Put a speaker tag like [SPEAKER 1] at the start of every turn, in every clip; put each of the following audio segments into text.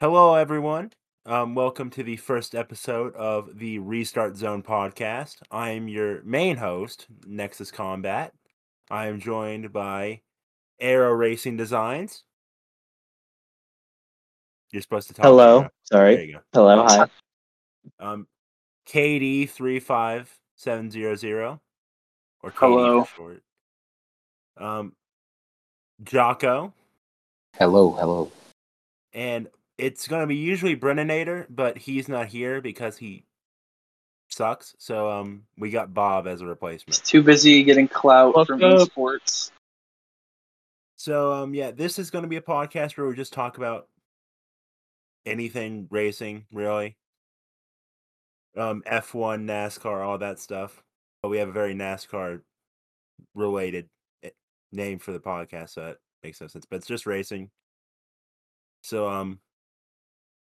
[SPEAKER 1] Hello, everyone. Um, welcome to the first episode of the Restart Zone podcast. I am your main host, Nexus Combat. I am joined by Aero Racing Designs. You're supposed to talk.
[SPEAKER 2] Hello.
[SPEAKER 1] Aero. There
[SPEAKER 2] Sorry.
[SPEAKER 1] you
[SPEAKER 2] Hello. Hi.
[SPEAKER 1] go. Um, KD three five seven zero zero, or KD
[SPEAKER 3] Hello.
[SPEAKER 1] for short. Um, Jocko,
[SPEAKER 4] Hello, hello.
[SPEAKER 1] and it's gonna be usually Brennanator, but he's not here because he sucks. So um, we got Bob as a replacement.
[SPEAKER 3] He's too busy getting clout
[SPEAKER 2] What's
[SPEAKER 3] from
[SPEAKER 2] up?
[SPEAKER 3] esports.
[SPEAKER 1] So um, yeah, this is gonna be a podcast where we just talk about anything racing, really. Um, F one, NASCAR, all that stuff. But we have a very NASCAR related eh, name for the podcast, so that makes no sense. But it's just racing. So um,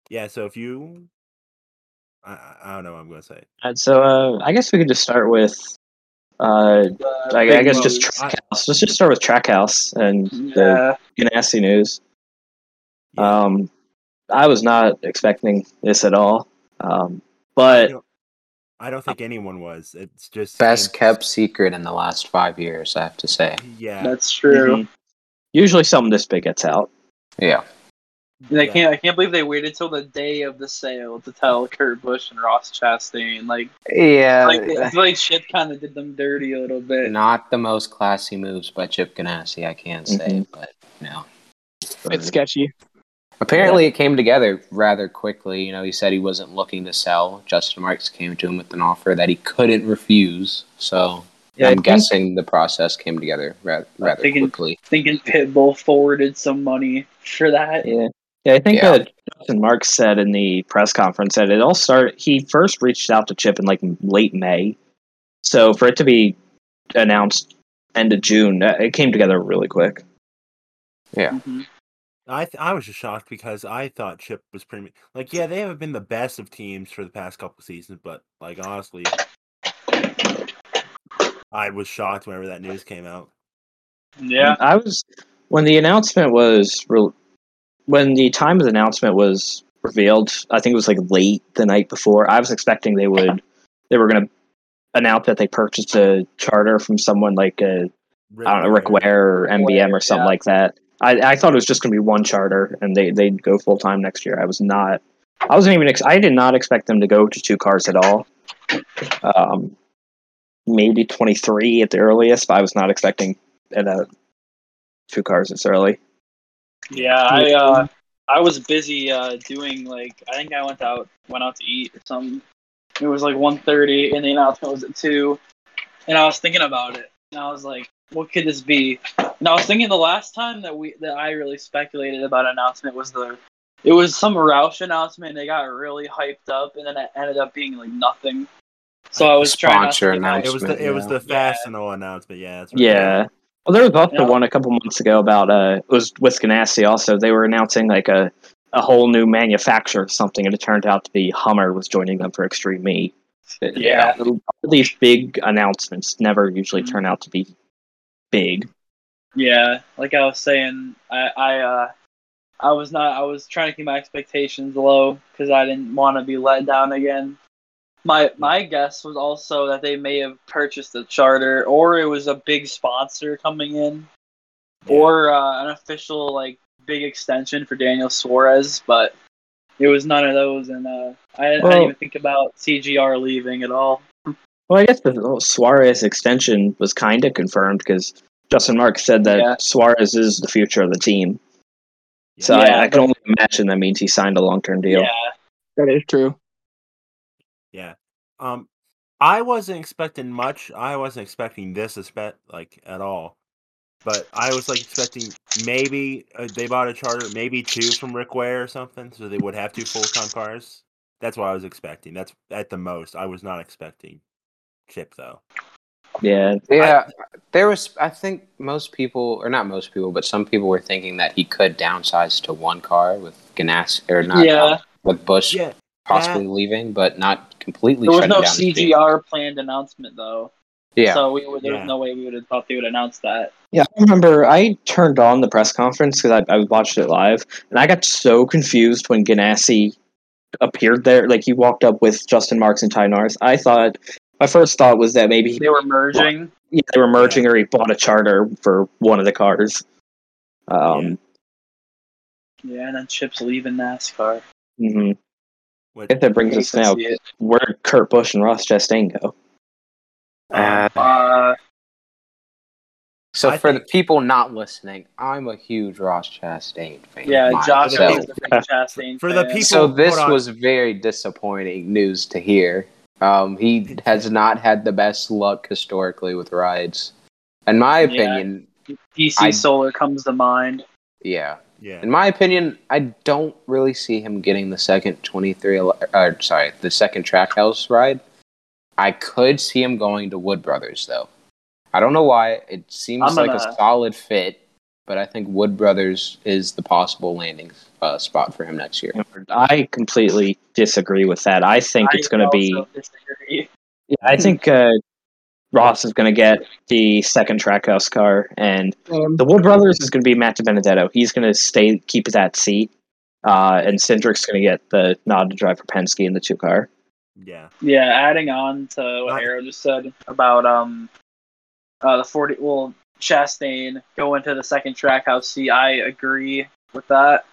[SPEAKER 1] yeah. So if you, I I I don't know what I'm gonna say.
[SPEAKER 2] And so uh, I guess we could just start with. Uh,
[SPEAKER 3] Uh,
[SPEAKER 2] I, I
[SPEAKER 3] Big
[SPEAKER 2] guess just
[SPEAKER 3] Mo's.
[SPEAKER 2] Trackhouse. Let's just start with Trackhouse and the
[SPEAKER 3] yeah,
[SPEAKER 2] nasty news.
[SPEAKER 1] Yeah.
[SPEAKER 2] Um, I was not expecting this at all, um, but
[SPEAKER 1] You know, I don't think anyone was. It's just
[SPEAKER 4] Best
[SPEAKER 1] and-
[SPEAKER 4] kept secret in the last five years, I have to say.
[SPEAKER 1] Yeah,
[SPEAKER 3] that's true.
[SPEAKER 2] Mhm. usually something this big gets out.
[SPEAKER 4] Yeah.
[SPEAKER 2] Mm-hmm.
[SPEAKER 3] And I
[SPEAKER 1] Yeah.
[SPEAKER 3] can't. I can't believe they waited till the day of the sale to tell Kurt Busch and Ross Chastain. Like,
[SPEAKER 4] Yeah.
[SPEAKER 3] like uh, it's like shit kind of did them dirty a little bit.
[SPEAKER 4] not the most classy moves by Chip Ganassi, I can say,
[SPEAKER 2] Mhm.
[SPEAKER 4] but no.
[SPEAKER 5] It's sketchy.
[SPEAKER 4] Apparently, it came together rather quickly. You know, he said he wasn't looking to sell. Justin Marks came to him with an offer that he couldn't refuse. So
[SPEAKER 2] Yeah, I
[SPEAKER 4] I'm
[SPEAKER 2] think-
[SPEAKER 4] guessing the process came together rather, rather
[SPEAKER 3] think it-
[SPEAKER 4] quickly.
[SPEAKER 3] Thinking Pitbull forwarded some money for that.
[SPEAKER 2] Yeah, yeah. I think
[SPEAKER 4] Yeah.
[SPEAKER 2] that Justin Marks said in the press conference that it all started. He first reached out to Chip in like late May, so for it to be announced end of June, uh, it came together really quick.
[SPEAKER 3] Mhm.
[SPEAKER 1] I th- I was just shocked because I thought Chip was pretty mu- like yeah they haven't been the best of teams for the past couple seasons, but like honestly, I was shocked whenever that news came out.
[SPEAKER 3] Yeah.
[SPEAKER 2] I was when the announcement was re- when the time of the announcement was revealed. I think it was like late the night before. I was expecting they would they were going to announce that they purchased a charter from someone like a I don't know, Rick Ware or MBM or something
[SPEAKER 3] yeah.
[SPEAKER 2] like that. I, I thought it was just going to be one charter and they, they'd go full time next year. I was not, I wasn't even, ex- I did not expect them to go to two cars at all. Um, maybe 23 at the earliest, but I was not expecting at a two cars this early.
[SPEAKER 3] Yeah, I uh, I was busy uh, doing like I think I went out went out to eat or something. It was like 1.30 and the announcement was at two, and I was thinking about it and I was like, what could this be? And I was thinking the last time that we that I really speculated about an announcement was the it was some Roush announcement. They got really hyped up and then it ended up being like nothing. So I was trying not to
[SPEAKER 4] Sponsor
[SPEAKER 3] think about
[SPEAKER 1] It was the it was the
[SPEAKER 3] Yeah.
[SPEAKER 1] Fastenal announcement. Yeah, that's right.
[SPEAKER 2] Yeah. Well, there was also
[SPEAKER 3] Yeah.
[SPEAKER 2] one a couple months ago about, uh, it was with Ganassi also. They were announcing like a, a whole new manufacturer or something, and it turned out to be Hummer was joining them for Extreme E.
[SPEAKER 3] Yeah.
[SPEAKER 2] All these big announcements never usually turn out to be big.
[SPEAKER 3] Yeah, like I was saying, I I uh, I was not. I was trying to keep my expectations low because I didn't want to be let down again. My my guess was also that they may have purchased a charter, or it was a big sponsor coming in,
[SPEAKER 1] Yeah.
[SPEAKER 3] or uh, an official like big extension for Daniel Suarez. But it was none of those, and uh, I, didn't- I
[SPEAKER 2] Well-
[SPEAKER 3] didn't even think about CGR leaving at all.
[SPEAKER 2] Well, I guess the whole Suarez extension was kind of confirmed because Justin Marks said that
[SPEAKER 3] Yeah.
[SPEAKER 2] Suarez is the future of the team.
[SPEAKER 1] Yeah.
[SPEAKER 2] So
[SPEAKER 3] Yeah,
[SPEAKER 2] I, I can only imagine that means he signed a long term deal.
[SPEAKER 3] Yeah,
[SPEAKER 5] That is true.
[SPEAKER 1] Yeah. Um, I wasn't expecting much. I wasn't expecting this espe- like at all. But I was like expecting maybe uh, they bought a charter, maybe two from Rick Ware or something, so they would have two full time cars. That's what I was expecting. That's at the most. I was not expecting Chip though.
[SPEAKER 2] Yeah.
[SPEAKER 4] Yeah, there was. I think most people, or not most people, but some people were thinking that he could downsize to one car with Ganassi, or not
[SPEAKER 3] Yeah.
[SPEAKER 4] uh, with Bush
[SPEAKER 1] Yeah,
[SPEAKER 4] possibly leaving, but not completely
[SPEAKER 3] there was
[SPEAKER 4] shutting
[SPEAKER 3] no
[SPEAKER 4] down. his team.
[SPEAKER 3] CGR planned announcement though.
[SPEAKER 4] Yeah.
[SPEAKER 3] So we would, there was
[SPEAKER 1] Yeah.
[SPEAKER 3] no way we would have thought they would announce that.
[SPEAKER 2] Yeah, I remember I turned on the press conference because I, I watched it live, and I got so confused when Ganassi appeared there. Like he walked up with Justin Marks and Ty Norris. I thought my first thought was that maybe he,
[SPEAKER 3] They were merging.
[SPEAKER 2] yeah, they were merging or he bought a charter for one of the cars. Um,
[SPEAKER 3] Yeah, and then Chip's leaving NASCAR.
[SPEAKER 2] mhm.
[SPEAKER 1] What,
[SPEAKER 2] I guess that brings us now.
[SPEAKER 3] See it.
[SPEAKER 2] Where did Kurt Busch and Ross Chastain go?
[SPEAKER 1] um,
[SPEAKER 4] Uh,
[SPEAKER 3] Uh,
[SPEAKER 4] so
[SPEAKER 1] I
[SPEAKER 4] for
[SPEAKER 1] think-
[SPEAKER 4] the people not listening, I'm a huge Ross Chastain fan.
[SPEAKER 3] yeah, Josh
[SPEAKER 1] so-
[SPEAKER 3] is a big Chastain
[SPEAKER 1] For the
[SPEAKER 3] fan.
[SPEAKER 1] people-
[SPEAKER 4] So this
[SPEAKER 1] Hold on.
[SPEAKER 4] was very disappointing news to hear. Um, he has not had the best luck historically with rides. In my
[SPEAKER 3] Yeah.
[SPEAKER 4] opinion,
[SPEAKER 3] DC
[SPEAKER 4] I-
[SPEAKER 3] Solar comes to mind.
[SPEAKER 4] yeah.
[SPEAKER 1] yeah.
[SPEAKER 4] In my opinion, I don't really see him getting the second 23 ele- uh, sorry, the second Trackhouse ride. I could see him going to Wood Brothers though. I don't know why. It seems
[SPEAKER 3] I'm
[SPEAKER 4] like a
[SPEAKER 3] gonna-
[SPEAKER 4] solid fit, but I think Wood Brothers is the possible landing uh, spot for him next year.
[SPEAKER 2] I completely disagree with that. I think it's going to be.
[SPEAKER 3] also disagree.
[SPEAKER 2] Yeah, I think uh, Ross is going to get the second Trackhouse car, and
[SPEAKER 5] Um,
[SPEAKER 2] the Wood Brothers is going to be Matt Benedetto. He's going to stay, keep that seat, uh, and Cindric's going to get the nod to drive for Penske in the two car.
[SPEAKER 1] Yeah.
[SPEAKER 3] Yeah, adding on to what
[SPEAKER 1] Not-
[SPEAKER 3] Arrow just said about um uh the forty well Chastain going to the second track house seat, I agree with that.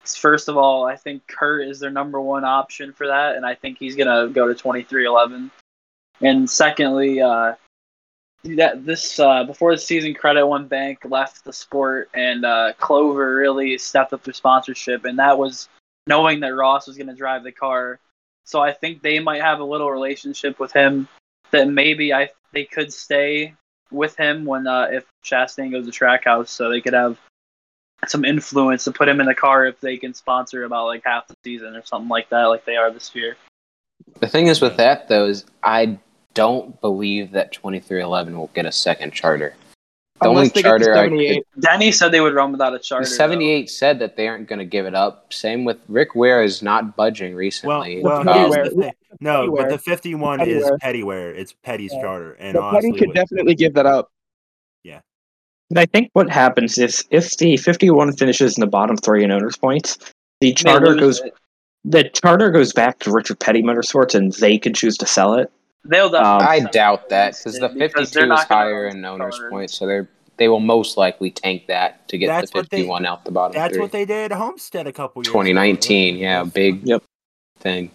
[SPEAKER 3] 'Cause First of all, I think Kurt is their number one option for that, and I think he's gonna go to twenty three eleven. And secondly, uh that this uh before the season credit one bank left the sport and uh Clover really stepped up their sponsorship and that was knowing that Ross was gonna drive the car so I think they might have a little relationship with him that maybe I they could stay with him when uh, if Chastain goes to Trackhouse, so they could have some influence to put him in the car if they can sponsor about like half the season or something like that, like they are this year.
[SPEAKER 4] The thing is with
[SPEAKER 1] Yeah.
[SPEAKER 4] that though is I don't believe that 2311 will get a second charter. The
[SPEAKER 5] unless
[SPEAKER 4] only
[SPEAKER 5] they get to
[SPEAKER 4] charter I could-
[SPEAKER 5] 78.
[SPEAKER 3] Danny said they would run without a charter.
[SPEAKER 4] The 78 said that they aren't going to give it up. Same with Rick Ware is not budging
[SPEAKER 1] Well,
[SPEAKER 4] recently.
[SPEAKER 1] well,
[SPEAKER 5] Um,
[SPEAKER 1] here's the thing. No, but the
[SPEAKER 5] Anywhere.
[SPEAKER 1] 51 is
[SPEAKER 5] Anywhere.
[SPEAKER 1] Pettyware. It's Petty's
[SPEAKER 5] Yeah.
[SPEAKER 1] charter, and
[SPEAKER 5] But Petty
[SPEAKER 1] honestly,
[SPEAKER 5] could
[SPEAKER 1] what-
[SPEAKER 5] definitely give that up.
[SPEAKER 2] And I think what happens is if the 51 finishes in the bottom three in owners points, the
[SPEAKER 3] though. They
[SPEAKER 2] charter goes.
[SPEAKER 3] lose it.
[SPEAKER 2] The charter goes back to Richard Petty Motorsports, and they can choose to sell it.
[SPEAKER 3] They'll
[SPEAKER 2] Um,
[SPEAKER 3] definitely
[SPEAKER 4] I
[SPEAKER 3] sell it.
[SPEAKER 4] doubt that because the
[SPEAKER 3] Because
[SPEAKER 4] 52
[SPEAKER 3] they're
[SPEAKER 4] is
[SPEAKER 3] not gonna
[SPEAKER 4] higher
[SPEAKER 3] run
[SPEAKER 4] in owner's
[SPEAKER 3] charters.
[SPEAKER 4] points, so they're they will most likely tank that to get
[SPEAKER 1] That's
[SPEAKER 4] the
[SPEAKER 1] what they-
[SPEAKER 4] 51 out the bottom
[SPEAKER 1] that's
[SPEAKER 4] three.
[SPEAKER 1] what they did at Homestead a couple years ago.
[SPEAKER 4] 2019, yeah, big
[SPEAKER 2] Yep.
[SPEAKER 4] thing.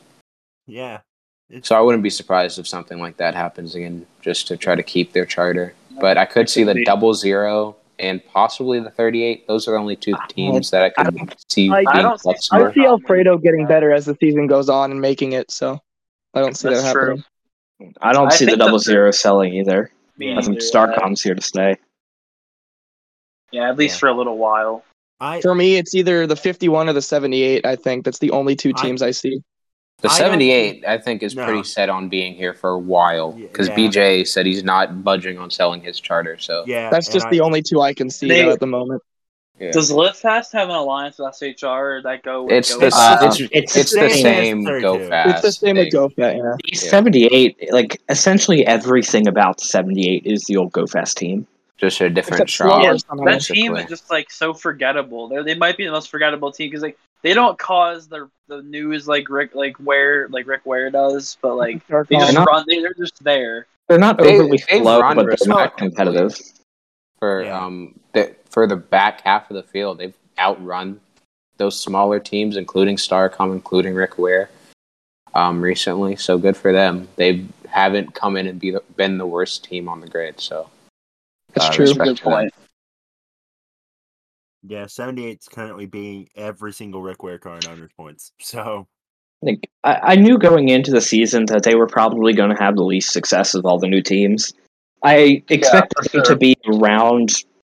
[SPEAKER 1] Yeah. It's,
[SPEAKER 4] So I wouldn't be surprised if something like that happens again, just to try to keep their charter. But I could see the double zero and possibly the 38. Those are the only two teams that I
[SPEAKER 2] Ah, I
[SPEAKER 4] could see
[SPEAKER 5] I
[SPEAKER 4] being
[SPEAKER 3] don't see-
[SPEAKER 5] I
[SPEAKER 4] flexible.
[SPEAKER 5] see Alfredo getting better as the season goes on and making it, so I don't see
[SPEAKER 3] That's
[SPEAKER 5] that happening.
[SPEAKER 3] true.
[SPEAKER 2] I don't
[SPEAKER 3] I
[SPEAKER 2] see the
[SPEAKER 3] think the-
[SPEAKER 2] double zero selling either.
[SPEAKER 3] Me
[SPEAKER 2] I think
[SPEAKER 3] neither, uh,
[SPEAKER 2] Starcom's here to stay.
[SPEAKER 3] Yeah, at least
[SPEAKER 1] Yeah.
[SPEAKER 3] for a little while.
[SPEAKER 1] I,
[SPEAKER 5] For me, it's either the 51 or the 78. I think that's the only two
[SPEAKER 1] I-
[SPEAKER 5] teams I see.
[SPEAKER 4] The
[SPEAKER 1] I don't
[SPEAKER 4] 78, I think, is
[SPEAKER 1] No.
[SPEAKER 4] pretty set on being here for a while
[SPEAKER 1] Y-
[SPEAKER 4] because
[SPEAKER 1] yeah.
[SPEAKER 4] BJ said he's not budging on selling his charter. So
[SPEAKER 1] yeah.
[SPEAKER 5] That's
[SPEAKER 1] and
[SPEAKER 5] just
[SPEAKER 1] I-
[SPEAKER 5] the only two I can see
[SPEAKER 3] They-
[SPEAKER 5] though, at the moment.
[SPEAKER 4] yeah.
[SPEAKER 3] Does LiveFast have an alliance with SHR or that go with
[SPEAKER 4] it's
[SPEAKER 3] go
[SPEAKER 4] the
[SPEAKER 3] with-
[SPEAKER 2] Uh,
[SPEAKER 4] it's,
[SPEAKER 2] it's
[SPEAKER 4] it's,
[SPEAKER 2] the
[SPEAKER 4] the
[SPEAKER 1] Um, same as
[SPEAKER 4] same
[SPEAKER 1] 32.
[SPEAKER 4] go
[SPEAKER 1] It's the
[SPEAKER 4] fast.
[SPEAKER 5] it's the same with
[SPEAKER 4] thing.
[SPEAKER 5] GoFat, yeah.
[SPEAKER 2] The
[SPEAKER 4] Yeah.
[SPEAKER 2] 78, like essentially everything about the 78 is the old GoFest team.
[SPEAKER 4] Just a different
[SPEAKER 5] Except slower
[SPEAKER 4] shot.
[SPEAKER 5] somehow.
[SPEAKER 3] That
[SPEAKER 4] Basically.
[SPEAKER 3] team is just like so forgettable. They they might be the most forgettable team because like they don't cause the the news like Rick like Ware like Rick Ware does, but like
[SPEAKER 5] Dark
[SPEAKER 3] they just
[SPEAKER 5] Knight.
[SPEAKER 2] not-
[SPEAKER 3] run. They, they're just there.
[SPEAKER 2] They're not
[SPEAKER 4] They-
[SPEAKER 2] overly
[SPEAKER 4] they've
[SPEAKER 2] slow,
[SPEAKER 4] run
[SPEAKER 2] but they're not
[SPEAKER 4] responsibly.
[SPEAKER 2] competitive.
[SPEAKER 4] for
[SPEAKER 1] Yeah.
[SPEAKER 4] um the, for the back half of the field. They've outrun those smaller teams, including Starcom, including Rick Ware, um, recently. So good for them. They haven't come in and be the, been the worst team on the grid. So uh,
[SPEAKER 5] That's true.
[SPEAKER 4] respect
[SPEAKER 3] Good
[SPEAKER 4] to them.
[SPEAKER 3] point.
[SPEAKER 1] Yeah, 78's currently being every single Rick Ware car in 100 points. So,
[SPEAKER 2] Like I, I knew going into the season that they were probably going to have the least success of all the new teams. I expected
[SPEAKER 3] for
[SPEAKER 2] them to
[SPEAKER 3] sure.
[SPEAKER 2] be around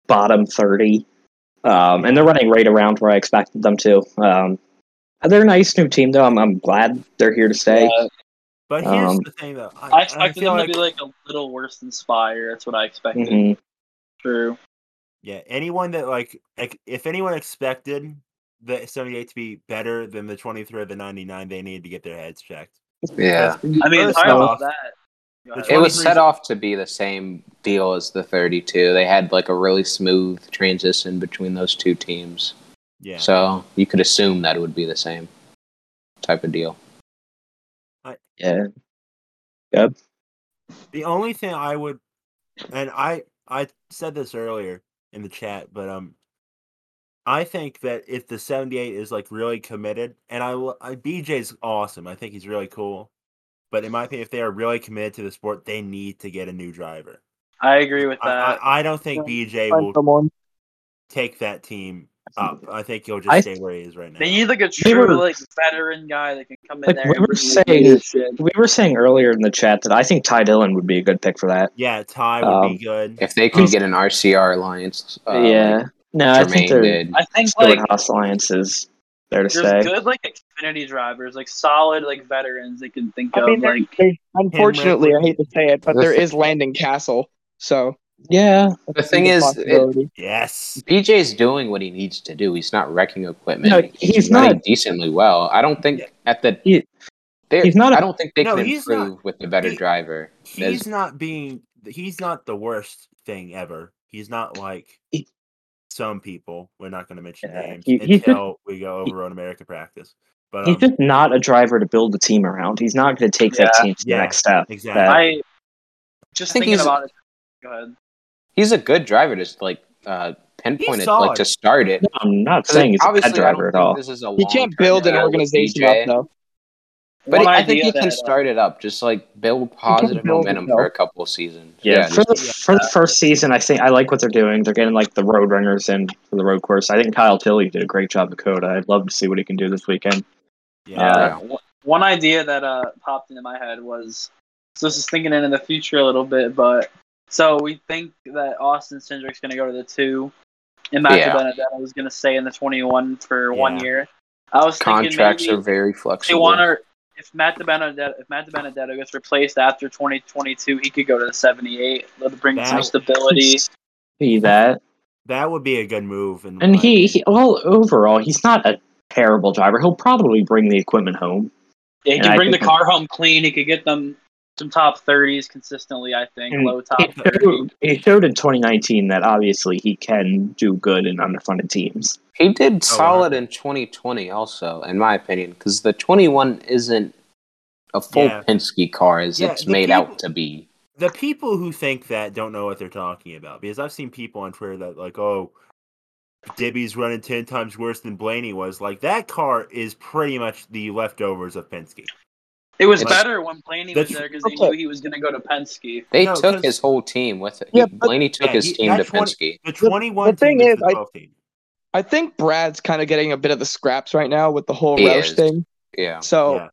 [SPEAKER 2] bottom 30, um, and they're running right around where I expected them to. Um, they're a nice new team, though. I'm, I'm glad they're here to stay.
[SPEAKER 3] Yeah.
[SPEAKER 1] but here's
[SPEAKER 2] Um,
[SPEAKER 1] the thing though. I,
[SPEAKER 3] I expected
[SPEAKER 1] feel
[SPEAKER 3] them to be like a little worse than Spire. That's what I expected.
[SPEAKER 2] Mhm.
[SPEAKER 3] True.
[SPEAKER 1] Yeah, anyone that like ex- if anyone expected the 78 to be better than the 23 or the 99, they needed to get their heads checked.
[SPEAKER 4] Yeah.
[SPEAKER 3] I mean,
[SPEAKER 1] First
[SPEAKER 3] I
[SPEAKER 1] off-
[SPEAKER 3] love that. Go
[SPEAKER 1] It's
[SPEAKER 3] ahead.
[SPEAKER 4] It was
[SPEAKER 1] 23
[SPEAKER 4] set off to be the same deal as the 32. They had like a really smooth transition between those two teams.
[SPEAKER 1] Yeah.
[SPEAKER 4] So you could assume that it would be the same type of deal.
[SPEAKER 2] Yeah.
[SPEAKER 1] The only thing I would, and I I said this earlier in the chat, but um, I think that if the seventy eight is like really committed, and I, lo- I BJ's awesome. I think he's really cool, but in my opinion, if they are really committed to the sport, they need to get a new driver.
[SPEAKER 3] I agree with
[SPEAKER 1] I,
[SPEAKER 3] that.
[SPEAKER 1] I, I don't think BJ
[SPEAKER 5] Find
[SPEAKER 1] will
[SPEAKER 5] someone.
[SPEAKER 1] take that team up. I think he'll
[SPEAKER 2] I-
[SPEAKER 1] just stay where he is right now.
[SPEAKER 3] They need like a
[SPEAKER 2] We
[SPEAKER 3] true
[SPEAKER 2] were-
[SPEAKER 3] like veteran guy that can come in
[SPEAKER 2] Like,
[SPEAKER 3] there.
[SPEAKER 2] we
[SPEAKER 3] and
[SPEAKER 2] were
[SPEAKER 3] bring
[SPEAKER 2] saying-
[SPEAKER 3] leadership.
[SPEAKER 2] We were saying earlier in the chat that I think Ty Dillon would be a good pick for that.
[SPEAKER 1] yeah, Ty would
[SPEAKER 2] Um,
[SPEAKER 1] be good.
[SPEAKER 4] If they could get an RCR alliance, uh,
[SPEAKER 2] yeah. no, I
[SPEAKER 4] like
[SPEAKER 2] think
[SPEAKER 4] Jermaine
[SPEAKER 2] they're
[SPEAKER 4] did.
[SPEAKER 3] I think
[SPEAKER 2] Stewart
[SPEAKER 3] like
[SPEAKER 2] Haas Alliance is there to
[SPEAKER 3] there's
[SPEAKER 2] stay.
[SPEAKER 3] good like Xfinity drivers, like solid like veterans they can think
[SPEAKER 5] I
[SPEAKER 3] of
[SPEAKER 5] mean, there-
[SPEAKER 3] like
[SPEAKER 5] there's- unfortunately, I hate to say it, but
[SPEAKER 4] That's-
[SPEAKER 5] there is Landon Castle. So
[SPEAKER 2] Yeah.
[SPEAKER 5] that's
[SPEAKER 4] The
[SPEAKER 5] a
[SPEAKER 4] thing
[SPEAKER 5] big
[SPEAKER 4] is,
[SPEAKER 5] possibility.
[SPEAKER 1] Yes,
[SPEAKER 4] PJ's doing what he needs to do. He's not wrecking equipment.
[SPEAKER 2] No,
[SPEAKER 4] he's,
[SPEAKER 2] he's
[SPEAKER 4] running
[SPEAKER 2] not.
[SPEAKER 4] decently well. I don't think
[SPEAKER 1] Yeah.
[SPEAKER 4] at the
[SPEAKER 2] He-
[SPEAKER 4] they're-
[SPEAKER 2] he's not a-
[SPEAKER 4] I don't think they
[SPEAKER 1] No,
[SPEAKER 4] can
[SPEAKER 1] he's not.
[SPEAKER 4] improve with the better
[SPEAKER 1] He-
[SPEAKER 4] driver. There's-
[SPEAKER 1] he's not being he's not the worst thing ever. He's not like
[SPEAKER 2] He-
[SPEAKER 1] some people. We're not going to mention
[SPEAKER 2] Yeah,
[SPEAKER 1] names
[SPEAKER 2] he- he's just-
[SPEAKER 1] until we go over on America practice. But um,
[SPEAKER 2] He's just not a driver to build the team around. He's not going to take that
[SPEAKER 3] Yeah.
[SPEAKER 2] team to
[SPEAKER 1] Yeah.
[SPEAKER 2] the next step.
[SPEAKER 1] exactly.
[SPEAKER 2] that-
[SPEAKER 3] I just
[SPEAKER 4] I think
[SPEAKER 3] thinking
[SPEAKER 4] he's-
[SPEAKER 3] about it. Go ahead.
[SPEAKER 4] he's a good driver to like uh, pinpoint
[SPEAKER 1] He's
[SPEAKER 4] it, like
[SPEAKER 1] solid.
[SPEAKER 4] to start it.
[SPEAKER 2] No, I'm not
[SPEAKER 4] 'Cause, like,
[SPEAKER 2] saying he's a bad
[SPEAKER 4] obviously, I
[SPEAKER 2] driver
[SPEAKER 4] don't
[SPEAKER 2] at
[SPEAKER 4] think
[SPEAKER 2] all.
[SPEAKER 4] This is a
[SPEAKER 5] He can't
[SPEAKER 4] long-term
[SPEAKER 5] build
[SPEAKER 4] deal
[SPEAKER 5] an
[SPEAKER 4] with
[SPEAKER 5] organization
[SPEAKER 4] DJ,
[SPEAKER 5] up, though.
[SPEAKER 4] But
[SPEAKER 3] One
[SPEAKER 4] I think he
[SPEAKER 3] idea
[SPEAKER 4] can
[SPEAKER 3] that, uh,
[SPEAKER 4] start it up, just like build positive
[SPEAKER 5] build
[SPEAKER 4] momentum
[SPEAKER 5] it
[SPEAKER 4] for a
[SPEAKER 5] up.
[SPEAKER 4] couple seasons.
[SPEAKER 2] Yeah,
[SPEAKER 4] Yeah,
[SPEAKER 2] for
[SPEAKER 4] just,
[SPEAKER 2] the
[SPEAKER 1] yeah.
[SPEAKER 2] for the first season, I think I like what they're doing. They're getting like the road runners in for the road course. I think Kyle Tilly did a great job at Coda. I'd love to see what he can do this weekend.
[SPEAKER 1] yeah,
[SPEAKER 4] Yeah.
[SPEAKER 3] Uh, one- one idea that uh, popped into my head was so this is thinking into the future a little bit, but so we think that Austin Cindric's going to go to the two, and Matthew
[SPEAKER 4] Yeah.
[SPEAKER 3] Benedetto is going to stay in the 21 for one
[SPEAKER 1] Yeah.
[SPEAKER 3] year. I was
[SPEAKER 4] contracts
[SPEAKER 3] thinking
[SPEAKER 4] are
[SPEAKER 3] maybe
[SPEAKER 4] very
[SPEAKER 3] they
[SPEAKER 4] flexible.
[SPEAKER 3] want to. If Matt Benedetto, if Matt Benedetto gets replaced after 2022, he could go to the 78. That'll bring some
[SPEAKER 1] That-
[SPEAKER 3] stability.
[SPEAKER 2] See that,
[SPEAKER 1] that would be a good move. In
[SPEAKER 2] and
[SPEAKER 1] my
[SPEAKER 2] he,
[SPEAKER 1] opinion.
[SPEAKER 2] he well overall, he's not a terrible driver. He'll probably bring the equipment home.
[SPEAKER 3] Yeah, he
[SPEAKER 2] And
[SPEAKER 3] could
[SPEAKER 2] I
[SPEAKER 3] bring the
[SPEAKER 2] think-
[SPEAKER 3] car home clean. He could get them some top 30s consistently. I think
[SPEAKER 2] And
[SPEAKER 3] low
[SPEAKER 2] He
[SPEAKER 3] top. 30.
[SPEAKER 2] showed, he showed in 2019 that obviously he can do good in underfunded teams.
[SPEAKER 4] He did solid
[SPEAKER 1] 100%.
[SPEAKER 4] in 2020, also, in my opinion, because the 21 isn't a full
[SPEAKER 1] Yeah.
[SPEAKER 4] Penske car as
[SPEAKER 1] Yeah,
[SPEAKER 4] it's
[SPEAKER 1] the
[SPEAKER 4] made
[SPEAKER 1] people-
[SPEAKER 4] out to be.
[SPEAKER 1] the people who think that don't know what they're talking about because I've seen people on Twitter that like, oh, Dibby's running ten times worse than Blaney was. Like that car is pretty much the leftovers of Penske.
[SPEAKER 3] It was
[SPEAKER 4] It's-
[SPEAKER 3] better when Blaney was
[SPEAKER 1] That's-
[SPEAKER 3] there because they
[SPEAKER 5] okay.
[SPEAKER 3] knew he was going to go to Penske.
[SPEAKER 4] They
[SPEAKER 1] No,
[SPEAKER 4] took
[SPEAKER 1] 'cause-
[SPEAKER 4] his whole team with it.
[SPEAKER 5] Yeah,
[SPEAKER 4] he,
[SPEAKER 5] but-
[SPEAKER 4] Blaney took
[SPEAKER 1] Yeah,
[SPEAKER 4] his
[SPEAKER 1] he-
[SPEAKER 4] team to
[SPEAKER 1] that's what-
[SPEAKER 4] Penske.
[SPEAKER 1] The twenty one
[SPEAKER 5] the thing
[SPEAKER 1] team is,
[SPEAKER 5] is,
[SPEAKER 1] the
[SPEAKER 5] I-
[SPEAKER 1] twelve team.
[SPEAKER 5] I think Brad's kind of getting a bit of the scraps right now with the whole
[SPEAKER 4] He
[SPEAKER 5] Roush
[SPEAKER 4] is.
[SPEAKER 5] thing.
[SPEAKER 4] Yeah.
[SPEAKER 5] So,
[SPEAKER 1] Yeah.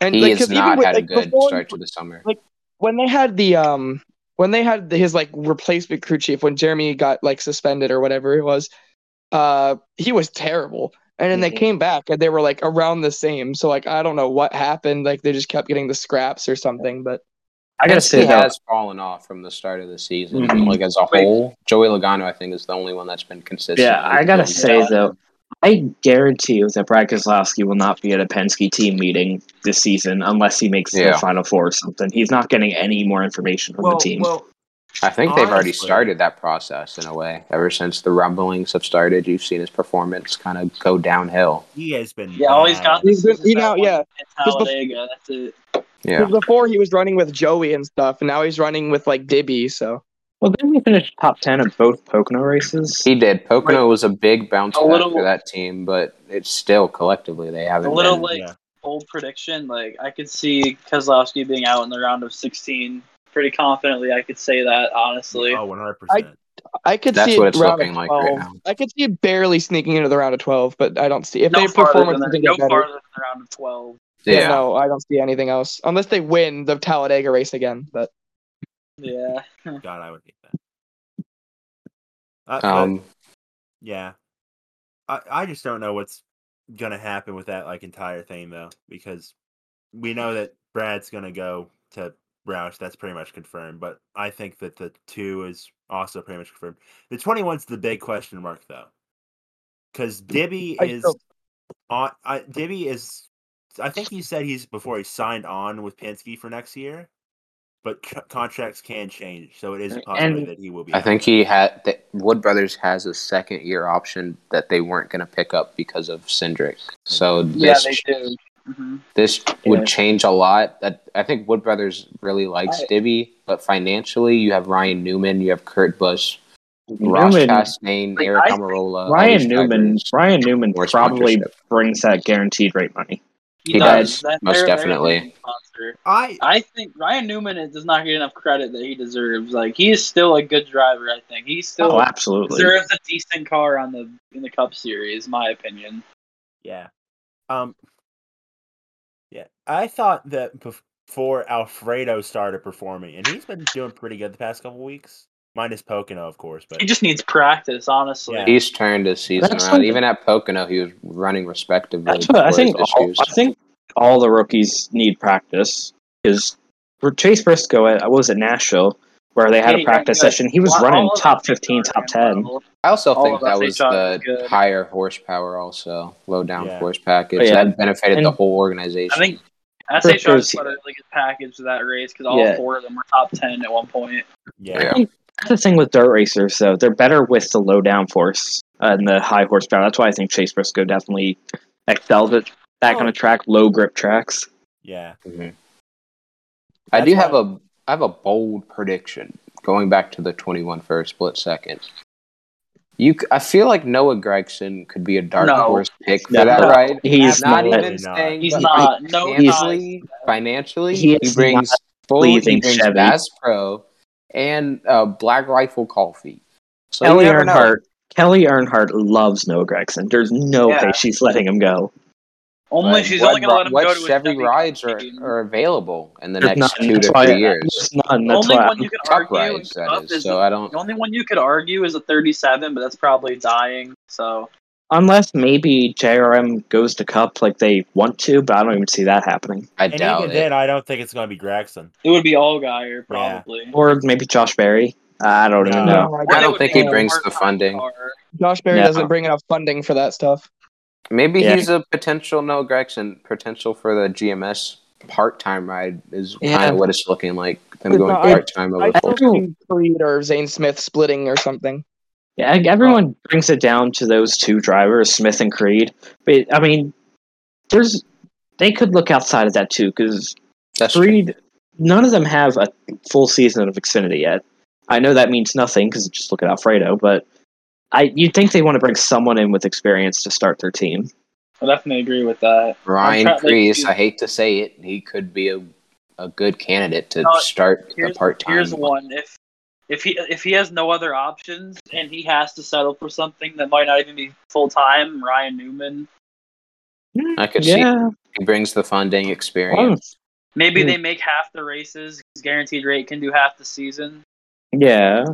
[SPEAKER 5] and
[SPEAKER 4] He
[SPEAKER 5] like,
[SPEAKER 4] has
[SPEAKER 5] 'cause
[SPEAKER 4] not
[SPEAKER 5] even with,
[SPEAKER 4] had a
[SPEAKER 5] like,
[SPEAKER 4] good
[SPEAKER 5] before-
[SPEAKER 4] start to the summer.
[SPEAKER 5] when they had the um when they had his like replacement crew chief when Jeremy got like suspended or whatever it was, uh he was terrible. And then they
[SPEAKER 1] Mhm.
[SPEAKER 5] came back and they were like around the same. So like I don't know what happened. Like they just kept getting the scraps or something. But
[SPEAKER 2] I gotta say
[SPEAKER 4] Penske
[SPEAKER 2] though,
[SPEAKER 4] has fallen off from the start of the season,
[SPEAKER 2] Mhm.
[SPEAKER 4] like as a
[SPEAKER 3] Wait.
[SPEAKER 4] whole. Joey Logano, I think, is the only one that's been consistent.
[SPEAKER 2] yeah, I gotta
[SPEAKER 4] Yeah.
[SPEAKER 2] say though, I guarantee you that Brad Keselowski will not be at a Penske team meeting this season unless he makes
[SPEAKER 4] Yeah.
[SPEAKER 2] the Final Four or something. He's not getting any more information from
[SPEAKER 1] Well,
[SPEAKER 2] the team.
[SPEAKER 1] well,
[SPEAKER 4] I think they've already
[SPEAKER 1] Honestly.
[SPEAKER 4] started that process in a way. Ever since the rumblings have started, you've seen his performance kind of go downhill.
[SPEAKER 1] he has been.
[SPEAKER 3] Yeah, all he's
[SPEAKER 1] bad.
[SPEAKER 3] got
[SPEAKER 5] He's
[SPEAKER 3] is
[SPEAKER 5] been-
[SPEAKER 3] that
[SPEAKER 5] you know,
[SPEAKER 3] one
[SPEAKER 5] yeah.
[SPEAKER 3] in
[SPEAKER 5] bef-
[SPEAKER 3] Talladega. That's it.
[SPEAKER 4] Yeah.
[SPEAKER 5] 'cause before he was running with Joey and stuff, and now he's running with like Dibby. So
[SPEAKER 2] well, then we finished top ten of both Pocono races.
[SPEAKER 4] He did. Pocono was a big bounce
[SPEAKER 3] A
[SPEAKER 4] back
[SPEAKER 3] little-
[SPEAKER 4] for that team, but it's still collectively they haven't.
[SPEAKER 3] A little
[SPEAKER 4] been-
[SPEAKER 3] like
[SPEAKER 1] Yeah.
[SPEAKER 3] old prediction. Like I could see Keselowski being out in the round of 16 pretty confidently. I could say that honestly.
[SPEAKER 1] Oh, 100 percent.
[SPEAKER 5] I could
[SPEAKER 4] that's
[SPEAKER 5] see
[SPEAKER 4] what
[SPEAKER 5] it
[SPEAKER 4] it's
[SPEAKER 5] round
[SPEAKER 4] looking
[SPEAKER 5] of
[SPEAKER 4] like
[SPEAKER 5] 12.
[SPEAKER 4] right now.
[SPEAKER 5] I could see it barely sneaking into the round of twelve, but I don't see if
[SPEAKER 3] no
[SPEAKER 5] their
[SPEAKER 3] farther than
[SPEAKER 5] performance
[SPEAKER 3] the,
[SPEAKER 5] doesn't
[SPEAKER 3] no
[SPEAKER 5] get better.
[SPEAKER 3] farther than the round of 12.
[SPEAKER 5] Yeah.
[SPEAKER 4] Yeah.
[SPEAKER 5] no, I don't see anything else unless they win the Talladega race again. But
[SPEAKER 3] Yeah.
[SPEAKER 1] God, I would hate that. Uh, but,
[SPEAKER 4] Um,
[SPEAKER 1] yeah, I I just don't know what's gonna happen with that like entire thing though, because we know that Brad's gonna go to Roush. That's pretty much confirmed. But I think that the two is also pretty much confirmed. The 21's the big question mark though, because Dibby
[SPEAKER 5] I
[SPEAKER 1] is
[SPEAKER 5] still-
[SPEAKER 1] on. I, Dibby is. I think he said he's before he signed on with Penske for next year. but c- contracts can change, so it is a possibility that he will be.
[SPEAKER 4] I
[SPEAKER 1] out.
[SPEAKER 4] think he had that Wood Brothers has a second year option that they weren't going to pick up because of Cindric. So
[SPEAKER 3] Yeah,
[SPEAKER 4] this
[SPEAKER 3] they did. hmm
[SPEAKER 4] this
[SPEAKER 2] Yeah.
[SPEAKER 4] would change a lot. That I think Wood Brothers really likes
[SPEAKER 3] Right.
[SPEAKER 4] Dibby, but financially you have Ryan Newman, you have Kurt Busch, Ross
[SPEAKER 2] Newman,
[SPEAKER 4] Chastain,
[SPEAKER 3] Like,
[SPEAKER 4] Eric
[SPEAKER 3] I-
[SPEAKER 4] Amarola,
[SPEAKER 2] Ryan
[SPEAKER 4] Eddie
[SPEAKER 2] Newman,
[SPEAKER 4] Tigers.
[SPEAKER 2] Ryan Newman
[SPEAKER 4] More
[SPEAKER 2] probably
[SPEAKER 4] sponsorship.
[SPEAKER 2] brings that guaranteed rate money.
[SPEAKER 3] He,
[SPEAKER 4] He
[SPEAKER 3] does.
[SPEAKER 4] does, most definitely.
[SPEAKER 3] amazing sponsor.
[SPEAKER 1] I
[SPEAKER 3] I think Ryan Newman is- does not get enough credit that he deserves. Like he is still a good driver. I think he still
[SPEAKER 2] Oh, absolutely.
[SPEAKER 3] deserves a decent car on the in the Cup Series, my opinion.
[SPEAKER 1] yeah, um, yeah. I thought that before Alfredo started performing, and he's been doing pretty good the past couple weeks, minus Pocono, of course. But
[SPEAKER 3] He just needs practice, honestly.
[SPEAKER 1] Yeah.
[SPEAKER 4] He's turned his season
[SPEAKER 2] That's
[SPEAKER 4] around.
[SPEAKER 2] something-
[SPEAKER 4] Even at Pocono, he was running respectively.
[SPEAKER 2] That's what I
[SPEAKER 4] for
[SPEAKER 2] think.
[SPEAKER 4] his
[SPEAKER 2] All,
[SPEAKER 4] issues.
[SPEAKER 2] I think all the rookies need practice because for Chase Briscoe, at, what was it Nashville, where they had
[SPEAKER 3] Yeah,
[SPEAKER 2] a practice
[SPEAKER 3] yeah, yeah.
[SPEAKER 2] session, he was
[SPEAKER 3] All-
[SPEAKER 2] running
[SPEAKER 3] all of
[SPEAKER 2] top
[SPEAKER 3] them
[SPEAKER 2] fifteen,
[SPEAKER 3] are
[SPEAKER 2] top
[SPEAKER 3] in
[SPEAKER 2] ten.
[SPEAKER 3] level.
[SPEAKER 4] I also
[SPEAKER 3] All
[SPEAKER 4] think
[SPEAKER 3] of us,
[SPEAKER 4] that
[SPEAKER 3] they
[SPEAKER 4] was
[SPEAKER 3] thought it
[SPEAKER 4] the
[SPEAKER 3] was good.
[SPEAKER 4] higher horsepower, also low down
[SPEAKER 1] Yeah.
[SPEAKER 4] force package.
[SPEAKER 2] Oh, yeah.
[SPEAKER 4] That benefited the
[SPEAKER 2] And-
[SPEAKER 4] whole organization.
[SPEAKER 3] I think SHR
[SPEAKER 2] Brooke was-
[SPEAKER 3] just put a really good package to that race because all
[SPEAKER 2] Yeah.
[SPEAKER 3] four of them were top ten at one point.
[SPEAKER 1] yeah,
[SPEAKER 4] Yeah.
[SPEAKER 2] That's the thing with dirt racers, though. They're better with the low downforce and the high horsepower. That's why I think Chase Briscoe definitely excels at that
[SPEAKER 3] Oh.
[SPEAKER 2] kind of track, low grip tracks.
[SPEAKER 1] yeah.
[SPEAKER 4] I do
[SPEAKER 1] That's
[SPEAKER 4] have
[SPEAKER 1] why-
[SPEAKER 4] a I have a bold prediction going back to the 21 for a split second. You, c- I feel like Noah Gregson could be a dark
[SPEAKER 3] No.
[SPEAKER 4] horse pick for
[SPEAKER 2] No.
[SPEAKER 4] that
[SPEAKER 3] No.
[SPEAKER 4] ride.
[SPEAKER 2] He's
[SPEAKER 4] not
[SPEAKER 2] not.
[SPEAKER 4] even
[SPEAKER 1] Absolutely not.
[SPEAKER 4] staying.
[SPEAKER 3] He's
[SPEAKER 4] but
[SPEAKER 3] not. No, he's not.
[SPEAKER 4] financially, financially,
[SPEAKER 2] He
[SPEAKER 4] he,
[SPEAKER 2] is
[SPEAKER 4] brings
[SPEAKER 2] not
[SPEAKER 4] full. He
[SPEAKER 2] leaving
[SPEAKER 4] brings
[SPEAKER 2] Chevy.
[SPEAKER 4] Bass Pro and uh, Black Rifle Coffee. So you
[SPEAKER 2] Kelly
[SPEAKER 4] never know.
[SPEAKER 2] Earnhardt. Kelly Earnhardt loves Noah Gregson. There's no
[SPEAKER 3] Yeah.
[SPEAKER 2] way she's letting him go.
[SPEAKER 3] Only
[SPEAKER 4] But
[SPEAKER 3] she's
[SPEAKER 4] what
[SPEAKER 3] only gonna
[SPEAKER 4] ri-
[SPEAKER 3] let him
[SPEAKER 4] what
[SPEAKER 3] go to a
[SPEAKER 4] Chevy rides are,
[SPEAKER 3] team.
[SPEAKER 4] are available in the
[SPEAKER 2] There's
[SPEAKER 4] next
[SPEAKER 2] none.
[SPEAKER 4] two
[SPEAKER 2] That's
[SPEAKER 4] to
[SPEAKER 2] why-
[SPEAKER 4] three years.
[SPEAKER 2] There's none.
[SPEAKER 3] The
[SPEAKER 2] That's
[SPEAKER 3] only
[SPEAKER 2] why.
[SPEAKER 3] one you can
[SPEAKER 4] Cup
[SPEAKER 3] argue
[SPEAKER 4] rides,
[SPEAKER 3] in
[SPEAKER 4] that
[SPEAKER 3] Cup
[SPEAKER 4] is.
[SPEAKER 3] is
[SPEAKER 4] So
[SPEAKER 3] the,
[SPEAKER 4] I don't.
[SPEAKER 3] the only one you could argue is a 37, but that's probably dying. So
[SPEAKER 2] Unless maybe JRM goes to Cup like they want to, but I don't even see that happening.
[SPEAKER 4] I
[SPEAKER 1] And
[SPEAKER 4] doubt
[SPEAKER 1] even
[SPEAKER 4] it.
[SPEAKER 1] then, I don't think it's going to be Gregson.
[SPEAKER 3] it would be all Guyer probably.
[SPEAKER 2] Or maybe Josh Berry. I don't even
[SPEAKER 1] No.
[SPEAKER 2] know.
[SPEAKER 5] No, I
[SPEAKER 4] I
[SPEAKER 5] don't.
[SPEAKER 3] they
[SPEAKER 4] don't
[SPEAKER 3] would
[SPEAKER 4] think
[SPEAKER 3] make
[SPEAKER 5] he
[SPEAKER 3] a
[SPEAKER 4] brings the
[SPEAKER 3] part-time
[SPEAKER 4] funding.
[SPEAKER 3] car.
[SPEAKER 5] Josh Berry
[SPEAKER 2] No.
[SPEAKER 5] doesn't bring enough funding for that stuff.
[SPEAKER 4] Maybe
[SPEAKER 2] Yeah.
[SPEAKER 4] he's a potential Noah Gregson potential for the GMS part time ride is
[SPEAKER 2] Yeah.
[SPEAKER 4] kind of what it's looking like. Them
[SPEAKER 5] It's
[SPEAKER 4] going
[SPEAKER 5] not- I-
[SPEAKER 4] part time over
[SPEAKER 5] I
[SPEAKER 4] full.
[SPEAKER 5] still see Creed or Zane Smith splitting or something.
[SPEAKER 2] Yeah, like, everyone brings it down to those two drivers, Smith and Creed. But I mean, there's they could look outside of that too because
[SPEAKER 4] That's true.
[SPEAKER 2] Creed, none of them have a full season of Xfinity yet. I know that means nothing because just look at Alfredo, but I you'd think they want to bring someone in with experience to start their team.
[SPEAKER 3] I definitely agree with that.
[SPEAKER 4] Ryan
[SPEAKER 3] I'm trying- like,
[SPEAKER 4] Kreese,
[SPEAKER 3] he's-
[SPEAKER 4] I hate to say it, he could be a, a good candidate to
[SPEAKER 3] No,
[SPEAKER 4] start a
[SPEAKER 3] Here's,
[SPEAKER 4] part time.
[SPEAKER 3] here's one. If if he if he has no other options and he has to settle for something that might not even be full time, Ryan Newman.
[SPEAKER 4] I could see
[SPEAKER 2] yeah,
[SPEAKER 4] he brings the funding
[SPEAKER 2] well,
[SPEAKER 4] experience.
[SPEAKER 3] Maybe
[SPEAKER 2] Hmm.
[SPEAKER 3] they make half the races. His guaranteed rate can do half the season.
[SPEAKER 2] yeah.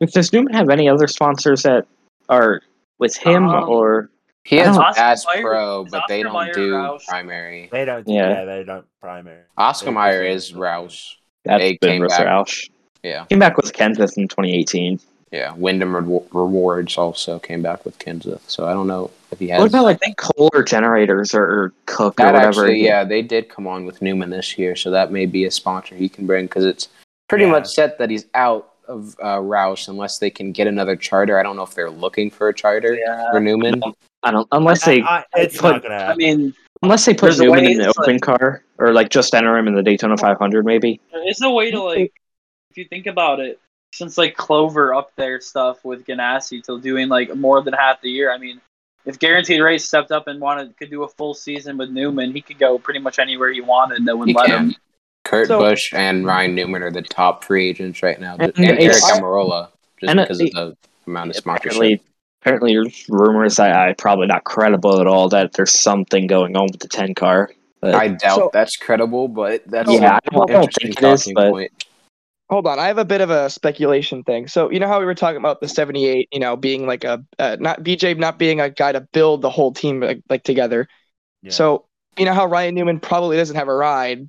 [SPEAKER 2] Does Newman have any other sponsors that are with him
[SPEAKER 3] Um,
[SPEAKER 2] or?
[SPEAKER 4] He
[SPEAKER 2] I
[SPEAKER 4] has
[SPEAKER 3] don't-
[SPEAKER 4] Bass
[SPEAKER 3] Oscar Mayer-
[SPEAKER 4] Pro,
[SPEAKER 3] is
[SPEAKER 4] but they
[SPEAKER 3] Oscar
[SPEAKER 4] don't
[SPEAKER 3] Mayer
[SPEAKER 4] do
[SPEAKER 3] Roush?
[SPEAKER 4] primary.
[SPEAKER 1] They don't.
[SPEAKER 2] Yeah.
[SPEAKER 1] Yeah, they don't primary.
[SPEAKER 4] Oscar
[SPEAKER 1] They-
[SPEAKER 4] Meyer
[SPEAKER 1] they-
[SPEAKER 4] is Roush.
[SPEAKER 2] That's
[SPEAKER 4] They
[SPEAKER 2] been
[SPEAKER 4] came
[SPEAKER 2] Russell
[SPEAKER 4] back.
[SPEAKER 2] Roush.
[SPEAKER 4] Yeah.
[SPEAKER 2] Came back with Kenseth in 2018.
[SPEAKER 4] Yeah, Wyndham Re- Rewards also came back with Kenseth, so I don't know if he has.
[SPEAKER 2] What about
[SPEAKER 3] I
[SPEAKER 2] like
[SPEAKER 3] think-
[SPEAKER 2] coal or generators or, or cook
[SPEAKER 4] that
[SPEAKER 2] or whatever?
[SPEAKER 4] actually? Yeah, they did come on with Newman this year, so that may be a sponsor he can bring because it's pretty
[SPEAKER 1] Yeah.
[SPEAKER 4] much set that he's out of uh, Roush unless they can get another charter. I don't know if they're looking for a charter
[SPEAKER 3] Yeah.
[SPEAKER 4] for Newman.
[SPEAKER 2] I don't unless they
[SPEAKER 3] uh,
[SPEAKER 1] I, I, it's
[SPEAKER 2] put-
[SPEAKER 1] not gonna
[SPEAKER 3] I
[SPEAKER 1] happen.
[SPEAKER 3] mean,
[SPEAKER 2] unless they put
[SPEAKER 3] There's a
[SPEAKER 2] Newman
[SPEAKER 3] way
[SPEAKER 2] in the
[SPEAKER 3] it's,
[SPEAKER 2] open car or like just enter him in the Daytona 500 maybe.
[SPEAKER 3] there is a way to like, if you think about it, since like Clover up there stuff with Ganassi till doing like more than half the year. I mean, if Guaranteed Rate stepped up and wanted could do a full season with Newman, he could go pretty much anywhere he wanted. That would
[SPEAKER 4] He
[SPEAKER 3] let
[SPEAKER 4] can.
[SPEAKER 3] him.
[SPEAKER 4] Kurt
[SPEAKER 5] So-
[SPEAKER 4] Busch and Ryan Newman are the top free agents right now,
[SPEAKER 2] And
[SPEAKER 4] and, Eric
[SPEAKER 2] it's-
[SPEAKER 4] Amarola just
[SPEAKER 2] and it-
[SPEAKER 4] because of the amount of sponsorship.
[SPEAKER 2] Apparently, apparently there's rumors that I probably not credible at all that there's something going on with the 10 car. But
[SPEAKER 4] I doubt
[SPEAKER 5] So-
[SPEAKER 4] that's credible, but that's
[SPEAKER 5] So-
[SPEAKER 2] yeah, I
[SPEAKER 4] an
[SPEAKER 2] don't, I don't
[SPEAKER 4] interesting
[SPEAKER 2] think it is,
[SPEAKER 4] talking
[SPEAKER 2] but
[SPEAKER 4] point.
[SPEAKER 5] Hold on, I have a bit of a speculation thing. So you know how we were talking about the '78, you know, being like a uh, not BJ not being a guy to build the whole team like, like together.
[SPEAKER 1] Yeah.
[SPEAKER 5] So you know how Ryan Newman probably doesn't have a ride.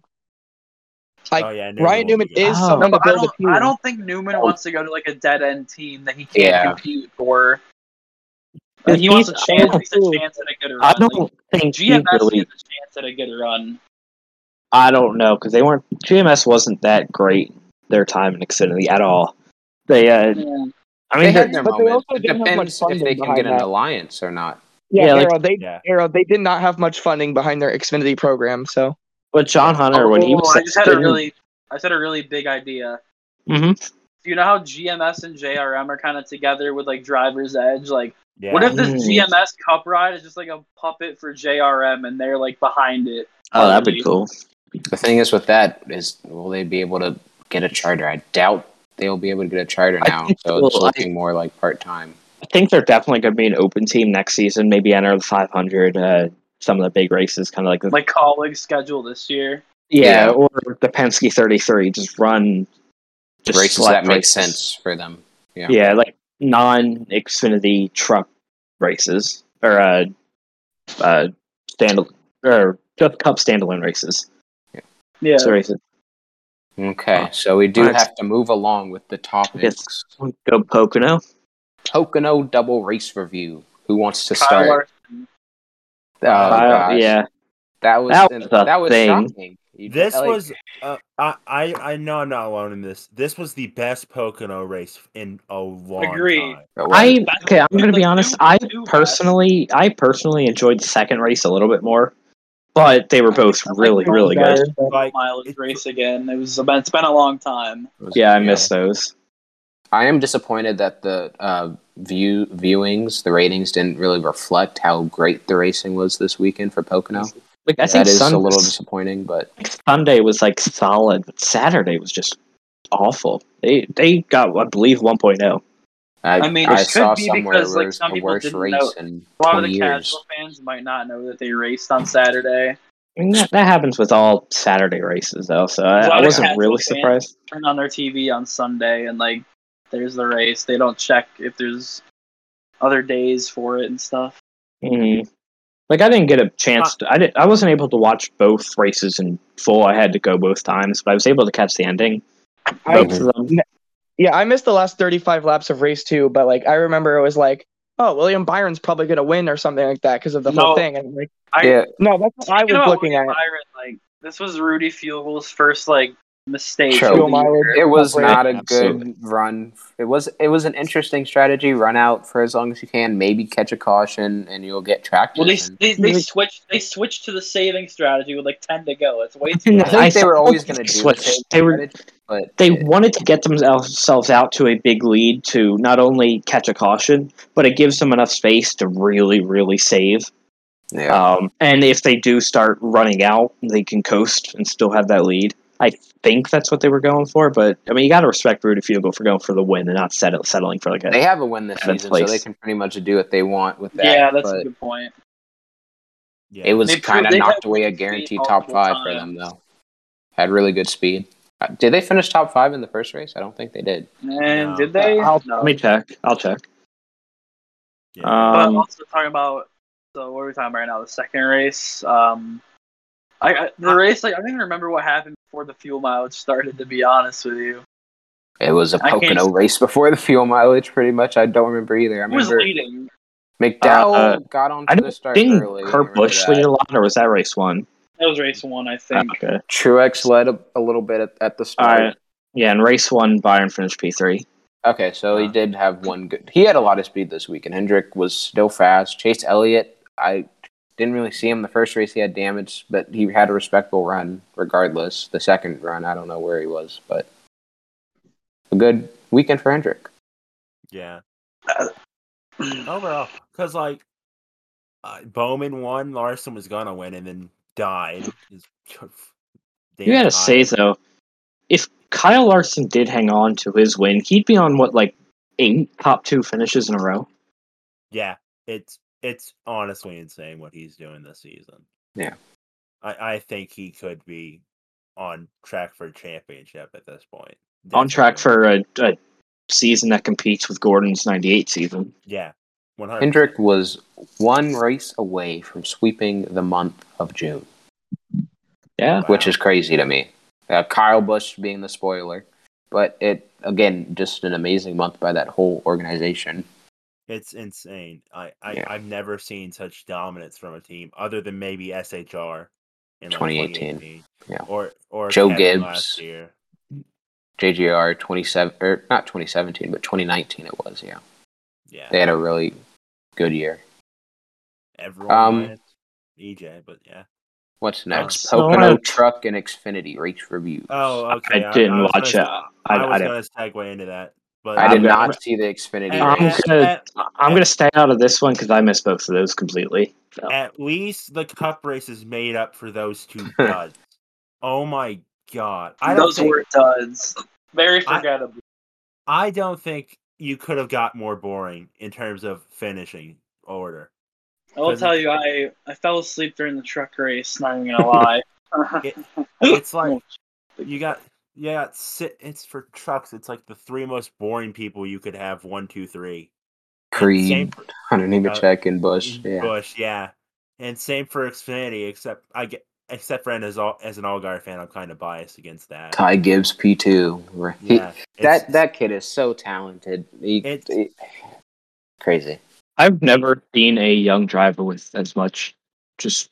[SPEAKER 5] like,
[SPEAKER 1] oh yeah, Newman
[SPEAKER 5] Ryan
[SPEAKER 1] won't be
[SPEAKER 5] Newman
[SPEAKER 1] good.
[SPEAKER 5] is
[SPEAKER 2] Oh.
[SPEAKER 5] someone
[SPEAKER 3] No,
[SPEAKER 5] to
[SPEAKER 3] I
[SPEAKER 5] build
[SPEAKER 3] don't.
[SPEAKER 5] a team.
[SPEAKER 3] I don't think Newman wants to go to like a dead end team that he can't
[SPEAKER 4] Yeah.
[SPEAKER 3] compete for. I
[SPEAKER 2] Because
[SPEAKER 3] think he wants a
[SPEAKER 2] he's-
[SPEAKER 3] chance. He's a
[SPEAKER 2] I don't-
[SPEAKER 3] chance at a good run.
[SPEAKER 2] I don't
[SPEAKER 3] Like,
[SPEAKER 2] think he
[SPEAKER 3] GMS he
[SPEAKER 2] really
[SPEAKER 3] has a chance at a good run.
[SPEAKER 2] I don't know because they weren't GMS wasn't that great their time in Xfinity at all. They, uh, I
[SPEAKER 3] Yeah.
[SPEAKER 4] They
[SPEAKER 2] mean,
[SPEAKER 4] had
[SPEAKER 2] they're-
[SPEAKER 4] their
[SPEAKER 5] but they
[SPEAKER 4] moments.
[SPEAKER 5] also
[SPEAKER 4] It
[SPEAKER 5] didn't have
[SPEAKER 4] depends if
[SPEAKER 5] much
[SPEAKER 4] they
[SPEAKER 5] funding
[SPEAKER 4] can get
[SPEAKER 5] behind
[SPEAKER 4] an
[SPEAKER 5] that.
[SPEAKER 4] alliance or not.
[SPEAKER 5] yeah,
[SPEAKER 2] Yeah, like-
[SPEAKER 5] Arrow, they
[SPEAKER 1] Yeah.
[SPEAKER 5] Arrow, they did not have much funding behind their Xfinity program. So
[SPEAKER 2] but John Hunter when he
[SPEAKER 3] Oh,
[SPEAKER 2] was
[SPEAKER 3] I just had a
[SPEAKER 2] didn't-
[SPEAKER 3] really, I just had a really big idea.
[SPEAKER 2] Mhm.
[SPEAKER 3] Do you know how GMS and JRM are kind of together with like Driver's Edge? Like,
[SPEAKER 1] Yeah.
[SPEAKER 3] what if this
[SPEAKER 2] Mm.
[SPEAKER 3] GMS Cup ride is just like a puppet for JRM and they're like behind it?
[SPEAKER 2] Oh, that'd be cool.
[SPEAKER 4] The thing is with that is, will they be able to get a charter? I doubt they'll be able to get a charter
[SPEAKER 2] I
[SPEAKER 4] now.
[SPEAKER 2] think
[SPEAKER 4] So it's
[SPEAKER 2] they'll- I-
[SPEAKER 4] looking more like part time.
[SPEAKER 2] I think they're definitely going to be an open team next season. Maybe enter the 500. Uh, some of the big races, kind of like the
[SPEAKER 3] Like colleague schedule this year.
[SPEAKER 2] yeah,
[SPEAKER 4] Yeah.
[SPEAKER 2] or the Penske 33. Just run just
[SPEAKER 4] Races
[SPEAKER 2] select
[SPEAKER 4] that make
[SPEAKER 2] races.
[SPEAKER 4] sense for them. Yeah.
[SPEAKER 2] Yeah, like non Xfinity truck races or uh, uh, stand or just Cup standalone races.
[SPEAKER 3] Yeah.
[SPEAKER 2] So races.
[SPEAKER 4] Okay.
[SPEAKER 2] Huh.
[SPEAKER 4] So we do
[SPEAKER 2] Alright.
[SPEAKER 4] have to move along with the topics.
[SPEAKER 2] Go Pocono.
[SPEAKER 4] Pocono double race review. Who wants to
[SPEAKER 3] Kyle
[SPEAKER 4] start?
[SPEAKER 3] Larson.
[SPEAKER 4] Oh,
[SPEAKER 2] Kyle-
[SPEAKER 4] gosh.
[SPEAKER 2] uh, yeah,
[SPEAKER 4] That was
[SPEAKER 2] That
[SPEAKER 4] that was,
[SPEAKER 2] was a
[SPEAKER 4] that was
[SPEAKER 2] thing.
[SPEAKER 4] shocking. You-
[SPEAKER 1] This
[SPEAKER 4] like,
[SPEAKER 1] was, uh, I, I, I know I'm not alone in this. This was the best Pocono race in a long
[SPEAKER 3] Agreed.
[SPEAKER 1] time.
[SPEAKER 4] it was.
[SPEAKER 2] I
[SPEAKER 3] That's
[SPEAKER 2] okay. I'm
[SPEAKER 3] like
[SPEAKER 2] going to be
[SPEAKER 3] two-
[SPEAKER 2] honest. I
[SPEAKER 3] two best.
[SPEAKER 2] personally, I personally enjoyed the second race a little bit more, but they were both
[SPEAKER 3] I like
[SPEAKER 2] really,
[SPEAKER 3] going
[SPEAKER 2] really
[SPEAKER 3] back
[SPEAKER 2] good.
[SPEAKER 3] to the
[SPEAKER 1] Like,
[SPEAKER 3] mileage
[SPEAKER 1] it-
[SPEAKER 3] race again. It was about, it's been a long time.
[SPEAKER 4] it was-
[SPEAKER 2] Yeah, I miss those.
[SPEAKER 4] I am disappointed that the uh, view viewings, the ratings didn't really reflect how great the racing was this weekend for Pocono.
[SPEAKER 2] Like I think
[SPEAKER 4] That is
[SPEAKER 2] Sun-
[SPEAKER 4] a little disappointing, but
[SPEAKER 2] Sunday was like solid, but Saturday was just awful. They they got I believe oh. 1.0.
[SPEAKER 4] I,
[SPEAKER 3] I mean,
[SPEAKER 4] I
[SPEAKER 3] it could
[SPEAKER 4] saw
[SPEAKER 3] be
[SPEAKER 4] somewhere
[SPEAKER 3] because,
[SPEAKER 4] where
[SPEAKER 3] like,
[SPEAKER 4] it was
[SPEAKER 3] some
[SPEAKER 4] the
[SPEAKER 3] people
[SPEAKER 4] worst
[SPEAKER 3] didn't
[SPEAKER 4] race
[SPEAKER 3] know-
[SPEAKER 4] in
[SPEAKER 3] A lot of
[SPEAKER 4] 20
[SPEAKER 3] the
[SPEAKER 4] years.
[SPEAKER 3] casual fans might not know that they raced on Saturday.
[SPEAKER 2] I mean, that, that happens with all Saturday races though, so I,
[SPEAKER 3] There's a lot
[SPEAKER 2] I
[SPEAKER 3] of
[SPEAKER 2] wasn't
[SPEAKER 3] casual
[SPEAKER 2] really
[SPEAKER 3] fans.
[SPEAKER 2] surprised.
[SPEAKER 3] Turn on their TV on Sunday and like, there's the race. They don't check if there's other days for it and stuff.
[SPEAKER 2] Mhm. Like I didn't get a chance. To, I did. I wasn't able to watch both races in full. I had to go both times, but I was able to catch the ending.
[SPEAKER 5] I
[SPEAKER 2] Both of them.
[SPEAKER 5] yeah, I missed the last 35 laps of race two, but like I remember it was like, oh, William Byron's probably going to win or something like that because of the
[SPEAKER 3] No.
[SPEAKER 5] whole thing. And like,
[SPEAKER 3] I-
[SPEAKER 4] yeah,
[SPEAKER 5] no, that's what I
[SPEAKER 3] Speaking
[SPEAKER 5] was
[SPEAKER 3] about
[SPEAKER 5] looking at.
[SPEAKER 3] William Byron, like, this was Rudy Fuel's first like mistake.
[SPEAKER 4] Sure.
[SPEAKER 3] of
[SPEAKER 5] Fuel
[SPEAKER 3] the year.
[SPEAKER 5] mileage.
[SPEAKER 4] it was
[SPEAKER 5] Cup race.
[SPEAKER 4] not a
[SPEAKER 2] Absolutely.
[SPEAKER 4] good run. It was it was an interesting strategy. Run out for as long as you can. Maybe catch a caution, and you'll get track
[SPEAKER 3] Well, they,
[SPEAKER 4] position.
[SPEAKER 3] they they
[SPEAKER 2] Like-
[SPEAKER 3] switched they switched to the saving strategy with like ten to go. It's way too.
[SPEAKER 2] And
[SPEAKER 4] I think they
[SPEAKER 2] saw-
[SPEAKER 4] were always going to do the
[SPEAKER 2] switch.
[SPEAKER 4] same
[SPEAKER 2] They were
[SPEAKER 4] strategy, but
[SPEAKER 2] they
[SPEAKER 4] it-
[SPEAKER 2] wanted to get themselves out to a big lead to not only catch a caution, but it gives them enough space to really, really save.
[SPEAKER 4] yeah.
[SPEAKER 3] uh,
[SPEAKER 2] Um, and if they do start running out, they can coast and still have that lead. I think that's what they were going for, but I mean, you got to respect Rudy Fugle for going for the win and not settle, settling for like a.
[SPEAKER 4] they have a win this
[SPEAKER 2] Seventh
[SPEAKER 4] season, so
[SPEAKER 2] place.
[SPEAKER 4] they can pretty much do what they want with that.
[SPEAKER 3] yeah, that's a
[SPEAKER 4] but
[SPEAKER 3] good point.
[SPEAKER 1] Yeah.
[SPEAKER 4] it was
[SPEAKER 3] They proved
[SPEAKER 4] kind of
[SPEAKER 3] they
[SPEAKER 4] knocked
[SPEAKER 3] had
[SPEAKER 4] away a
[SPEAKER 3] good speed
[SPEAKER 4] guaranteed top
[SPEAKER 3] multiple
[SPEAKER 4] five for
[SPEAKER 3] times.
[SPEAKER 4] them, though. Had really good speed. Uh, Did they finish top five in the first race? I don't think they did.
[SPEAKER 3] And
[SPEAKER 1] No.
[SPEAKER 3] did they?
[SPEAKER 2] I'll,
[SPEAKER 3] no.
[SPEAKER 2] Let me check. I'll check.
[SPEAKER 1] yeah.
[SPEAKER 2] Um,
[SPEAKER 3] but also talking about so what are we talking about right now? The second race. Um, I, I the race like I don't even remember what happened before the fuel mileage started. To be honest with you,
[SPEAKER 4] It was a
[SPEAKER 3] I can't-
[SPEAKER 4] Pocono race before the fuel mileage, pretty much. I don't remember either. I
[SPEAKER 3] who was
[SPEAKER 4] remember
[SPEAKER 3] leading?
[SPEAKER 4] McDowell
[SPEAKER 2] Uh,
[SPEAKER 4] got onto
[SPEAKER 2] I
[SPEAKER 4] the
[SPEAKER 2] don't
[SPEAKER 4] start
[SPEAKER 2] think
[SPEAKER 4] early. I
[SPEAKER 2] Kurt
[SPEAKER 4] remember
[SPEAKER 2] Busch
[SPEAKER 4] that.
[SPEAKER 2] leaded a lot, or was that race one?
[SPEAKER 3] That was race one, I
[SPEAKER 2] Oh,
[SPEAKER 3] think.
[SPEAKER 2] okay.
[SPEAKER 4] Truex led a, a little bit at, at the
[SPEAKER 2] All
[SPEAKER 4] start.
[SPEAKER 2] right. Yeah, and race one, Byron finished P three.
[SPEAKER 4] Okay, so he
[SPEAKER 1] Uh.
[SPEAKER 4] did have one good. He had a lot of speed this week, and Hendrick was still fast. Chase Elliott, I didn't really see him the first race. He had damage, but he had a respectable run regardless. The second run, I don't know where he was, but a good weekend for Hendrick.
[SPEAKER 1] Yeah. Uh,
[SPEAKER 2] Oh,
[SPEAKER 1] Overall, because like uh, Bowman won, Larson was gonna win, and then died. His damn
[SPEAKER 2] You gotta
[SPEAKER 1] time.
[SPEAKER 2] say though, if Kyle Larson did hang on to his win, he'd be on what like eight top two finishes in a row.
[SPEAKER 1] yeah, it's it's honestly insane what he's doing this season.
[SPEAKER 4] Yeah.
[SPEAKER 1] I I think he could be on track for a championship at this point.
[SPEAKER 2] on track
[SPEAKER 1] Definitely.
[SPEAKER 2] for a, a season that competes with Gordon's '98 season.
[SPEAKER 1] yeah, one hundred.
[SPEAKER 4] Hendrick was one race away from sweeping the month of June,
[SPEAKER 2] Yeah,
[SPEAKER 4] which is crazy to me. Uh, Kyle Busch being the spoiler, but it again just an amazing month by that whole organization.
[SPEAKER 1] It's insane. I, I
[SPEAKER 4] Yeah.
[SPEAKER 1] I've never seen such dominance from a team other than maybe SHR in like,
[SPEAKER 4] 2018. Yeah.
[SPEAKER 1] Or or
[SPEAKER 4] Joe
[SPEAKER 1] Kevin last
[SPEAKER 4] Gibbs.
[SPEAKER 1] year.
[SPEAKER 4] JGR 27 or not 2017, but 2019 it was. Yeah,
[SPEAKER 1] Yeah.
[SPEAKER 4] they had a really good year.
[SPEAKER 1] Everyone
[SPEAKER 4] Um,
[SPEAKER 1] went. EJ, but yeah.
[SPEAKER 4] What's next?
[SPEAKER 2] so
[SPEAKER 4] Pocono
[SPEAKER 2] much.
[SPEAKER 4] Truck and Xfinity race reviews.
[SPEAKER 1] Oh, okay.
[SPEAKER 2] I didn't
[SPEAKER 1] was
[SPEAKER 2] watch
[SPEAKER 1] gonna-
[SPEAKER 2] it. I,
[SPEAKER 1] I, was
[SPEAKER 2] I didn't.
[SPEAKER 1] going to segue into that, but
[SPEAKER 4] I did
[SPEAKER 2] I'm gonna-
[SPEAKER 4] not see the Xfinity.
[SPEAKER 1] At,
[SPEAKER 2] I'm
[SPEAKER 4] race.
[SPEAKER 1] at-
[SPEAKER 2] gonna-
[SPEAKER 1] at-
[SPEAKER 2] I'm gonna stay out of this one because I missed both of those completely. So,
[SPEAKER 1] at least the cup races made up for those two duds. oh my god! I don't
[SPEAKER 3] Those
[SPEAKER 1] think,
[SPEAKER 3] were duds. Very
[SPEAKER 1] I-
[SPEAKER 3] forgettable.
[SPEAKER 1] I don't think you could have got more boring in terms of finishing order.
[SPEAKER 3] I, will
[SPEAKER 1] Cause-
[SPEAKER 3] tell you, I, I fell asleep during the truck race. Not even gonna lie.
[SPEAKER 1] It's like you got you got sit. It's for trucks. It's like the three most boring people you could have. One, two, three. And same
[SPEAKER 4] Creed,
[SPEAKER 1] for-
[SPEAKER 4] underneath
[SPEAKER 1] uh,
[SPEAKER 4] check and Bush. Yeah,
[SPEAKER 1] Bush, yeah. And same for Xfinity, except I get except for and as all, as an Allgaier fan, I'm kind of biased against that.
[SPEAKER 4] Ty Gibbs P two. Right. He-
[SPEAKER 1] Yeah, it's-
[SPEAKER 4] that that kid is so talented. He,
[SPEAKER 1] It's-
[SPEAKER 4] he- crazy
[SPEAKER 2] I've never seen a young driver with as much just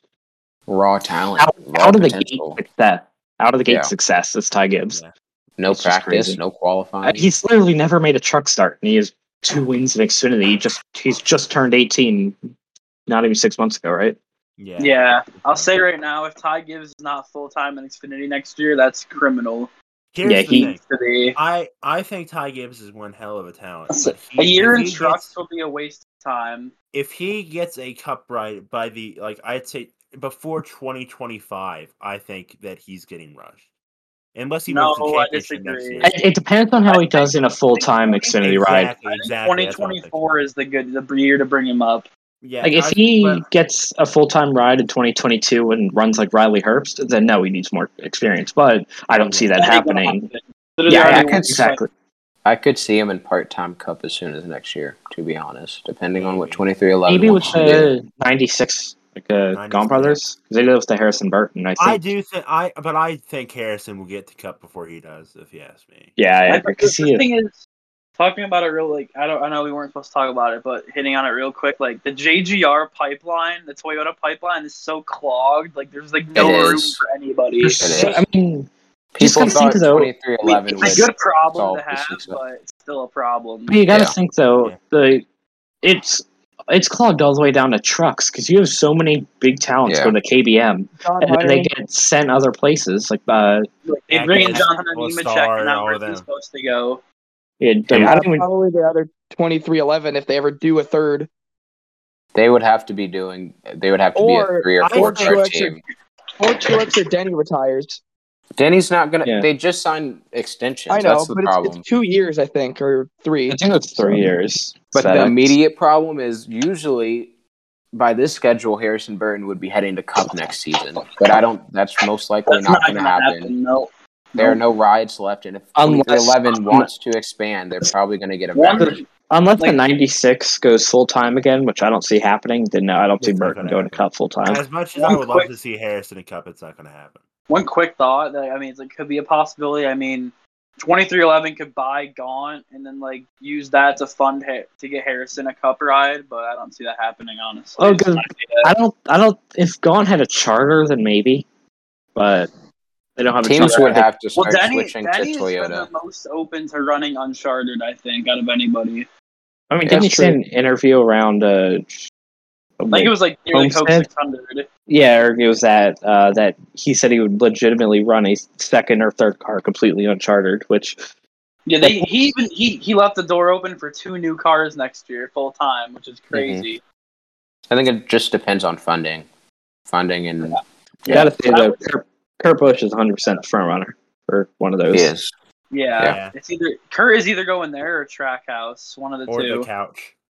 [SPEAKER 4] raw talent,
[SPEAKER 2] out,
[SPEAKER 4] raw
[SPEAKER 2] out of the gate
[SPEAKER 4] potential.
[SPEAKER 2] success, out of the gate
[SPEAKER 4] Yeah.
[SPEAKER 2] success as Ty Gibbs.
[SPEAKER 1] Yeah.
[SPEAKER 4] no
[SPEAKER 2] it's just
[SPEAKER 4] practice,
[SPEAKER 2] crazy.
[SPEAKER 4] no
[SPEAKER 2] Uh,
[SPEAKER 4] qualifying.
[SPEAKER 2] He's literally never made a truck start, and he has two wins in Xfinity. He just he's just turned eighteen, not even six months ago, right?
[SPEAKER 1] yeah,
[SPEAKER 3] yeah. I'll say right now, if Ty Gibbs is not full time in Xfinity next year, that's criminal.
[SPEAKER 1] Here's
[SPEAKER 2] yeah,
[SPEAKER 1] the
[SPEAKER 2] he-
[SPEAKER 1] thing.
[SPEAKER 3] To the,
[SPEAKER 1] I I think Ty Gibbs is one hell of a talent.
[SPEAKER 3] That's
[SPEAKER 1] but he-
[SPEAKER 3] a year
[SPEAKER 1] if
[SPEAKER 3] in
[SPEAKER 1] he
[SPEAKER 3] trucks
[SPEAKER 1] gets-
[SPEAKER 3] will be a waste of time.
[SPEAKER 1] if he gets a cup right by the like, I'd say before 2025, I think that he's getting rushed, unless he wins
[SPEAKER 3] No,
[SPEAKER 1] the
[SPEAKER 3] I
[SPEAKER 1] championship next
[SPEAKER 3] disagree.
[SPEAKER 1] year.
[SPEAKER 2] It, it depends on how he
[SPEAKER 3] I
[SPEAKER 2] does in a full time
[SPEAKER 3] think-
[SPEAKER 2] Xfinity
[SPEAKER 1] Exactly,
[SPEAKER 2] ride.
[SPEAKER 3] I think
[SPEAKER 1] exactly. that's what I'm thinking.
[SPEAKER 3] 2024 is the good the year to bring him up.
[SPEAKER 1] Yeah,
[SPEAKER 2] Like if
[SPEAKER 1] I-
[SPEAKER 2] he
[SPEAKER 1] but-
[SPEAKER 2] gets a full time ride in 2022 and runs like Riley Herbst, then no, he needs more experience. But I don't see that
[SPEAKER 3] That ain't gonna
[SPEAKER 2] happening.
[SPEAKER 3] happen. Literally
[SPEAKER 2] Yeah,
[SPEAKER 3] already
[SPEAKER 4] I could-
[SPEAKER 3] went-
[SPEAKER 2] Exactly.
[SPEAKER 4] I could see him in part time cup as soon as next year. To be honest, depending on what
[SPEAKER 1] Maybe.
[SPEAKER 4] twenty three eleven
[SPEAKER 2] Maybe with
[SPEAKER 4] wants to do.
[SPEAKER 2] the '96 like uh,
[SPEAKER 1] 96.
[SPEAKER 2] Gone Brothers, 'Cause they did it with the Harrison Burton. I think.
[SPEAKER 1] I do think I, but I think Harrison will get the cup before he does, if you ask me.
[SPEAKER 2] Yeah, I
[SPEAKER 3] I-
[SPEAKER 2] agree.
[SPEAKER 3] the
[SPEAKER 2] 'Cause he is-
[SPEAKER 3] thing is, talking about it real like I don't I know we weren't supposed to talk about it, but hitting on it real quick, like the JGR pipeline, the Toyota pipeline is so clogged. Like there's like no
[SPEAKER 4] It
[SPEAKER 3] room
[SPEAKER 4] is.
[SPEAKER 3] for anybody.
[SPEAKER 2] there's
[SPEAKER 3] It's
[SPEAKER 4] is.
[SPEAKER 2] so- I mean, Just
[SPEAKER 4] People
[SPEAKER 2] gotta
[SPEAKER 4] thought
[SPEAKER 2] think, though,
[SPEAKER 4] twenty three eleven
[SPEAKER 3] a
[SPEAKER 4] would
[SPEAKER 3] good problem
[SPEAKER 4] solve
[SPEAKER 3] to
[SPEAKER 4] this
[SPEAKER 3] have,
[SPEAKER 4] success.
[SPEAKER 3] but it's still a problem.
[SPEAKER 2] you gotta
[SPEAKER 4] Yeah.
[SPEAKER 2] think though.
[SPEAKER 1] Yeah.
[SPEAKER 2] The it's it's clogged all the way down to trucks because you have so many big talents
[SPEAKER 4] Yeah.
[SPEAKER 2] go to KBM
[SPEAKER 5] John
[SPEAKER 2] and then they
[SPEAKER 5] Hunter,
[SPEAKER 2] get sent other places. Like uh,
[SPEAKER 3] Like, they bring in
[SPEAKER 1] Atkins,
[SPEAKER 3] Jonathan
[SPEAKER 1] Will
[SPEAKER 3] Nemechek,
[SPEAKER 1] Starr,
[SPEAKER 3] and now
[SPEAKER 1] all of
[SPEAKER 3] where's
[SPEAKER 1] them.
[SPEAKER 3] he supposed to go?
[SPEAKER 2] it,
[SPEAKER 4] Yeah.
[SPEAKER 2] I
[SPEAKER 5] uh,
[SPEAKER 2] don't even.
[SPEAKER 5] probably the other 2311 if they ever do a third.
[SPEAKER 4] They would have to be doing. They would have to be
[SPEAKER 5] Or-
[SPEAKER 4] a three or
[SPEAKER 1] I
[SPEAKER 4] four
[SPEAKER 1] think-
[SPEAKER 4] truck team.
[SPEAKER 5] Or Truex or Denny retires.
[SPEAKER 4] Denny's not gonna.
[SPEAKER 2] Yeah.
[SPEAKER 4] They just signed extensions.
[SPEAKER 5] I know,
[SPEAKER 4] That's the
[SPEAKER 5] but it's,
[SPEAKER 4] problem.
[SPEAKER 5] it's two years, I think, or three.
[SPEAKER 2] I think it's three years.
[SPEAKER 4] But
[SPEAKER 2] So
[SPEAKER 4] the
[SPEAKER 2] that's-
[SPEAKER 4] immediate problem is usually by this schedule, Harrison Burton would be heading to Cup next season. But I don't. That's most likely
[SPEAKER 3] That's
[SPEAKER 4] not,
[SPEAKER 3] not,
[SPEAKER 4] going to
[SPEAKER 3] gonna
[SPEAKER 4] happen.
[SPEAKER 3] happen. No.
[SPEAKER 4] There are no rides left, and if
[SPEAKER 2] Unless-
[SPEAKER 4] 2311 wants to expand, they're probably going to get a
[SPEAKER 3] One-
[SPEAKER 4] veteran.
[SPEAKER 2] Unless the
[SPEAKER 3] Like-
[SPEAKER 2] '96 goes full time again, which I don't see happening, then no, I don't see
[SPEAKER 1] It's not
[SPEAKER 2] Burton
[SPEAKER 1] gonna
[SPEAKER 2] going to
[SPEAKER 1] happen.
[SPEAKER 2] Cup full time.
[SPEAKER 1] As much as
[SPEAKER 3] One
[SPEAKER 1] I would
[SPEAKER 3] quick-
[SPEAKER 1] love to see Harrison and Cup, it's not going to happen.
[SPEAKER 3] One quick thought that I mean, it's, it could be a possibility. I mean, twenty three eleven could buy Gaunt and then like use that to fund ha- to get Harrison a cup ride, but I don't see that happening honestly.
[SPEAKER 2] Oh,
[SPEAKER 3] It's
[SPEAKER 2] good.
[SPEAKER 3] not gonna
[SPEAKER 2] I don't. I don't. If Gone had a charter, then maybe, but they don't have a
[SPEAKER 4] Teams
[SPEAKER 2] charter.
[SPEAKER 4] would have to
[SPEAKER 3] be- well,
[SPEAKER 4] start
[SPEAKER 3] Denny,
[SPEAKER 4] switching to
[SPEAKER 3] Denny is
[SPEAKER 4] Toyota.
[SPEAKER 3] the most open to running uncharted, I think, out of anybody.
[SPEAKER 2] I mean,
[SPEAKER 4] Yeah,
[SPEAKER 2] didn't he
[SPEAKER 5] that's
[SPEAKER 2] say in an interview around? Uh,
[SPEAKER 3] I think it was like near the Coke
[SPEAKER 2] Homestead?
[SPEAKER 3] six hundred.
[SPEAKER 2] yeah, or it was that uh, that he said he would legitimately run a second or third car completely unchartered, which
[SPEAKER 3] Yeah, they he even he, he left the door open for two new cars next year full time, which is
[SPEAKER 4] Mm-hmm.
[SPEAKER 3] crazy.
[SPEAKER 4] I think it just depends on funding, funding and
[SPEAKER 2] you
[SPEAKER 4] Yeah.
[SPEAKER 2] gotta say though, Kurt, Kurt Busch is 100 percent the front runner for one of those.
[SPEAKER 4] is
[SPEAKER 3] Yeah.
[SPEAKER 1] Yeah.
[SPEAKER 3] It's either Kurt is either going there or Trackhouse, one of the
[SPEAKER 1] Or
[SPEAKER 3] two.
[SPEAKER 1] the couch.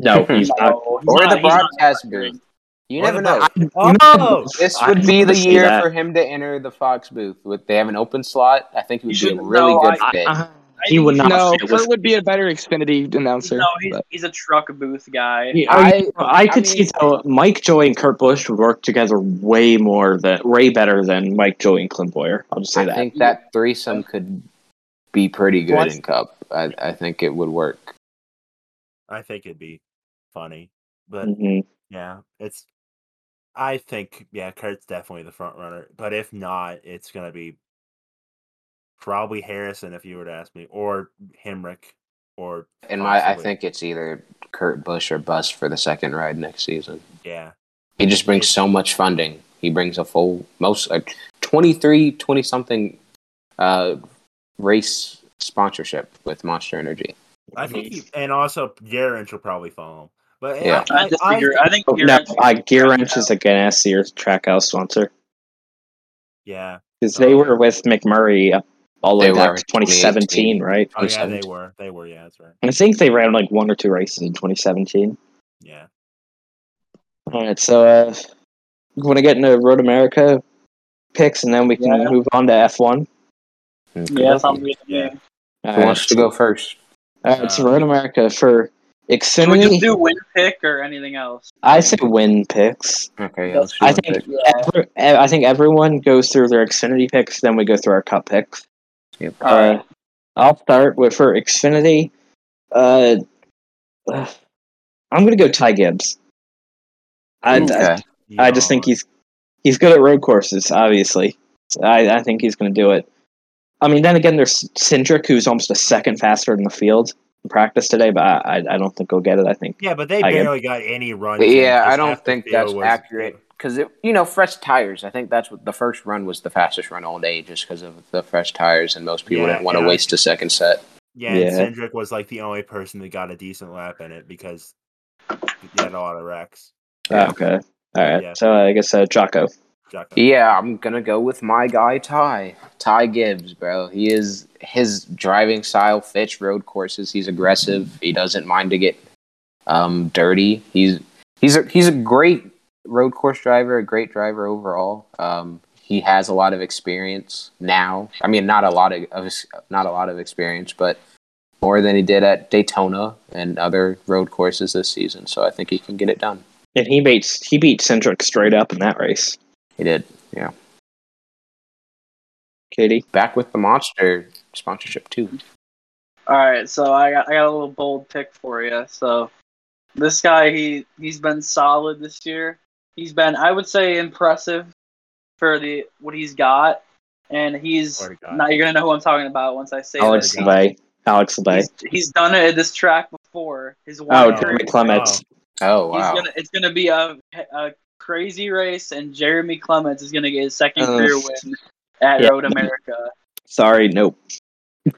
[SPEAKER 2] No, he's not.
[SPEAKER 3] No, he's
[SPEAKER 4] or
[SPEAKER 3] not-
[SPEAKER 4] the
[SPEAKER 3] he's not
[SPEAKER 4] broadcast
[SPEAKER 3] going there.
[SPEAKER 4] booth. You
[SPEAKER 1] Or
[SPEAKER 4] never
[SPEAKER 1] the
[SPEAKER 4] know.
[SPEAKER 1] boat.
[SPEAKER 2] You know,
[SPEAKER 1] Oh!
[SPEAKER 4] This
[SPEAKER 2] I
[SPEAKER 4] would be the
[SPEAKER 2] honestly see
[SPEAKER 4] year
[SPEAKER 2] that.
[SPEAKER 4] for him to enter the Fox booth. With they have an open slot, I think it
[SPEAKER 3] You
[SPEAKER 4] would be a
[SPEAKER 3] shouldn't
[SPEAKER 4] really
[SPEAKER 3] know,
[SPEAKER 4] good
[SPEAKER 3] I-
[SPEAKER 4] fit.
[SPEAKER 2] I- he would not.
[SPEAKER 5] No,
[SPEAKER 2] fit with-
[SPEAKER 5] Kurt would be a better Xfinity announcer.
[SPEAKER 3] No, he's,
[SPEAKER 5] but-
[SPEAKER 3] he's a truck booth guy.
[SPEAKER 2] Yeah,
[SPEAKER 4] I-
[SPEAKER 2] I, I could
[SPEAKER 4] I
[SPEAKER 2] see
[SPEAKER 4] mean-
[SPEAKER 2] though Mike Joy and Kurt Busch would work together way more than way better than Mike Joy and Clint Boyer. I'll just say
[SPEAKER 4] I
[SPEAKER 2] that.
[SPEAKER 4] think that threesome could be pretty good
[SPEAKER 5] Plus-
[SPEAKER 4] in Cup. I, I think it would work.
[SPEAKER 1] I think it'd be funny, but
[SPEAKER 2] Mhm.
[SPEAKER 1] yeah, it's. I think yeah, Kurt's definitely the front runner. But if not, it's gonna be probably Harrison if you were to ask me, or Hemrick, or
[SPEAKER 4] And my, I
[SPEAKER 1] possibly-
[SPEAKER 4] think it's either Kurt Busch or Bust for the second ride next season.
[SPEAKER 1] yeah,
[SPEAKER 4] He just brings so much funding. He brings a full most uh, 23, 20 something uh, race sponsorship with Monster Energy.
[SPEAKER 1] I think, he, and also Garrett will probably follow him. But
[SPEAKER 4] Yeah.
[SPEAKER 1] I, I, I,
[SPEAKER 3] disagree. I, think
[SPEAKER 2] Oh, no,
[SPEAKER 3] Gearwrench-
[SPEAKER 2] I Gear Wrench is a good ass year track house sponsor
[SPEAKER 1] yeah,
[SPEAKER 2] because they were with McMurray up all
[SPEAKER 4] They
[SPEAKER 2] the way
[SPEAKER 4] were
[SPEAKER 2] back
[SPEAKER 4] in
[SPEAKER 2] to 2017, right?
[SPEAKER 1] oh yeah, they
[SPEAKER 4] 27.
[SPEAKER 1] were, they were, yeah, that's right,
[SPEAKER 2] And I think they ran like one or two races in 2017.
[SPEAKER 1] yeah.
[SPEAKER 2] All right, so uh, you want to get into Road America picks, and then we can
[SPEAKER 3] Yeah.
[SPEAKER 2] move on to F1.
[SPEAKER 3] Yeah, sounds good to
[SPEAKER 1] Yeah.
[SPEAKER 3] me.
[SPEAKER 2] All
[SPEAKER 4] Who
[SPEAKER 2] right,
[SPEAKER 4] wants to go first?
[SPEAKER 2] all right, so
[SPEAKER 1] Um,
[SPEAKER 2] Road America for
[SPEAKER 3] Should we just
[SPEAKER 2] Xfinity.
[SPEAKER 3] do win pick or anything else?
[SPEAKER 2] I say win picks.
[SPEAKER 4] Okay, yeah,
[SPEAKER 3] That's-
[SPEAKER 4] let's
[SPEAKER 2] I
[SPEAKER 4] do one
[SPEAKER 2] think
[SPEAKER 4] pick.
[SPEAKER 3] Yeah.
[SPEAKER 2] every, e, I think everyone goes through their Xfinity picks, then we go through our cup picks.
[SPEAKER 4] Yep.
[SPEAKER 2] Uh, I'll start with for Xfinity. Uh, ugh, I'm gonna go Ty Gibbs. I,
[SPEAKER 4] Okay.
[SPEAKER 1] you
[SPEAKER 2] I, I just
[SPEAKER 1] know,
[SPEAKER 2] think he's he's good at road courses. Obviously, I, I think he's gonna do it. I mean, then again, there's Cindric, who's almost a second faster in the field in practice today, but I, I, I don't think he'll get it. I think
[SPEAKER 1] yeah, but they
[SPEAKER 2] I get-
[SPEAKER 1] barely got any runs. in,
[SPEAKER 4] Yeah,
[SPEAKER 1] because
[SPEAKER 4] I don't
[SPEAKER 1] half the
[SPEAKER 4] think
[SPEAKER 1] field
[SPEAKER 4] that's
[SPEAKER 1] was-
[SPEAKER 4] accurate. 'Cause accurate because you know fresh tires. I think that's what the first run was the fastest run all day, just because of the fresh tires, and most people
[SPEAKER 1] Yeah,
[SPEAKER 4] didn't want to
[SPEAKER 1] and I-
[SPEAKER 4] waste a second set.
[SPEAKER 1] Yeah, and
[SPEAKER 2] Yeah.
[SPEAKER 1] Cendric was like the only person that got a decent lap in it because he had a lot of wrecks.
[SPEAKER 4] Yeah.
[SPEAKER 2] okay. All right,
[SPEAKER 1] Yeah.
[SPEAKER 2] so I guess uh, Jocko.
[SPEAKER 1] Jocko.
[SPEAKER 4] Yeah, I'm gonna go with my guy Ty. Ty Gibbs, bro. He is his driving style fits road courses. He's aggressive. He doesn't mind to get um, dirty. He's he's a, he's a great road course driver. A great driver overall. Um, he has a lot of experience now. I mean, not a lot of, of not a lot of experience, but more than he did at Daytona and other road courses this season. So I think he can get it done.
[SPEAKER 2] And he beats he beat Cindric straight up in that race.
[SPEAKER 4] He did.
[SPEAKER 2] Katie.
[SPEAKER 4] Back with the monster sponsorship too.
[SPEAKER 3] All right, so I got, I got a little bold pick for you. So this guy, he he's been solid this year. He's been, I would say, impressive for the what he's got, and he's
[SPEAKER 1] Swear to God.
[SPEAKER 3] now you're gonna know who I'm talking about once I say
[SPEAKER 2] Alex
[SPEAKER 3] this.
[SPEAKER 2] LeBay. Alex LeBay.
[SPEAKER 3] He's, he's done it at this track before. His one
[SPEAKER 2] Oh,
[SPEAKER 1] Wow.
[SPEAKER 2] Jeremy
[SPEAKER 3] race.
[SPEAKER 2] Clements.
[SPEAKER 4] Oh
[SPEAKER 3] He's
[SPEAKER 4] wow!
[SPEAKER 3] gonna, it's gonna be a, a crazy race, and Jeremy Clements is gonna get his second
[SPEAKER 2] Oh.
[SPEAKER 3] career win at
[SPEAKER 2] Yeah.
[SPEAKER 3] Road America.
[SPEAKER 2] Sorry, nope.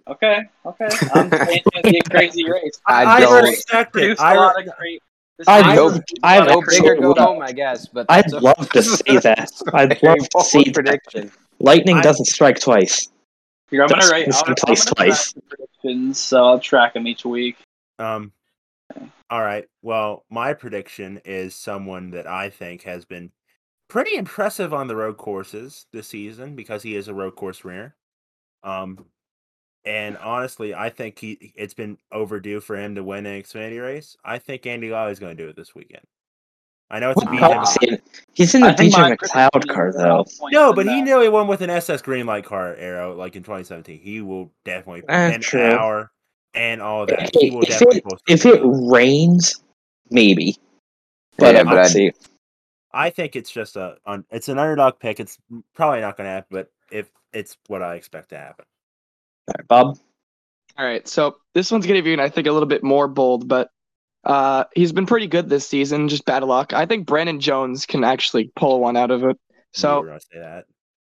[SPEAKER 3] Okay, okay. I'm saying it's gonna be a crazy race.
[SPEAKER 1] I,
[SPEAKER 4] I
[SPEAKER 1] I,
[SPEAKER 4] don't-
[SPEAKER 1] respect it.
[SPEAKER 3] Produced
[SPEAKER 1] I,
[SPEAKER 3] a lot
[SPEAKER 1] re-
[SPEAKER 3] of great. this
[SPEAKER 2] I
[SPEAKER 3] race
[SPEAKER 4] go-
[SPEAKER 3] produced a
[SPEAKER 2] I
[SPEAKER 3] lot of
[SPEAKER 4] Go
[SPEAKER 2] I've
[SPEAKER 3] great-
[SPEAKER 4] big or go
[SPEAKER 2] Actually,
[SPEAKER 4] home, I guess. But
[SPEAKER 2] uh, I'd
[SPEAKER 4] that's a-
[SPEAKER 2] love to see that.
[SPEAKER 4] that's a
[SPEAKER 2] I'd
[SPEAKER 4] very
[SPEAKER 2] love to
[SPEAKER 4] bold
[SPEAKER 2] see that.
[SPEAKER 4] prediction.
[SPEAKER 2] Lightning
[SPEAKER 1] I-
[SPEAKER 2] doesn't strike twice.
[SPEAKER 3] Here, I'm gonna
[SPEAKER 2] That's
[SPEAKER 3] write. I'm,
[SPEAKER 2] just
[SPEAKER 3] gonna- I'm
[SPEAKER 2] place
[SPEAKER 3] gonna
[SPEAKER 2] twice.
[SPEAKER 3] track the predictions, so I'll track them each week.
[SPEAKER 1] um, all right. Well, my prediction is someone that I think has been pretty impressive on the road courses this season because he is a road course winner. Um, and honestly, I think he it's been overdue for him to win an Xfinity race. I think Andy Lau is going to do it this weekend. I know it's a
[SPEAKER 2] What
[SPEAKER 4] Wow.
[SPEAKER 1] BJ
[SPEAKER 2] car is he in? He's in the
[SPEAKER 3] I think
[SPEAKER 2] BJ
[SPEAKER 3] my
[SPEAKER 2] McLeod
[SPEAKER 3] prediction
[SPEAKER 2] car
[SPEAKER 3] is
[SPEAKER 2] though.
[SPEAKER 3] on point
[SPEAKER 1] No,
[SPEAKER 3] for
[SPEAKER 1] but he
[SPEAKER 3] that.
[SPEAKER 1] nearly won with an SS green light car arrow, like in 2017. He will definitely
[SPEAKER 2] Eh,
[SPEAKER 1] an
[SPEAKER 2] true.
[SPEAKER 1] hour and all that. He will
[SPEAKER 2] If
[SPEAKER 1] definitely
[SPEAKER 2] it
[SPEAKER 1] pull
[SPEAKER 2] if
[SPEAKER 1] something
[SPEAKER 2] it
[SPEAKER 1] out.
[SPEAKER 2] rains, maybe. But
[SPEAKER 4] yeah,
[SPEAKER 2] I'm
[SPEAKER 4] but
[SPEAKER 2] not
[SPEAKER 4] I,
[SPEAKER 2] see.
[SPEAKER 1] I think it's just a un, it's an underdog pick. It's probably not going to happen, but if it's what I expect to happen,
[SPEAKER 2] Alright, Bob.
[SPEAKER 5] All right, so this one's gonna be, I think, a little bit more bold, but uh, he's been pretty good this season. Just bad luck. I think Brandon Jones can actually pull one out of it.
[SPEAKER 1] you
[SPEAKER 5] So
[SPEAKER 1] were going to say that.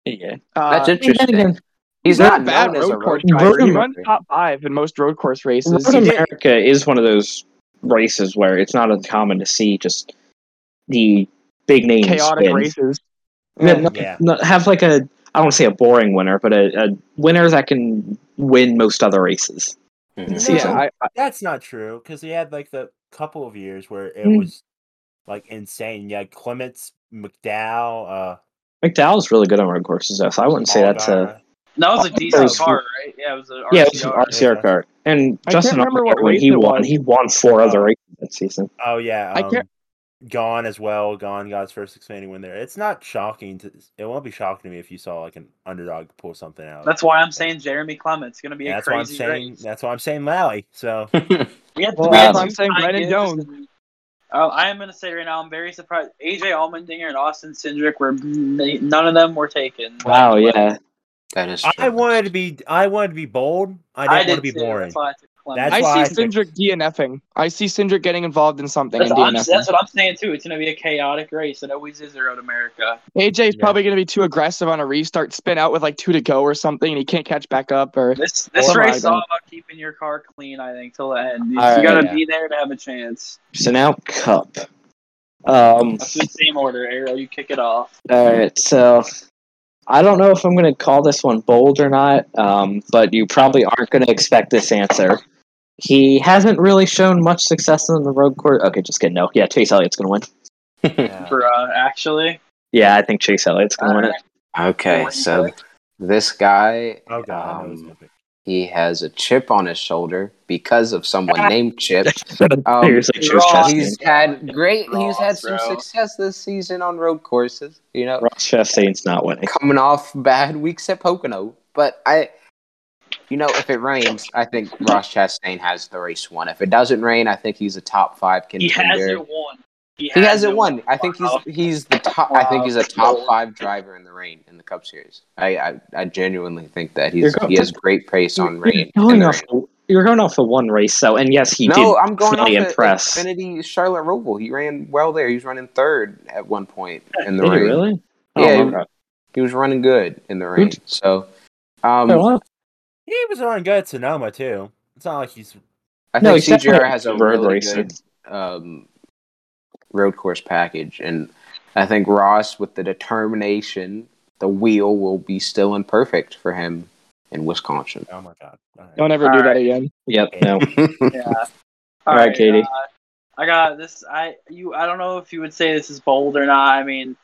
[SPEAKER 2] Yeah.
[SPEAKER 5] uh,
[SPEAKER 4] that's interesting. He's not
[SPEAKER 5] not, a bad
[SPEAKER 4] known as a
[SPEAKER 5] road course
[SPEAKER 4] road
[SPEAKER 5] driver. He
[SPEAKER 2] Road-
[SPEAKER 5] runs top five in most road course races.
[SPEAKER 2] Road
[SPEAKER 1] He did-
[SPEAKER 2] America is one of those races where it's not uncommon to see just the big names
[SPEAKER 5] chaotic
[SPEAKER 2] win.
[SPEAKER 5] races.
[SPEAKER 2] No,
[SPEAKER 5] Yeah.
[SPEAKER 2] no,
[SPEAKER 1] Yeah.
[SPEAKER 2] no, have like a I don't want to say a boring winner, but a, a winner that can win most other races.
[SPEAKER 4] Mhm.
[SPEAKER 1] No,
[SPEAKER 5] Yeah, I, I,
[SPEAKER 1] that's not true because he had like the couple of years where it
[SPEAKER 2] Hmm.
[SPEAKER 1] was like insane. Yeah, Clements, McDowell, uh,
[SPEAKER 2] McDowell's really good on road courses, though, so I wouldn't say that's a
[SPEAKER 1] Allgaier.
[SPEAKER 3] That was a
[SPEAKER 2] That
[SPEAKER 3] decent
[SPEAKER 2] was-
[SPEAKER 3] car, right? Yeah, it was an
[SPEAKER 2] yeah, it was an
[SPEAKER 3] RCR.
[SPEAKER 1] RCR.
[SPEAKER 2] RCR car. And
[SPEAKER 5] I can't
[SPEAKER 2] Justin
[SPEAKER 5] remember what
[SPEAKER 2] Allgaier, when
[SPEAKER 5] race
[SPEAKER 2] he
[SPEAKER 5] it
[SPEAKER 2] won,
[SPEAKER 5] was.
[SPEAKER 2] he won four other
[SPEAKER 1] Oh.
[SPEAKER 2] races that season.
[SPEAKER 1] Oh yeah,
[SPEAKER 5] I
[SPEAKER 1] um,
[SPEAKER 5] can't.
[SPEAKER 1] Gone as well. Gone got his first expanding win there. It's not shocking to. It won't be shocking to me if you saw like an underdog pull something out.
[SPEAKER 3] That's why I'm saying Jeremy Clements gonna be
[SPEAKER 1] And
[SPEAKER 3] a
[SPEAKER 1] that's why I'm
[SPEAKER 3] crazy
[SPEAKER 1] saying.
[SPEAKER 3] race.
[SPEAKER 1] That's why I'm saying Lally. So
[SPEAKER 3] We had,
[SPEAKER 5] Well,
[SPEAKER 3] we had
[SPEAKER 2] that's
[SPEAKER 5] why I'm
[SPEAKER 3] two
[SPEAKER 5] saying
[SPEAKER 3] Ty
[SPEAKER 5] Brandon
[SPEAKER 3] Gibbs
[SPEAKER 5] Jones.
[SPEAKER 3] and Uh, I am going to say right now, I'm very surprised. AJ Allmendinger and Austin Cindric were n- none of them were taken.
[SPEAKER 2] Wow, yeah.
[SPEAKER 4] That is.
[SPEAKER 1] I
[SPEAKER 4] true.
[SPEAKER 1] wanted to be. I wanted to be bold. I didn't
[SPEAKER 3] I,
[SPEAKER 1] want
[SPEAKER 3] did
[SPEAKER 1] to be
[SPEAKER 3] too.
[SPEAKER 1] boring.
[SPEAKER 3] That's why I took Clemson.
[SPEAKER 1] That's
[SPEAKER 5] I
[SPEAKER 1] why I
[SPEAKER 5] see
[SPEAKER 1] think-
[SPEAKER 5] Cindric DNFing. I see Cindric getting involved in something
[SPEAKER 3] That's,
[SPEAKER 5] and
[SPEAKER 3] I'm,
[SPEAKER 5] DNFing.
[SPEAKER 3] that's what I'm saying too. It's going to be a chaotic race. It always is around America.
[SPEAKER 5] AJ's
[SPEAKER 1] Yeah.
[SPEAKER 5] probably going to be too aggressive on a restart, spin out with like two to go or something, and he can't catch back up. Or
[SPEAKER 3] This
[SPEAKER 4] Oh
[SPEAKER 3] this
[SPEAKER 5] Or
[SPEAKER 3] race is
[SPEAKER 5] Biden.
[SPEAKER 3] all about keeping your car clean. I think till the end. You,
[SPEAKER 2] All right,
[SPEAKER 3] got to
[SPEAKER 4] yeah.
[SPEAKER 3] be there to have a chance.
[SPEAKER 2] So now cup. Um,
[SPEAKER 3] That's the same order, Arrow. You kick it off.
[SPEAKER 2] all right, so I don't know if I'm going to call this one bold or not, um, but you probably aren't going to expect this answer. He hasn't really shown much success in the road course. Okay, just kidding. No, yeah, Chase Elliott's going to win.
[SPEAKER 3] For uh, actually,
[SPEAKER 2] Yeah, I think Chase Elliott's going to win it.
[SPEAKER 4] okay,
[SPEAKER 3] One
[SPEAKER 4] so
[SPEAKER 3] pick.
[SPEAKER 4] this guy,
[SPEAKER 1] Oh god, I know it's
[SPEAKER 4] Um,
[SPEAKER 1] gonna be-
[SPEAKER 4] he has a chip on his shoulder because of someone named Chip. Um,
[SPEAKER 2] Seriously, choose
[SPEAKER 3] Ross-
[SPEAKER 2] Chastain.
[SPEAKER 4] He's had great. He's
[SPEAKER 3] Ross,
[SPEAKER 4] had some
[SPEAKER 3] bro.
[SPEAKER 4] success this season on road courses. You know,
[SPEAKER 2] Ross Chastain's not winning.
[SPEAKER 4] coming off bad weeks at Pocono. But I, you know, if it rains, I think Ross Chastain has the race won. If it doesn't rain, I think he's a top five
[SPEAKER 3] He
[SPEAKER 4] contender.
[SPEAKER 3] hasn't won.
[SPEAKER 4] He hasn't won. I think he's
[SPEAKER 3] Wow.
[SPEAKER 4] he's the top. I think he's a
[SPEAKER 3] Wow.
[SPEAKER 4] top five driver in the rain in the Cup Series. I I, I genuinely think that he's
[SPEAKER 2] You're going-
[SPEAKER 4] he has great pace on rain.
[SPEAKER 2] You're
[SPEAKER 4] in
[SPEAKER 2] going
[SPEAKER 4] the
[SPEAKER 2] off.
[SPEAKER 4] rain.
[SPEAKER 2] You're going off of one race, though, and yes, he did.
[SPEAKER 4] No, I'm going off
[SPEAKER 2] really
[SPEAKER 4] at
[SPEAKER 2] impress.
[SPEAKER 4] Infinity Charlotte Roval. He ran well there. He was running third at one point in the
[SPEAKER 2] Did he
[SPEAKER 4] rain.
[SPEAKER 2] really?
[SPEAKER 4] Yeah,
[SPEAKER 2] Oh,
[SPEAKER 4] he-
[SPEAKER 2] my God.
[SPEAKER 4] He was running good in the rain. So, um,
[SPEAKER 2] Wait, what?
[SPEAKER 1] He was on good Sonoma too. It's not like he's.
[SPEAKER 4] I think
[SPEAKER 2] No, he's
[SPEAKER 4] CGR
[SPEAKER 2] definitely
[SPEAKER 4] has
[SPEAKER 2] a
[SPEAKER 4] a
[SPEAKER 2] road
[SPEAKER 4] really
[SPEAKER 2] racer.
[SPEAKER 4] good um, road course package, and I think Ross, with the determination, the wheel will be still imperfect for him in Wisconsin.
[SPEAKER 1] Oh my god. All right.
[SPEAKER 5] don't ever
[SPEAKER 3] All
[SPEAKER 5] do that
[SPEAKER 3] right.
[SPEAKER 5] again.
[SPEAKER 2] Yep. No.
[SPEAKER 3] Yeah.
[SPEAKER 2] All right, Katie.
[SPEAKER 3] uh, I got this. I you. I don't know if you would say this is bold or not. I mean,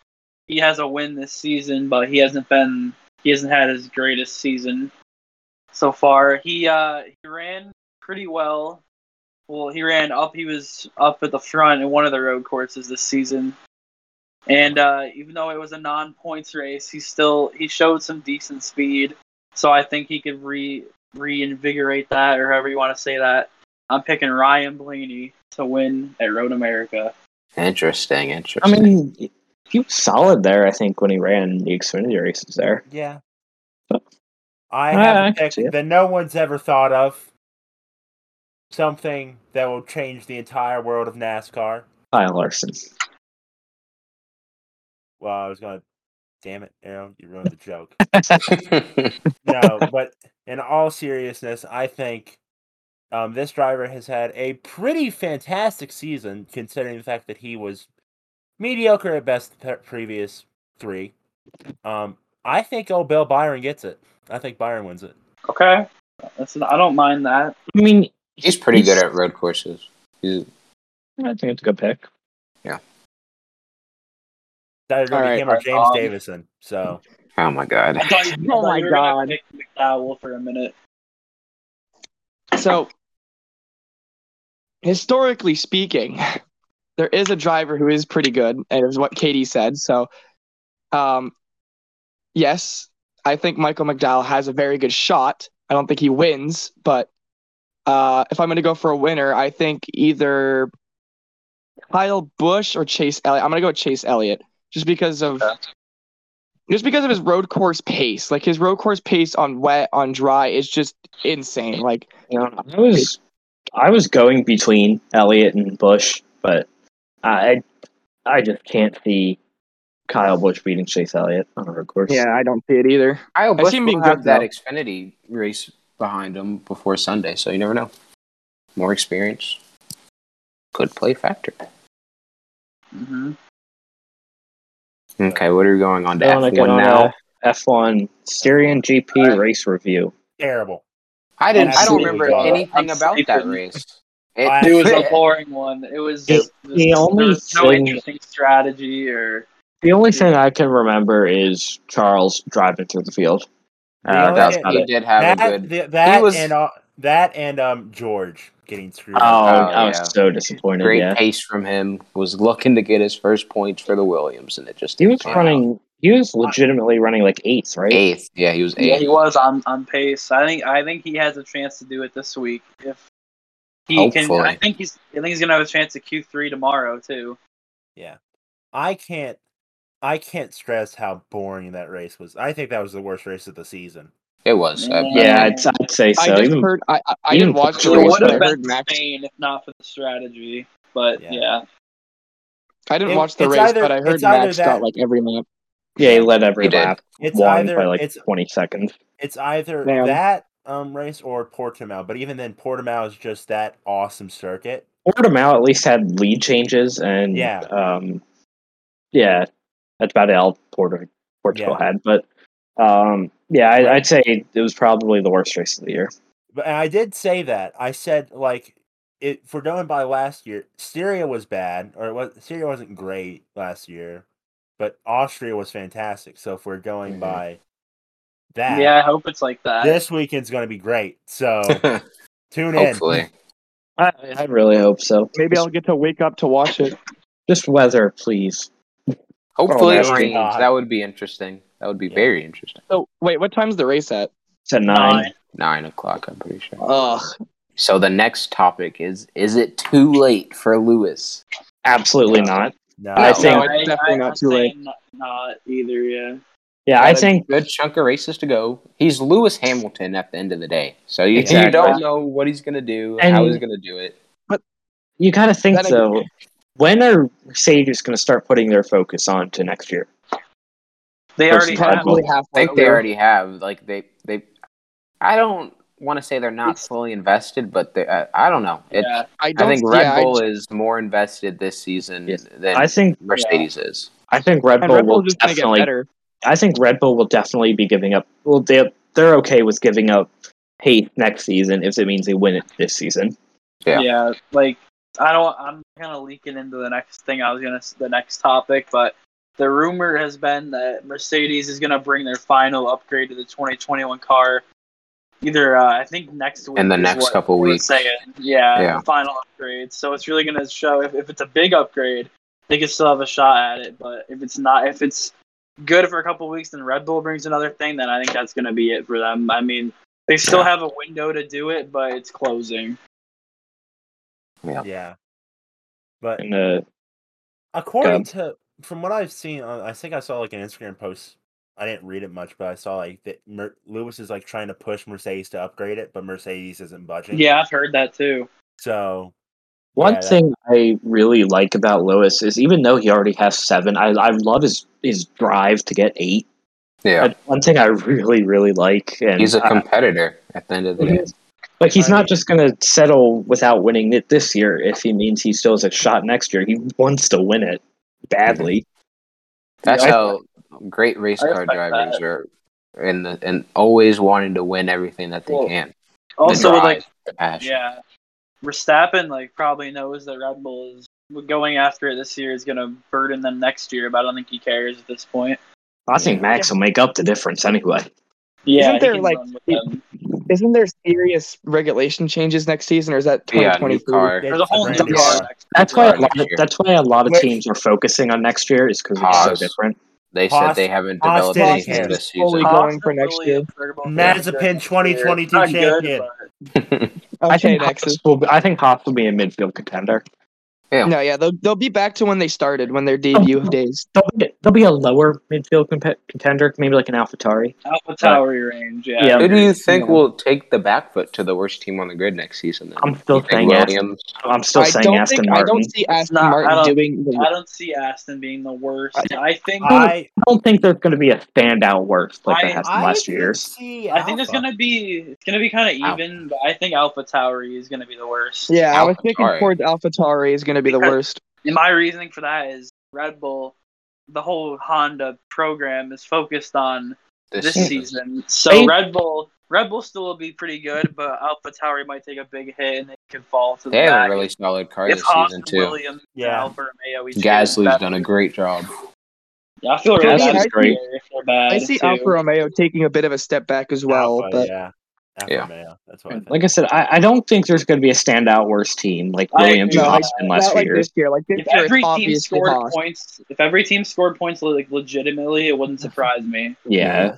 [SPEAKER 3] he has a win this season, but he hasn't been. He hasn't had his greatest season so far. He uh he ran pretty well. Well, he ran up. He was up at the front in one of the road courses this season. And uh, even though it was a non-points race, he still he showed some decent speed. So I think he could re reinvigorate that, or however you want to say that. I'm picking Ryan Blaney to win at Road America.
[SPEAKER 4] Interesting,
[SPEAKER 2] I
[SPEAKER 4] interesting.
[SPEAKER 2] mean, he was solid there. I think when he ran the Xfinity races there.
[SPEAKER 1] Yeah. I
[SPEAKER 2] I-
[SPEAKER 1] have
[SPEAKER 2] I
[SPEAKER 1] a
[SPEAKER 2] can
[SPEAKER 1] pick
[SPEAKER 2] see it.
[SPEAKER 1] that no one's ever thought of. Something that will change the entire world of NASCAR.
[SPEAKER 2] Kyle Larson.
[SPEAKER 1] Well, I was gonna. Damn it, Aaron, you ruined the joke. no, but in all seriousness, I think um, this driver has had a pretty fantastic season, considering the fact that he was mediocre at best the pe- previous three. Um, I think old Bill Byron gets it. I think Byron wins it.
[SPEAKER 3] Okay, That's, I don't mind that.
[SPEAKER 2] I mean,
[SPEAKER 4] He's pretty good at road courses. He's,
[SPEAKER 2] I think it's a good pick.
[SPEAKER 1] That is going
[SPEAKER 5] All right,
[SPEAKER 1] became our
[SPEAKER 3] all right,
[SPEAKER 1] James
[SPEAKER 3] um,
[SPEAKER 1] Davison. So
[SPEAKER 4] oh my god.
[SPEAKER 3] I thought you, I
[SPEAKER 5] Oh
[SPEAKER 3] thought
[SPEAKER 5] my
[SPEAKER 3] you were gonna
[SPEAKER 5] God.
[SPEAKER 3] pick McDowell for a minute.
[SPEAKER 5] So, historically speaking, there is a driver who is pretty good, and it was what Katie said. So, um, yes, I think Michael McDowell has a very good shot. I don't think he wins, but uh, if I'm going to go for a winner, I think either Kyle Bush or Chase Elliott. I'm going to go with Chase Elliott just because of
[SPEAKER 3] Okay.
[SPEAKER 5] just because of his road course pace. Like his road course pace on wet on dry is just insane. Like
[SPEAKER 2] You know, I was I was going between Elliott and Bush, but I I just can't see Kyle Bush beating Chase Elliott on a road course.
[SPEAKER 5] yeah, I don't see it either.
[SPEAKER 4] Kyle
[SPEAKER 5] I
[SPEAKER 4] Busch
[SPEAKER 5] see him
[SPEAKER 4] will
[SPEAKER 5] being
[SPEAKER 4] have
[SPEAKER 5] good,
[SPEAKER 4] that
[SPEAKER 5] though.
[SPEAKER 4] Xfinity race behind him before Sunday, so you never know. More experience could play factor.
[SPEAKER 5] Mm-hmm.
[SPEAKER 3] hmm
[SPEAKER 4] Okay, what are we going on to
[SPEAKER 2] I want to get
[SPEAKER 4] F1
[SPEAKER 2] on
[SPEAKER 4] now?
[SPEAKER 2] a F1 Styrian GP race review.
[SPEAKER 1] terrible.
[SPEAKER 4] I didn't. I don't
[SPEAKER 1] Absolutely
[SPEAKER 4] remember
[SPEAKER 1] not.
[SPEAKER 4] anything
[SPEAKER 3] I'm
[SPEAKER 4] about that
[SPEAKER 3] sleeping.
[SPEAKER 4] race.
[SPEAKER 1] I-
[SPEAKER 3] It was a boring one. It was
[SPEAKER 2] The-
[SPEAKER 3] just,
[SPEAKER 2] the only
[SPEAKER 3] there was no
[SPEAKER 2] thing-
[SPEAKER 3] interesting strategy or
[SPEAKER 2] The only thing I can remember is Charles driving through the field.
[SPEAKER 1] The
[SPEAKER 2] Uh,
[SPEAKER 1] only-
[SPEAKER 2] that's
[SPEAKER 1] it-
[SPEAKER 2] about
[SPEAKER 4] he
[SPEAKER 2] it.
[SPEAKER 4] did have a
[SPEAKER 1] that
[SPEAKER 4] good.
[SPEAKER 1] the- that
[SPEAKER 4] was-
[SPEAKER 1] and uh, that and um George getting screwed.
[SPEAKER 2] Oh,
[SPEAKER 1] up.
[SPEAKER 2] I was
[SPEAKER 4] yeah.
[SPEAKER 2] so disappointed.
[SPEAKER 4] Great
[SPEAKER 2] yeah,
[SPEAKER 4] pace from him. Was looking to get his first points for the Williams, and it just
[SPEAKER 2] he was
[SPEAKER 4] didn't pan out.
[SPEAKER 2] running. He was legitimately running like eighth, right?
[SPEAKER 4] eighth. Yeah, he was
[SPEAKER 3] Yeah,
[SPEAKER 4] eighth.
[SPEAKER 3] he was on on pace. I think I think he has a chance to do it this week if He can. I
[SPEAKER 4] Hopefully.
[SPEAKER 3] think he's. I think he's gonna have a chance at Q three tomorrow too.
[SPEAKER 1] I can't I can't stress how boring that race was. I think that was the worst race of the season.
[SPEAKER 4] It was. I-
[SPEAKER 2] Yeah, I'd, I'd say
[SPEAKER 5] I
[SPEAKER 2] so.
[SPEAKER 5] just
[SPEAKER 2] Even-
[SPEAKER 5] heard. I I, I
[SPEAKER 2] even
[SPEAKER 5] didn't watch the
[SPEAKER 2] It
[SPEAKER 3] It
[SPEAKER 5] race,
[SPEAKER 2] Portugal
[SPEAKER 3] would
[SPEAKER 5] but I
[SPEAKER 3] have
[SPEAKER 5] heard
[SPEAKER 3] been
[SPEAKER 5] Max.
[SPEAKER 3] Spain if not for the strategy. But
[SPEAKER 1] Yeah.
[SPEAKER 3] yeah,
[SPEAKER 5] I didn't
[SPEAKER 1] It-
[SPEAKER 5] watch the
[SPEAKER 1] it's
[SPEAKER 5] race,
[SPEAKER 1] either-
[SPEAKER 5] but I heard
[SPEAKER 1] it's either
[SPEAKER 5] Max got
[SPEAKER 1] that-
[SPEAKER 5] like every lap.
[SPEAKER 2] yeah, he led every
[SPEAKER 4] He did.
[SPEAKER 2] lap.
[SPEAKER 1] It's
[SPEAKER 2] long
[SPEAKER 1] either-
[SPEAKER 2] by like
[SPEAKER 1] it's-
[SPEAKER 2] twenty seconds.
[SPEAKER 1] It's either
[SPEAKER 5] Damn.
[SPEAKER 1] that um race or Portimao, but even then Portimao is just that awesome circuit.
[SPEAKER 2] Portimao at least had lead changes and
[SPEAKER 1] Yeah.
[SPEAKER 2] um, yeah, that's about all Porter Portugal
[SPEAKER 1] Yeah.
[SPEAKER 2] had. But um, yeah, I,
[SPEAKER 1] Right.
[SPEAKER 2] I'd say it was probably the worst race of the year.
[SPEAKER 1] But and I did say that. I said like it for going by last year, Syria was bad, or it was Syria wasn't great last year, but Austria was fantastic. So if we're going
[SPEAKER 4] Mhm.
[SPEAKER 1] by
[SPEAKER 3] yeah.
[SPEAKER 1] that,
[SPEAKER 3] I hope it's like that.
[SPEAKER 1] this weekend's gonna be great. So tune in.
[SPEAKER 4] Hopefully.
[SPEAKER 2] I, I really hope so.
[SPEAKER 5] Maybe I'll get to wake up to watch it.
[SPEAKER 2] Just weather, please.
[SPEAKER 4] Hopefully
[SPEAKER 2] Oh,
[SPEAKER 4] it
[SPEAKER 2] my
[SPEAKER 4] rains.
[SPEAKER 1] God.
[SPEAKER 4] That would be interesting. That would be
[SPEAKER 1] Yeah.
[SPEAKER 4] very interesting.
[SPEAKER 5] So wait, what time's the race at?
[SPEAKER 2] It's at
[SPEAKER 3] Nine.
[SPEAKER 2] nine.
[SPEAKER 4] Nine o'clock, I'm pretty sure.
[SPEAKER 5] Ugh.
[SPEAKER 4] So the next topic is: Is it too late for Lewis?
[SPEAKER 2] Absolutely not.
[SPEAKER 1] No,
[SPEAKER 2] I
[SPEAKER 5] No,
[SPEAKER 2] think-
[SPEAKER 5] it's definitely not
[SPEAKER 3] I'm
[SPEAKER 5] too late.
[SPEAKER 3] saying Not, not either. Yeah.
[SPEAKER 2] Yeah,
[SPEAKER 4] Got
[SPEAKER 2] I
[SPEAKER 4] a
[SPEAKER 2] think
[SPEAKER 4] good chunk of races to go. He's Lewis Hamilton at the end of the day, so you,
[SPEAKER 2] Exactly.
[SPEAKER 4] you don't know what he's gonna do, how
[SPEAKER 2] And-
[SPEAKER 4] he's gonna do it.
[SPEAKER 2] you got to think
[SPEAKER 5] Then I-
[SPEAKER 2] though. When are Mercedes going to start putting their focus on to next year?
[SPEAKER 3] They
[SPEAKER 2] Versus
[SPEAKER 3] already
[SPEAKER 2] Red
[SPEAKER 3] have.
[SPEAKER 2] Bull.
[SPEAKER 5] Probably halfway.
[SPEAKER 4] I think they
[SPEAKER 5] over.
[SPEAKER 4] already have. Like they, they. I don't want to say they're not
[SPEAKER 3] It's-
[SPEAKER 4] fully invested, but they. I, I don't know. It,
[SPEAKER 3] Yeah.
[SPEAKER 5] I
[SPEAKER 4] I
[SPEAKER 5] don't.
[SPEAKER 4] think Red
[SPEAKER 5] yeah, I-
[SPEAKER 4] Bull is more invested this season
[SPEAKER 2] Yes.
[SPEAKER 4] than
[SPEAKER 2] I think
[SPEAKER 4] Mercedes is.
[SPEAKER 2] I think Red
[SPEAKER 5] and
[SPEAKER 2] Bull
[SPEAKER 5] Red
[SPEAKER 2] will
[SPEAKER 5] Bull's just gonna get
[SPEAKER 2] definitely
[SPEAKER 5] better.
[SPEAKER 2] I think Red Bull will definitely be giving up. Well, they they're okay with giving up pace next season if it means they win it this season.
[SPEAKER 4] Yeah.
[SPEAKER 3] Yeah. like I don't. I'm kind of leaking into the next thing. I was gonna s- the next topic, but the rumor has been that Mercedes is gonna bring their final upgrade to the 2021 car. Either uh, I think next week.
[SPEAKER 4] In the
[SPEAKER 3] is
[SPEAKER 4] next
[SPEAKER 3] what
[SPEAKER 4] couple
[SPEAKER 3] they were
[SPEAKER 4] weeks.
[SPEAKER 3] Saying. Yeah,
[SPEAKER 4] Yeah.
[SPEAKER 3] Final upgrade. So it's really gonna show if, if it's a big upgrade, they can still have a shot at it. But if it's not, if it's good for a couple weeks, then Red Bull brings another thing. Then I think that's gonna be it for them. I mean, they still
[SPEAKER 4] Yeah.
[SPEAKER 3] have a window to do it, but it's closing.
[SPEAKER 1] yeah. But
[SPEAKER 2] And uh,
[SPEAKER 1] according to from what I've seen, on, I think I saw like an Instagram post. I didn't read it much, but I saw like that Mer- Lewis is like trying to push Mercedes to upgrade it, but Mercedes isn't budging.
[SPEAKER 3] Yeah, I've heard that too.
[SPEAKER 1] So
[SPEAKER 2] one
[SPEAKER 1] yeah, that-
[SPEAKER 2] thing I really like about Lewis is even though he already has seven, I I love his his drive to get eight.
[SPEAKER 4] Yeah,
[SPEAKER 2] That's one thing I really really like, and
[SPEAKER 4] he's a
[SPEAKER 2] I-
[SPEAKER 4] competitor at the end of the day.
[SPEAKER 2] Like he's
[SPEAKER 1] Right.
[SPEAKER 2] not just going to settle without winning it this year if he means he still has a shot next year. He wants to win it badly.
[SPEAKER 4] That's
[SPEAKER 2] Yeah, I-
[SPEAKER 4] how great race
[SPEAKER 3] I
[SPEAKER 4] car
[SPEAKER 3] respect
[SPEAKER 4] drivers are, in the and always wanting to win everything that they
[SPEAKER 3] Well,
[SPEAKER 4] can.
[SPEAKER 3] Also,
[SPEAKER 4] the
[SPEAKER 3] with
[SPEAKER 4] drive,
[SPEAKER 3] like
[SPEAKER 4] the passion.
[SPEAKER 3] yeah, Verstappen like probably knows that Red Bull is going after it this year is gonna burden them next year, but I don't think he cares at this point.
[SPEAKER 2] I think Max will make up the difference anyway.
[SPEAKER 3] Yeah,
[SPEAKER 5] Isn't
[SPEAKER 3] he
[SPEAKER 5] there,
[SPEAKER 3] can
[SPEAKER 5] like,
[SPEAKER 3] run with them.
[SPEAKER 5] Isn't there serious regulation changes next season, or is that
[SPEAKER 4] Yeah, new
[SPEAKER 5] 2023?
[SPEAKER 4] car.
[SPEAKER 1] Yeah.
[SPEAKER 3] There's
[SPEAKER 1] It's
[SPEAKER 3] a
[SPEAKER 1] a
[SPEAKER 3] whole
[SPEAKER 1] brand
[SPEAKER 3] new
[SPEAKER 2] new
[SPEAKER 3] car
[SPEAKER 1] car.
[SPEAKER 3] next
[SPEAKER 2] That's
[SPEAKER 3] year.
[SPEAKER 2] why. A
[SPEAKER 4] Right,
[SPEAKER 2] lot,
[SPEAKER 4] next year.
[SPEAKER 2] that's why a lot of
[SPEAKER 1] Which-
[SPEAKER 2] teams are focusing on next year is because it's so
[SPEAKER 4] Pause.
[SPEAKER 2] different.
[SPEAKER 4] They
[SPEAKER 1] Haas-
[SPEAKER 4] said they haven't
[SPEAKER 1] Haas
[SPEAKER 4] developed
[SPEAKER 1] didn't
[SPEAKER 4] anything
[SPEAKER 1] care.
[SPEAKER 4] this season.
[SPEAKER 5] Fully go-
[SPEAKER 3] Haas
[SPEAKER 5] going
[SPEAKER 3] and
[SPEAKER 5] for next year.
[SPEAKER 3] Williams are both gonna
[SPEAKER 1] Mazepin
[SPEAKER 3] be good next year.
[SPEAKER 1] 2022
[SPEAKER 3] Not good,
[SPEAKER 1] champion.
[SPEAKER 3] but-
[SPEAKER 2] I
[SPEAKER 5] Okay,
[SPEAKER 2] think
[SPEAKER 5] next.
[SPEAKER 2] Haas will. Be, I think Haas will be a midfield contender.
[SPEAKER 4] Yeah.
[SPEAKER 5] No, yeah, they'll they'll be back to when they started, when
[SPEAKER 2] Oh,
[SPEAKER 5] their debut days.
[SPEAKER 2] They'll be, they'll be a lower midfield comp- contender, maybe like an AlphaTauri.
[SPEAKER 3] Alpha Tower range, yeah.
[SPEAKER 2] Yeah.
[SPEAKER 4] Who do you think
[SPEAKER 2] Yeah.
[SPEAKER 4] will take the back foot to the worst team on the grid next season? Then
[SPEAKER 2] I'm still
[SPEAKER 4] You think
[SPEAKER 2] saying Aston.
[SPEAKER 4] Williams.
[SPEAKER 2] I'm still
[SPEAKER 5] I
[SPEAKER 2] saying
[SPEAKER 5] don't
[SPEAKER 2] Aston
[SPEAKER 5] think
[SPEAKER 2] Martin.
[SPEAKER 5] I don't see Aston
[SPEAKER 3] not- I
[SPEAKER 5] Martin
[SPEAKER 3] don't-
[SPEAKER 5] doing. The,
[SPEAKER 3] I don't see Aston being the worst. I think
[SPEAKER 1] I
[SPEAKER 2] I don't think there's going to be a standout worst like there
[SPEAKER 3] I-
[SPEAKER 2] has been
[SPEAKER 1] I
[SPEAKER 2] last
[SPEAKER 1] can
[SPEAKER 2] year. years.
[SPEAKER 1] see
[SPEAKER 3] I think there's
[SPEAKER 1] Alpha.
[SPEAKER 3] gonna be it's gonna be kind of
[SPEAKER 4] Alpha.
[SPEAKER 3] even, but I think Alpha Tower is gonna be the worst.
[SPEAKER 5] yeah, I was thinking
[SPEAKER 4] AlphaTauri.
[SPEAKER 5] towards AlphaTauri is going to be the
[SPEAKER 3] Because-
[SPEAKER 5] worst.
[SPEAKER 3] And my reasoning for that is Red Bull, the whole Honda program is focused on
[SPEAKER 4] This,
[SPEAKER 3] this
[SPEAKER 4] season.
[SPEAKER 3] season. So
[SPEAKER 2] They-
[SPEAKER 3] Red Bull, Red Bull still will be pretty good, but Alpha Tauri might take a big hit and they could fall to the
[SPEAKER 4] They have
[SPEAKER 3] back.
[SPEAKER 4] a really solid car
[SPEAKER 3] if
[SPEAKER 4] this
[SPEAKER 3] Haas
[SPEAKER 4] season
[SPEAKER 3] and
[SPEAKER 4] too.
[SPEAKER 3] Williams, yeah,
[SPEAKER 1] Yeah.
[SPEAKER 3] Alfa Romeo, each get
[SPEAKER 4] Gasly's
[SPEAKER 3] back-
[SPEAKER 4] done a great job.
[SPEAKER 3] Yeah, I feel
[SPEAKER 5] For
[SPEAKER 3] really
[SPEAKER 5] me,
[SPEAKER 3] bad. for
[SPEAKER 5] I see-
[SPEAKER 3] Pierre if they're bad
[SPEAKER 5] I see
[SPEAKER 3] too.
[SPEAKER 5] Alfa Romeo taking a bit of a step back as well,
[SPEAKER 1] Alpha,
[SPEAKER 5] but
[SPEAKER 1] yeah. Alpha
[SPEAKER 4] Yeah.
[SPEAKER 1] male. That's what I think.
[SPEAKER 2] Like I said, I, I don't think there's going to be a standout worst team like
[SPEAKER 3] I
[SPEAKER 2] Williams
[SPEAKER 5] agree
[SPEAKER 2] or
[SPEAKER 5] with
[SPEAKER 2] Haas been last
[SPEAKER 5] not
[SPEAKER 2] few
[SPEAKER 5] like
[SPEAKER 2] years.
[SPEAKER 5] this year. Like this
[SPEAKER 3] If
[SPEAKER 5] year,
[SPEAKER 3] every
[SPEAKER 5] it's
[SPEAKER 3] team
[SPEAKER 5] obviously
[SPEAKER 3] scored
[SPEAKER 5] Haas.
[SPEAKER 3] points, if every team scored points like legitimately, it wouldn't surprise me.
[SPEAKER 2] Yeah,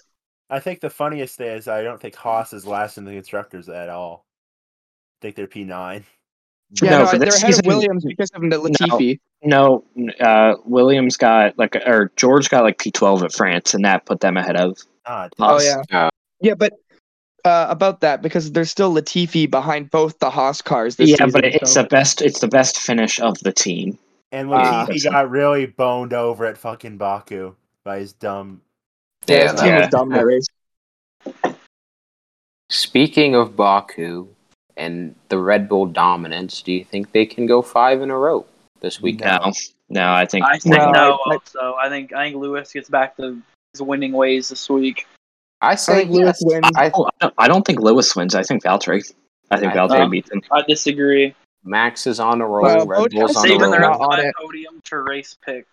[SPEAKER 1] I think the funniest thing is I don't think Haas is last in the constructors at all. I think they're P nine.
[SPEAKER 5] Yeah,
[SPEAKER 2] No,
[SPEAKER 5] no,
[SPEAKER 2] for
[SPEAKER 5] they're
[SPEAKER 2] this
[SPEAKER 5] ahead
[SPEAKER 2] season-
[SPEAKER 5] of Williams because of Latifi.
[SPEAKER 2] No, n- uh, Williams got like, or George got like P12 at France, and that put them ahead of
[SPEAKER 1] God,
[SPEAKER 5] Oh
[SPEAKER 2] us.
[SPEAKER 5] yeah,
[SPEAKER 4] Uh,
[SPEAKER 5] yeah, but uh, about that because there's still Latifi behind both the Haas cars this
[SPEAKER 2] yeah,
[SPEAKER 5] season.
[SPEAKER 2] but it's
[SPEAKER 5] so-
[SPEAKER 2] the best. It's the best finish of the team.
[SPEAKER 1] and
[SPEAKER 4] Ah.
[SPEAKER 1] Latifi got really boned over at fucking Baku by his dumb.
[SPEAKER 5] yeah, his
[SPEAKER 4] that-
[SPEAKER 5] team was dumb that race.
[SPEAKER 4] Speaking of Baku and the Red Bull dominance, do you think they can go five in a row this weekend?
[SPEAKER 2] No, no, I think.
[SPEAKER 3] I think
[SPEAKER 5] Well,
[SPEAKER 3] no.
[SPEAKER 5] I- I-
[SPEAKER 3] also, I think I think Lewis gets back to his winning ways this week.
[SPEAKER 4] I say
[SPEAKER 5] think Lewis
[SPEAKER 4] yes.
[SPEAKER 5] wins.
[SPEAKER 4] I,
[SPEAKER 2] Oh, I don't, I don't think Lewis wins. I think Valtteri. I think
[SPEAKER 4] I-
[SPEAKER 2] Valtteri
[SPEAKER 3] uh,
[SPEAKER 2] beats him.
[SPEAKER 3] I disagree.
[SPEAKER 4] Max is on a roll.
[SPEAKER 5] Well,
[SPEAKER 4] Red Bull's
[SPEAKER 5] Bottas
[SPEAKER 4] on a
[SPEAKER 5] is
[SPEAKER 3] Saving the
[SPEAKER 5] not
[SPEAKER 3] rest
[SPEAKER 4] roll.
[SPEAKER 3] of
[SPEAKER 5] on
[SPEAKER 3] my
[SPEAKER 5] it.
[SPEAKER 3] podium to race pick.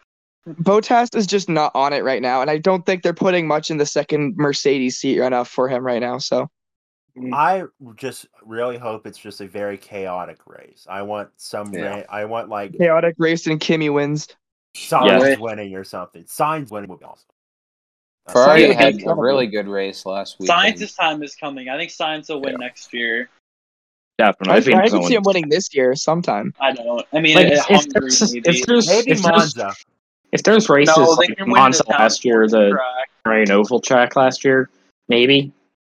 [SPEAKER 5] Bottas is just not on it right now, and I don't think they're putting much in the second Mercedes seat enough for him right now. So
[SPEAKER 1] I just really hope it's just a very chaotic race. I want some.
[SPEAKER 4] Yeah.
[SPEAKER 1] Ra- I want like
[SPEAKER 5] chaotic race and Kimmy wins.
[SPEAKER 1] signs
[SPEAKER 3] Yeah.
[SPEAKER 1] winning or something. Signs winning would be awesome. Uh,
[SPEAKER 4] Ferrari
[SPEAKER 5] Signs
[SPEAKER 4] had
[SPEAKER 5] is
[SPEAKER 4] a
[SPEAKER 5] gonna
[SPEAKER 4] really good race last week.
[SPEAKER 3] Science this time is coming. I think science will win next year.
[SPEAKER 2] Definitely.
[SPEAKER 5] I,
[SPEAKER 2] If he
[SPEAKER 5] I
[SPEAKER 2] doesn't
[SPEAKER 5] can see
[SPEAKER 2] win-
[SPEAKER 5] him winning this year sometime.
[SPEAKER 3] I don't. I mean,
[SPEAKER 2] Like,
[SPEAKER 3] at
[SPEAKER 2] if, if
[SPEAKER 3] Hungary
[SPEAKER 2] there's,
[SPEAKER 3] maybe.
[SPEAKER 2] if there's,
[SPEAKER 1] Maybe
[SPEAKER 2] if there's,
[SPEAKER 1] Monza.
[SPEAKER 2] if there's races
[SPEAKER 3] no, they
[SPEAKER 2] like
[SPEAKER 3] can win
[SPEAKER 2] Monza
[SPEAKER 3] the
[SPEAKER 2] last year, the
[SPEAKER 3] track.
[SPEAKER 2] Bahrain Oval track last year, maybe.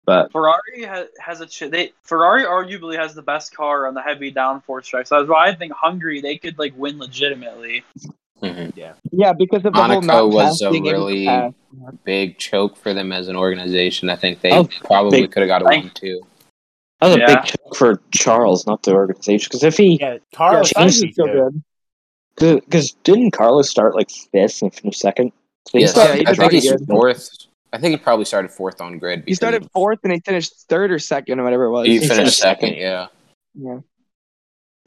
[SPEAKER 2] But
[SPEAKER 3] Ferrari has, has a ch- they Ferrari arguably has the best car on the heavy downforce track, so that's why I think Hungary they could like win legitimately.
[SPEAKER 4] Mhm.
[SPEAKER 5] Yeah, because of the whole
[SPEAKER 4] Monaco
[SPEAKER 5] not
[SPEAKER 4] was
[SPEAKER 5] pass
[SPEAKER 4] a
[SPEAKER 5] being able to
[SPEAKER 4] really
[SPEAKER 5] pass.
[SPEAKER 4] big choke for them as an organization. I think they
[SPEAKER 2] Oh,
[SPEAKER 4] probably
[SPEAKER 2] big-
[SPEAKER 4] could have got a
[SPEAKER 3] I-
[SPEAKER 4] one too.
[SPEAKER 2] that was a
[SPEAKER 3] Yeah.
[SPEAKER 2] big check for Charles, not the organization. Because if he,
[SPEAKER 1] Oh, Yeah,
[SPEAKER 5] Yeah,
[SPEAKER 1] Carlos
[SPEAKER 5] Sainz
[SPEAKER 1] should
[SPEAKER 5] is
[SPEAKER 1] be
[SPEAKER 5] still
[SPEAKER 1] too.
[SPEAKER 5] good.
[SPEAKER 2] because didn't Carlos start like fifth and finish second? Did he
[SPEAKER 4] Yes,
[SPEAKER 2] start-
[SPEAKER 5] Yeah, he
[SPEAKER 4] I
[SPEAKER 5] did
[SPEAKER 4] think
[SPEAKER 5] pretty
[SPEAKER 4] he's
[SPEAKER 5] good.
[SPEAKER 4] fourth. I think he probably started fourth on grid.
[SPEAKER 5] He started
[SPEAKER 4] because
[SPEAKER 5] fourth and he finished third or second or whatever it was.
[SPEAKER 4] He
[SPEAKER 2] He
[SPEAKER 4] finished
[SPEAKER 2] finished
[SPEAKER 4] second.
[SPEAKER 2] second.
[SPEAKER 4] Yeah.
[SPEAKER 5] Yeah.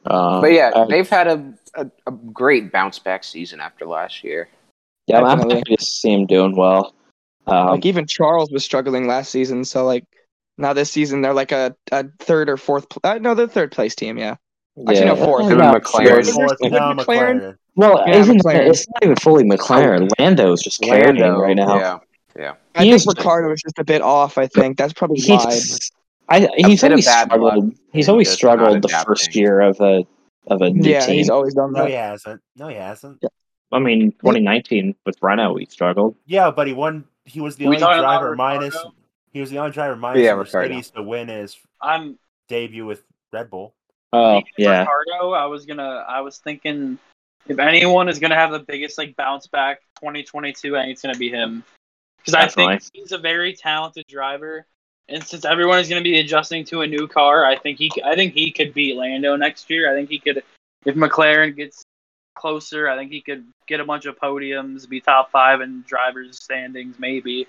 [SPEAKER 2] Um,
[SPEAKER 4] But yeah,
[SPEAKER 2] I-
[SPEAKER 4] they've had a, a, a great bounce back season after last year.
[SPEAKER 2] yeah, I'm
[SPEAKER 5] definitely.
[SPEAKER 2] happy to see him doing well. Um,
[SPEAKER 5] Like even Charles was struggling last season, so like now this season they're like a, a third or fourth. Pl- uh, no, they're third place team. Yeah, actually, no,
[SPEAKER 2] yeah.
[SPEAKER 5] fourth.
[SPEAKER 4] Him and McLaren.
[SPEAKER 1] Fourth, fourth,
[SPEAKER 5] Would
[SPEAKER 1] now
[SPEAKER 5] McLaren-
[SPEAKER 1] McLaren.
[SPEAKER 2] Well,
[SPEAKER 5] Yeah,
[SPEAKER 2] isn't
[SPEAKER 5] McLaren.
[SPEAKER 2] it's not even fully McLaren. Lando's just carrying him right now.
[SPEAKER 4] Yeah.
[SPEAKER 5] I
[SPEAKER 2] He
[SPEAKER 5] think
[SPEAKER 2] is-
[SPEAKER 5] Ricardo is just a bit off. I think that's probably
[SPEAKER 2] He's,
[SPEAKER 5] why.
[SPEAKER 2] I, he's
[SPEAKER 4] bit of
[SPEAKER 2] always
[SPEAKER 4] bad luck
[SPEAKER 2] struggled. He's
[SPEAKER 4] and
[SPEAKER 2] always
[SPEAKER 4] just
[SPEAKER 2] struggled
[SPEAKER 4] not
[SPEAKER 2] the first
[SPEAKER 4] adapting.
[SPEAKER 2] year of a of a new
[SPEAKER 5] Yeah,
[SPEAKER 2] team.
[SPEAKER 5] he's always done
[SPEAKER 1] No,
[SPEAKER 5] that.
[SPEAKER 1] he hasn't. No, he hasn't.
[SPEAKER 2] I mean, 2019 with Renault, he struggled.
[SPEAKER 1] Yeah, but he won. He was the
[SPEAKER 3] Are we
[SPEAKER 1] only
[SPEAKER 3] talking about
[SPEAKER 1] driver minus.
[SPEAKER 3] Ricardo?
[SPEAKER 1] He was the only driver minus
[SPEAKER 4] Yeah, Ricardo.
[SPEAKER 1] Mercedes to win his
[SPEAKER 3] I'm
[SPEAKER 1] debut with Red Bull.
[SPEAKER 2] Oh
[SPEAKER 3] Speaking of
[SPEAKER 2] yeah,
[SPEAKER 3] Ricardo, I was gonna, I was thinking, if anyone is gonna have the biggest like bounce back 2022, I think it's gonna be him because I think
[SPEAKER 2] Definitely.
[SPEAKER 3] he's a very talented driver, and since everyone is gonna be adjusting to a new car, I think he, I think he could beat Lando next year. I think he could, if McLaren gets closer, I think he could get a bunch of podiums, be top five in drivers standings, maybe.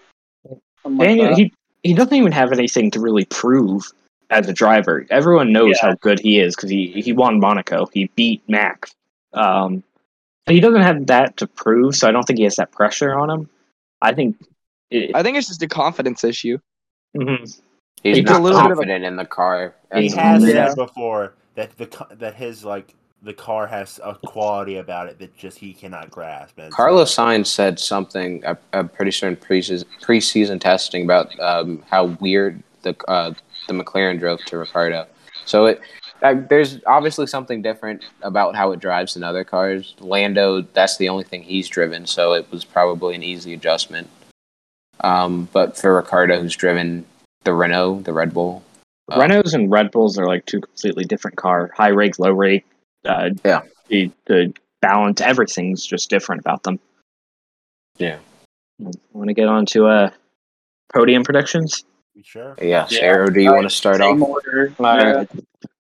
[SPEAKER 3] Something like
[SPEAKER 2] and
[SPEAKER 3] that.
[SPEAKER 2] he he doesn't even have anything to really prove as a driver. Everyone knows
[SPEAKER 3] Yeah.
[SPEAKER 2] how good he is because he he won Monaco. He beat Max. Um, but he doesn't have that to prove, so I don't think he has that pressure on him. I think. It,
[SPEAKER 5] I think it's just a confidence issue.
[SPEAKER 2] mhm.
[SPEAKER 4] He's
[SPEAKER 2] He's a
[SPEAKER 4] not
[SPEAKER 5] little bit of a-
[SPEAKER 4] confident in the car.
[SPEAKER 1] He
[SPEAKER 4] That's-
[SPEAKER 1] has
[SPEAKER 5] Yeah.
[SPEAKER 1] said before that the ca- that his like the car has a quality about it that just he cannot grasp. And it's
[SPEAKER 4] Carlos Sainz said something. I- I'm pretty sure in preseason, preseason testing about um, how weird the uh, the McLaren drove to Ricardo. So it uh, there's obviously something different about how it drives than other cars. Lando, that's the only thing he's driven, so it was probably an easy adjustment. Um, but for Ricardo, who's driven the Renault, the Red Bull, uh,
[SPEAKER 2] Renaults and Red Bulls are like two completely different car. High rake, low rake. Uh,
[SPEAKER 4] Yeah.
[SPEAKER 2] The, the balance, everything's just different about them.
[SPEAKER 4] Yeah.
[SPEAKER 2] Want to get on to uh, podium predictions?
[SPEAKER 1] like, sure.
[SPEAKER 4] Yes,
[SPEAKER 3] Yeah.
[SPEAKER 4] Arrow, do you
[SPEAKER 3] All
[SPEAKER 4] want to start
[SPEAKER 3] Same
[SPEAKER 4] off?
[SPEAKER 3] order.
[SPEAKER 2] All
[SPEAKER 3] Yeah.
[SPEAKER 2] right.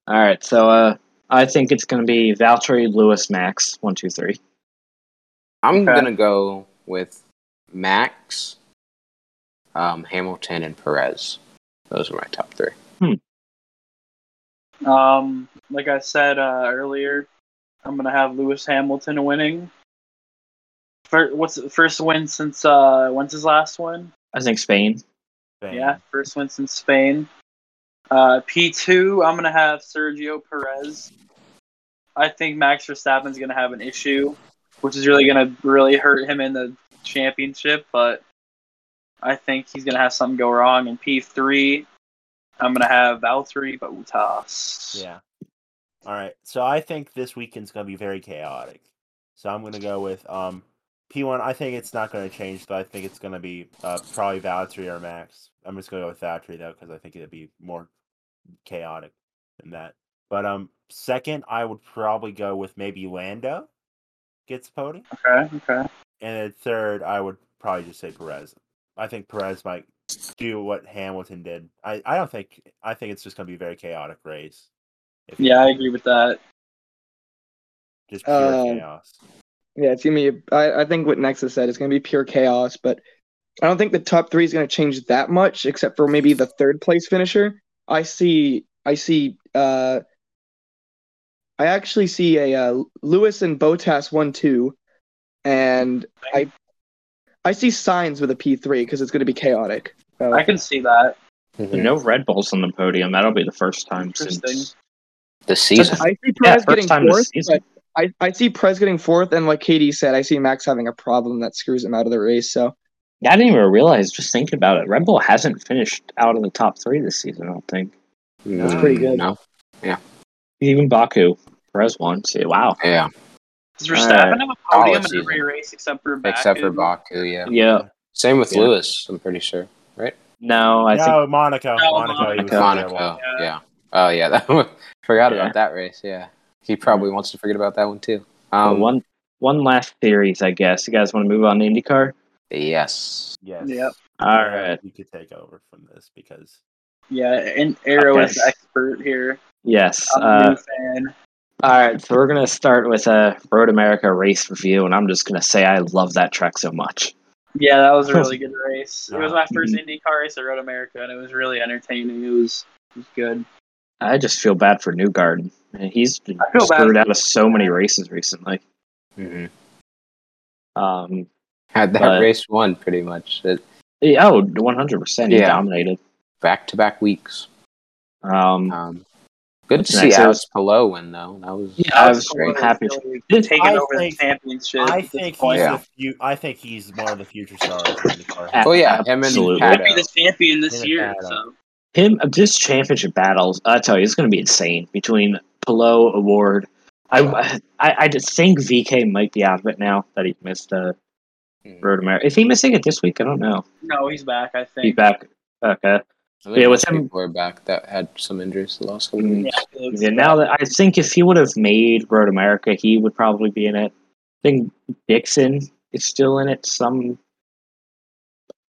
[SPEAKER 2] All right. So uh, I think it's going to be Valtteri, Lewis, Max. One, two, three.
[SPEAKER 4] I'm
[SPEAKER 3] Okay.
[SPEAKER 4] gonna go with Max, um, Hamilton, and Perez. Those are my top three.
[SPEAKER 3] Um, like I said uh, earlier, I'm gonna have Lewis Hamilton winning. First, what's the first win since uh, when's his last win?
[SPEAKER 2] I think Spain.
[SPEAKER 1] Bang.
[SPEAKER 3] Yeah, first win since Spain. Uh, P2, I'm gonna have Sergio Perez. I think Max Verstappen's gonna have an issue, which is really gonna really hurt him in the championship. But I think he's gonna have something go wrong. And P3, I'm gonna have Valtteri Bottas.
[SPEAKER 1] Yeah. All right. So I think this weekend's going to be very chaotic. So I'm going to go with um P1. I think it's not going to change, but I think it's going to be uh, probably Valtteri or Max. I'm just going to go with Valtteri though because I think it'd be more chaotic than that. But um, second, I would probably go with maybe Lando gets a podium,
[SPEAKER 3] Okay, okay.
[SPEAKER 1] and then third, I would probably just say Perez. I think Perez might do what Hamilton did. I, I don't think I think it's just going to be a very chaotic race. If
[SPEAKER 3] Yeah, I agree with that.
[SPEAKER 1] just pure
[SPEAKER 5] Uh,
[SPEAKER 1] chaos.
[SPEAKER 5] Yeah, it's gonna be. I, I think what Nexus said is gonna be pure chaos, but I don't think the top three is gonna change that much, except for maybe the third place finisher. I see. I see. Uh, I actually see a uh, Lewis and Botas one two, and I. I see signs with a P three because it's gonna be chaotic. So,
[SPEAKER 3] I can see that.
[SPEAKER 4] Mhm.
[SPEAKER 2] No Red Bulls on the podium. That'll be the first time since
[SPEAKER 3] Interesting.
[SPEAKER 4] The season.
[SPEAKER 5] I see Perez
[SPEAKER 2] first
[SPEAKER 5] getting
[SPEAKER 2] time this
[SPEAKER 5] fourth,
[SPEAKER 2] season.
[SPEAKER 5] but I, I see Perez getting fourth, and like Katie said, I see Max having a problem that screws him out of the race. So
[SPEAKER 2] I didn't even realize. Just thinking about it, Red Bull hasn't finished out of the top three this season. I don't think
[SPEAKER 5] that's pretty good.
[SPEAKER 4] Mm, No.
[SPEAKER 2] even Baku Perez won. See, wow.
[SPEAKER 4] Yeah.
[SPEAKER 3] Does Verstappen
[SPEAKER 2] Alright.
[SPEAKER 3] have a podium
[SPEAKER 4] Solid
[SPEAKER 3] in every
[SPEAKER 4] season.
[SPEAKER 3] race except for Baku?
[SPEAKER 4] Except for Baku, yeah.
[SPEAKER 2] Yeah.
[SPEAKER 4] Same with
[SPEAKER 2] Yeah.
[SPEAKER 4] Lewis, I'm pretty sure.
[SPEAKER 2] No, I think Oh,
[SPEAKER 1] no, Monaco.
[SPEAKER 3] No,
[SPEAKER 1] Monaco. He was
[SPEAKER 3] Monaco.
[SPEAKER 4] Monaco.
[SPEAKER 1] terrible.
[SPEAKER 4] Yeah. Oh yeah, that one. Forgot
[SPEAKER 2] Yeah.
[SPEAKER 4] about that race. Yeah. He probably wants to forget about that one too. Um.
[SPEAKER 2] one one last theories. I guess you guys want to move on to IndyCar.
[SPEAKER 4] Yes.
[SPEAKER 1] Yes.
[SPEAKER 3] Yep.
[SPEAKER 2] All
[SPEAKER 1] Yeah,
[SPEAKER 2] right.
[SPEAKER 1] You could take over from this because
[SPEAKER 3] Yeah, and Arrow is the
[SPEAKER 2] Okay.
[SPEAKER 3] expert here.
[SPEAKER 2] Yes.
[SPEAKER 4] Um,
[SPEAKER 3] I'm a
[SPEAKER 2] Uh,
[SPEAKER 3] new fan.
[SPEAKER 2] all right. So we're gonna start with a Road America race review, and I'm just gonna say I love that track so much.
[SPEAKER 3] Yeah, that was a really good race. It
[SPEAKER 4] Ah.
[SPEAKER 3] was
[SPEAKER 1] Uh,
[SPEAKER 3] my first IndyCar race I rode America, and it was really entertaining. It was, it was good.
[SPEAKER 2] I just feel bad for Newgarden. Man, He's been
[SPEAKER 3] I feel bad
[SPEAKER 2] screwed
[SPEAKER 3] for
[SPEAKER 2] out of so many races recently.
[SPEAKER 4] hmm
[SPEAKER 2] Um,
[SPEAKER 4] Had that
[SPEAKER 2] But-
[SPEAKER 4] race won pretty much. It,
[SPEAKER 2] yeah, oh, 100%. He
[SPEAKER 4] Yeah.
[SPEAKER 2] dominated.
[SPEAKER 4] back-to-back weeks.
[SPEAKER 2] Um,
[SPEAKER 4] Um. Good to
[SPEAKER 2] What's next?
[SPEAKER 4] see Alex Palou win though. That was.
[SPEAKER 2] Yeah,
[SPEAKER 4] that
[SPEAKER 2] I
[SPEAKER 4] was
[SPEAKER 2] was
[SPEAKER 4] great.
[SPEAKER 2] happy-
[SPEAKER 3] Really
[SPEAKER 2] This-
[SPEAKER 3] taking
[SPEAKER 1] I
[SPEAKER 3] over
[SPEAKER 1] think-
[SPEAKER 3] the championship.
[SPEAKER 1] I
[SPEAKER 3] at this
[SPEAKER 1] think he's
[SPEAKER 3] point.
[SPEAKER 4] Yeah.
[SPEAKER 1] the few, I think he's one of the future stars in the car.
[SPEAKER 2] a-
[SPEAKER 4] Oh yeah, him and
[SPEAKER 2] absolutely.
[SPEAKER 4] Pat-
[SPEAKER 3] He's gonna be the champion this
[SPEAKER 1] Even
[SPEAKER 3] year.
[SPEAKER 1] Pato.
[SPEAKER 3] So
[SPEAKER 2] Him, this championship battle, I tell you, it's going to be insane between Pillow Award. I, I, I just think VK might be out of it now that he missed the
[SPEAKER 3] Hmm.
[SPEAKER 4] Mhm.
[SPEAKER 2] Road America. Is he missing it this week? I don't know.
[SPEAKER 3] no, he's back. I think.
[SPEAKER 2] He's back. Okay.
[SPEAKER 4] I think
[SPEAKER 2] Yeah, with
[SPEAKER 4] most
[SPEAKER 2] him-
[SPEAKER 4] people are back that had some injuries the last couple
[SPEAKER 2] Mhm.
[SPEAKER 4] weeks.
[SPEAKER 3] Yeah, Felix
[SPEAKER 2] Yeah,
[SPEAKER 3] is
[SPEAKER 2] now
[SPEAKER 3] back.
[SPEAKER 2] that I think if he would have made Road America, he would probably be in it. I think Dixon is still in it. Some,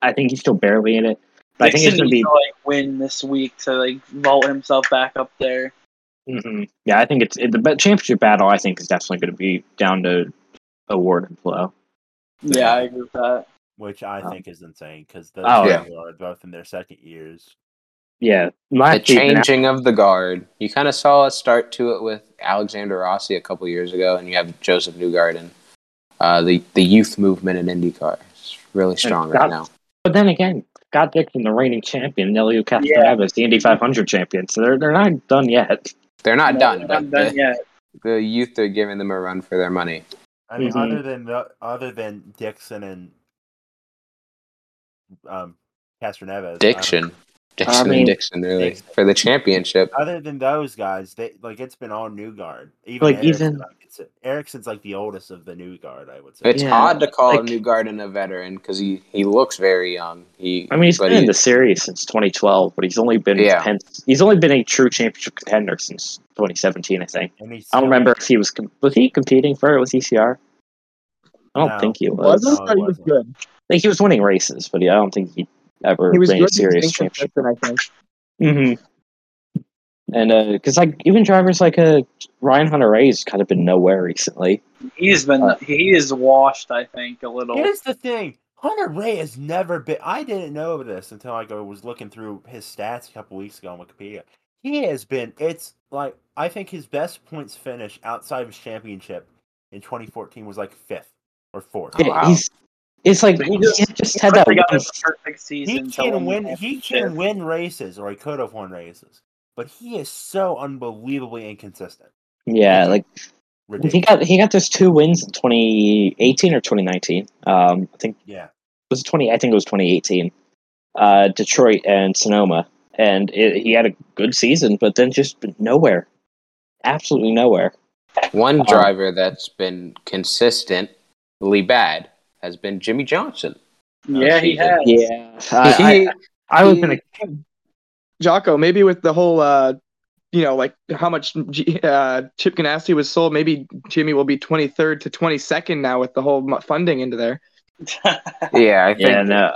[SPEAKER 2] I think he's still barely in it. But I think it's
[SPEAKER 3] Dixon
[SPEAKER 2] gonna
[SPEAKER 3] needs
[SPEAKER 2] be.
[SPEAKER 3] to like win this week to like vault himself back up there.
[SPEAKER 2] mhm. Yeah, I think it's it, the ba- championship battle. I think is definitely going to be down to award and flow.
[SPEAKER 3] Yeah,
[SPEAKER 4] Yeah.
[SPEAKER 3] I agree with that.
[SPEAKER 1] which I
[SPEAKER 2] Oh.
[SPEAKER 1] think is insane because those
[SPEAKER 2] Oh,
[SPEAKER 1] two are both in their second years.
[SPEAKER 2] Yeah, my
[SPEAKER 4] the changing of the guard. You kind of saw a start to it with Alexander Rossi a couple years ago, and you have Joseph Newgarden. Uh, the the youth movement in IndyCar is really strong right now.
[SPEAKER 2] But then again, Scott Dixon, the reigning champion, and Elio Castroneves, the Indy 500 champion. So they're they're not done yet.
[SPEAKER 4] They're not
[SPEAKER 3] No,
[SPEAKER 4] done,
[SPEAKER 3] they're
[SPEAKER 4] but
[SPEAKER 3] not done
[SPEAKER 4] the,
[SPEAKER 3] yet.
[SPEAKER 4] the youth are giving them a run for their money.
[SPEAKER 1] I mean,
[SPEAKER 2] Mhm.
[SPEAKER 1] other than the, other than Dixon and um Castroneves, I don't-
[SPEAKER 4] Dixon, Dixon,
[SPEAKER 2] mean-
[SPEAKER 4] and Dixon, really
[SPEAKER 1] Dixon.
[SPEAKER 4] for the championship.
[SPEAKER 1] other than those guys, they like it's been all new guard. Even
[SPEAKER 2] Like,
[SPEAKER 1] Erickson,
[SPEAKER 2] even-
[SPEAKER 1] I could say- Erickson's like the oldest of the new guard, I would say.
[SPEAKER 4] It's
[SPEAKER 2] Yeah,
[SPEAKER 4] odd to call
[SPEAKER 2] like-
[SPEAKER 4] Newgarden a veteran because he, he looks very young. He
[SPEAKER 2] I mean, he's
[SPEAKER 4] but
[SPEAKER 2] been in the series since 2012, but he's only been
[SPEAKER 4] Yeah.
[SPEAKER 2] pen- he's only been a true championship contender since 2017, I think.
[SPEAKER 1] And he's
[SPEAKER 2] I don't
[SPEAKER 1] still-
[SPEAKER 2] remember if he was com- was he competing for it with ECR. I don't
[SPEAKER 1] No.
[SPEAKER 2] think he was.
[SPEAKER 5] wasn't
[SPEAKER 1] it
[SPEAKER 5] but he was
[SPEAKER 1] wasn't.
[SPEAKER 5] good.
[SPEAKER 2] I think he was winning races, but yeah, I don't think he ever
[SPEAKER 5] He was
[SPEAKER 2] ran a
[SPEAKER 5] good. He was
[SPEAKER 2] serious championship.
[SPEAKER 5] inconsistent, I think.
[SPEAKER 2] Mm-hmm. And because like even drivers like uh, Ryan Hunter Ray's kind of been nowhere recently.
[SPEAKER 3] He's been
[SPEAKER 2] Uh,
[SPEAKER 3] he is washed. I think a little.
[SPEAKER 1] Here's the thing. Hunter Ray has never been. I didn't know this until I go- was looking through his stats a couple weeks ago on Wikipedia. He has been. It's like I think his best points finish outside of his championship in 2014 was like fifth or fourth.
[SPEAKER 4] Oh, wow.
[SPEAKER 2] He's it's like
[SPEAKER 3] But
[SPEAKER 2] he
[SPEAKER 3] he
[SPEAKER 2] just,
[SPEAKER 3] just-
[SPEAKER 2] had that
[SPEAKER 3] They got
[SPEAKER 2] one
[SPEAKER 3] the perfect season.
[SPEAKER 1] He
[SPEAKER 3] to
[SPEAKER 1] can win.
[SPEAKER 3] the
[SPEAKER 1] He
[SPEAKER 3] championship.
[SPEAKER 1] can win races, or he could have won races. But he is so unbelievably inconsistent.
[SPEAKER 2] yeah like he
[SPEAKER 1] Ridiculous.
[SPEAKER 2] got he got those two wins in 2018 or 2019. Um, I think
[SPEAKER 1] yeah.
[SPEAKER 2] it was 20 i think it was 2018 uh detroit and sonoma and it, he had a good season but then just nowhere absolutely nowhere.
[SPEAKER 4] One driver that's been consistently bad has been Jimmy Johnson.
[SPEAKER 3] Yeah, he
[SPEAKER 4] season.
[SPEAKER 3] has.
[SPEAKER 2] Yeah, I,
[SPEAKER 4] He-
[SPEAKER 2] I, I was gonna.
[SPEAKER 5] Jocko, maybe with the whole, uh, you know, like how much G- uh, Chip Ganassi was sold, maybe Jimmy will be 23rd to 22nd now with the whole mu- funding into there.
[SPEAKER 4] yeah, I think
[SPEAKER 2] Yeah, no,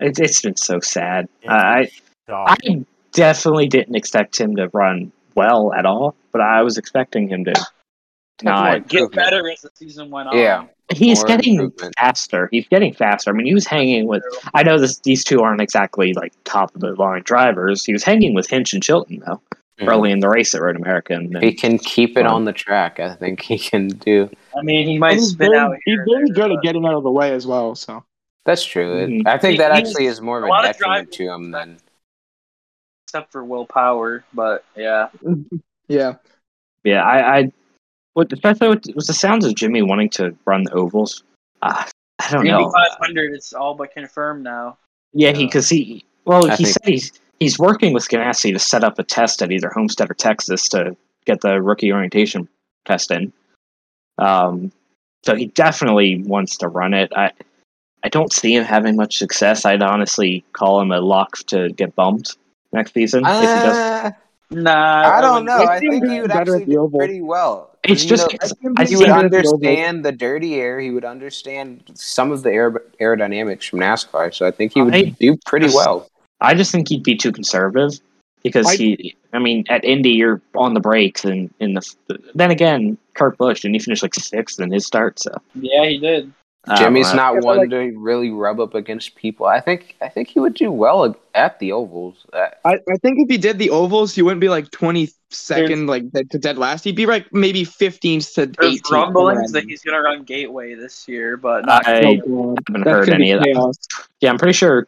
[SPEAKER 2] it, it's been so sad.
[SPEAKER 1] It's
[SPEAKER 2] I I
[SPEAKER 1] shocking.
[SPEAKER 2] definitely didn't expect him to run well at all, but I was expecting him to. Not.
[SPEAKER 3] Get
[SPEAKER 4] improvement.
[SPEAKER 3] better as the season went on.
[SPEAKER 4] Yeah.
[SPEAKER 2] He's
[SPEAKER 4] More
[SPEAKER 2] getting
[SPEAKER 4] improvement.
[SPEAKER 2] faster. He's getting faster. I mean, he was hanging with. I know this, these two aren't exactly like top of the line drivers. He was hanging with Hinch and Chilton though
[SPEAKER 4] Mhm.
[SPEAKER 2] early in the race at Road America, and then
[SPEAKER 4] He can keep it
[SPEAKER 2] Fun.
[SPEAKER 4] on the track. I think he can do.
[SPEAKER 3] I mean, he might
[SPEAKER 5] he's
[SPEAKER 3] spin
[SPEAKER 5] very,
[SPEAKER 3] out.
[SPEAKER 5] he's
[SPEAKER 3] Here
[SPEAKER 5] very
[SPEAKER 3] and there,
[SPEAKER 5] good at
[SPEAKER 3] but-
[SPEAKER 5] getting out of the way as well. So
[SPEAKER 4] That's true. It-
[SPEAKER 2] Mhm.
[SPEAKER 4] I think that
[SPEAKER 3] He-
[SPEAKER 4] actually is more of
[SPEAKER 3] a
[SPEAKER 4] a,
[SPEAKER 3] lot of
[SPEAKER 4] detriment
[SPEAKER 3] drivers-
[SPEAKER 4] to him than
[SPEAKER 3] except for willpower. But yeah,
[SPEAKER 5] yeah,
[SPEAKER 2] Yeah, I, I what especially with, was the sounds of Jimmy wanting to run the ovals. Uh, I don't
[SPEAKER 3] Indy
[SPEAKER 2] know.
[SPEAKER 3] 500, it's all but confirmed now.
[SPEAKER 2] Yeah, he because he well
[SPEAKER 4] I
[SPEAKER 2] he
[SPEAKER 4] think-
[SPEAKER 2] said he's he's working with Ganassi to set up a test at either Homestead or Texas to get the rookie orientation test in. Um, so he definitely wants to run it. I I don't see him having much success. I'd honestly call him a lock to get bumped next season if he does.
[SPEAKER 4] Uh,
[SPEAKER 3] Nah,
[SPEAKER 4] I
[SPEAKER 3] wouldn't-
[SPEAKER 4] don't know. I
[SPEAKER 5] I've seen
[SPEAKER 4] think
[SPEAKER 5] him
[SPEAKER 4] he would
[SPEAKER 5] better at
[SPEAKER 4] actually
[SPEAKER 5] the
[SPEAKER 4] do
[SPEAKER 5] Oval.
[SPEAKER 4] pretty well.
[SPEAKER 2] It's
[SPEAKER 4] You
[SPEAKER 2] just
[SPEAKER 4] know,
[SPEAKER 2] because
[SPEAKER 5] him
[SPEAKER 2] I
[SPEAKER 4] he
[SPEAKER 5] being
[SPEAKER 2] see
[SPEAKER 4] would
[SPEAKER 5] better
[SPEAKER 2] him.
[SPEAKER 5] at the Oval.
[SPEAKER 4] understand the dirty air. He would understand some of the aer- aerodynamics from NASCAR. So I think he would
[SPEAKER 2] I
[SPEAKER 4] do pretty
[SPEAKER 2] just-
[SPEAKER 4] well.
[SPEAKER 2] I just think he'd be too conservative because
[SPEAKER 5] I-
[SPEAKER 2] he. I mean, at Indy, you're on the brakes, and in the. Then again, Kurt Busch didn't he finish like sixth in his start? So
[SPEAKER 3] Yeah, he did.
[SPEAKER 2] I don't
[SPEAKER 4] Jimmy's
[SPEAKER 2] know.
[SPEAKER 4] not
[SPEAKER 5] Yeah, but,
[SPEAKER 4] one
[SPEAKER 5] like-
[SPEAKER 4] to really rub up against people. I think I think he would do well at the ovals. Uh,
[SPEAKER 5] I, I think if he did the ovals, you wouldn't be like 22nd, like dead, to dead last. He'd be like maybe 15th to
[SPEAKER 3] There's
[SPEAKER 5] 18th.
[SPEAKER 3] rumblings that he's gonna run Gateway this year, but not.
[SPEAKER 2] I
[SPEAKER 5] Oh, God.
[SPEAKER 2] haven't
[SPEAKER 5] That's
[SPEAKER 2] heard
[SPEAKER 5] gonna
[SPEAKER 2] any
[SPEAKER 5] be
[SPEAKER 2] of that.
[SPEAKER 5] chaos.
[SPEAKER 2] Yeah, I'm pretty sure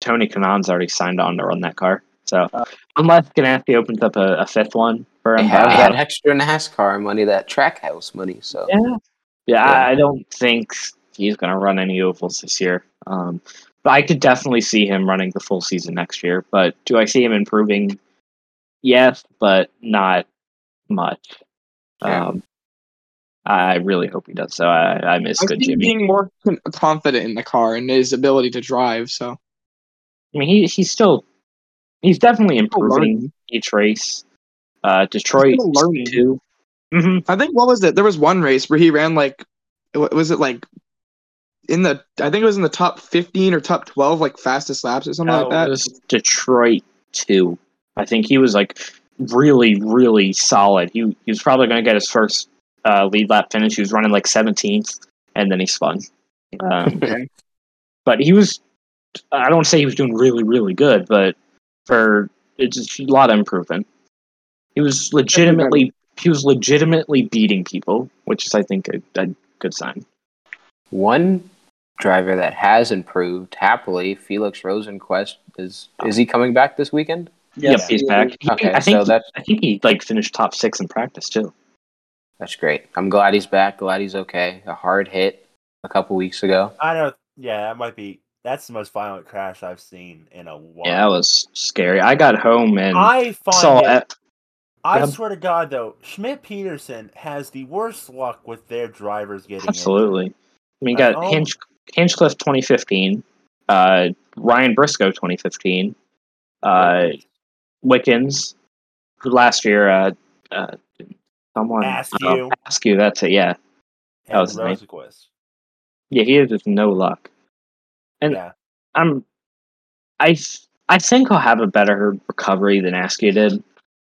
[SPEAKER 2] Tony Kanon's already signed on to run that car. So
[SPEAKER 3] Uh,
[SPEAKER 2] unless Ganassi opens up a, a fifth one for
[SPEAKER 4] they
[SPEAKER 2] him,
[SPEAKER 4] have
[SPEAKER 2] but I
[SPEAKER 4] that
[SPEAKER 2] don't-
[SPEAKER 4] extra NASCAR money, that track house money. So
[SPEAKER 2] Yeah. Yeah,
[SPEAKER 4] Yeah.
[SPEAKER 2] I I don't think he's going to run any ovals this year. Um, but I could definitely see him running the full season next year. But do I see him improving? Yes, but not much.
[SPEAKER 4] Yeah.
[SPEAKER 2] Um, I really hope he does. So I, I miss
[SPEAKER 5] I
[SPEAKER 2] good
[SPEAKER 5] see him
[SPEAKER 2] Jimmy.
[SPEAKER 5] being more con- confident in the car and his ability to drive. So
[SPEAKER 2] I mean, he he's still he's definitely improving
[SPEAKER 5] learning.
[SPEAKER 2] each race. Uh, Detroit
[SPEAKER 5] He's still learning.
[SPEAKER 2] too. hmm
[SPEAKER 5] I think what was it? There was one race where he ran like, wa- was it like in the? I think it was in the top fifteen or top twelve, like fastest laps or something like that.
[SPEAKER 2] it was Detroit too. I think he was like really, really solid. He he was probably going to get his first uh, lead lap finish. He was running like 17th, and then he spun. Um,
[SPEAKER 5] Okay.
[SPEAKER 2] but he was. I don't say he was doing really, really good, but for it's just a lot of improvement. He was legitimately. He was legitimately beating people, which is, I think, a, a good sign.
[SPEAKER 4] one driver that has improved happily, Felix Rosenquist is is he coming back this weekend?
[SPEAKER 2] yep, he's
[SPEAKER 3] he
[SPEAKER 2] back.
[SPEAKER 3] is.
[SPEAKER 2] He-
[SPEAKER 4] Okay,
[SPEAKER 2] I think
[SPEAKER 4] so that's-
[SPEAKER 2] I think he like finished top six in practice too.
[SPEAKER 4] That's great. I'm glad he's back. Glad he's okay. A hard hit a couple weeks ago.
[SPEAKER 1] I don't. Yeah, that might be. That's the most violent crash I've seen in a while.
[SPEAKER 2] Yeah, that was scary. I got home and
[SPEAKER 1] I find
[SPEAKER 2] saw
[SPEAKER 1] it.
[SPEAKER 2] it.
[SPEAKER 1] I
[SPEAKER 2] Yep.
[SPEAKER 1] swear to God, though, Schmidt Peterson has the worst luck with their drivers getting
[SPEAKER 2] Absolutely. I mean, you
[SPEAKER 1] That's
[SPEAKER 2] got
[SPEAKER 1] all-
[SPEAKER 2] Hinch, Hinchcliffe 2015, uh, Ryan Briscoe 2015, uh,
[SPEAKER 1] injured.
[SPEAKER 2] Wickens, who last year, uh, uh, someone uh,
[SPEAKER 1] Askew.
[SPEAKER 2] ask you, that's it, yeah.
[SPEAKER 1] and
[SPEAKER 2] was his name.
[SPEAKER 1] Rosenquist.
[SPEAKER 2] Yeah, he has just no luck. And-
[SPEAKER 1] yeah,
[SPEAKER 2] I'm, I, th- I think he'll have a better recovery than Askew did.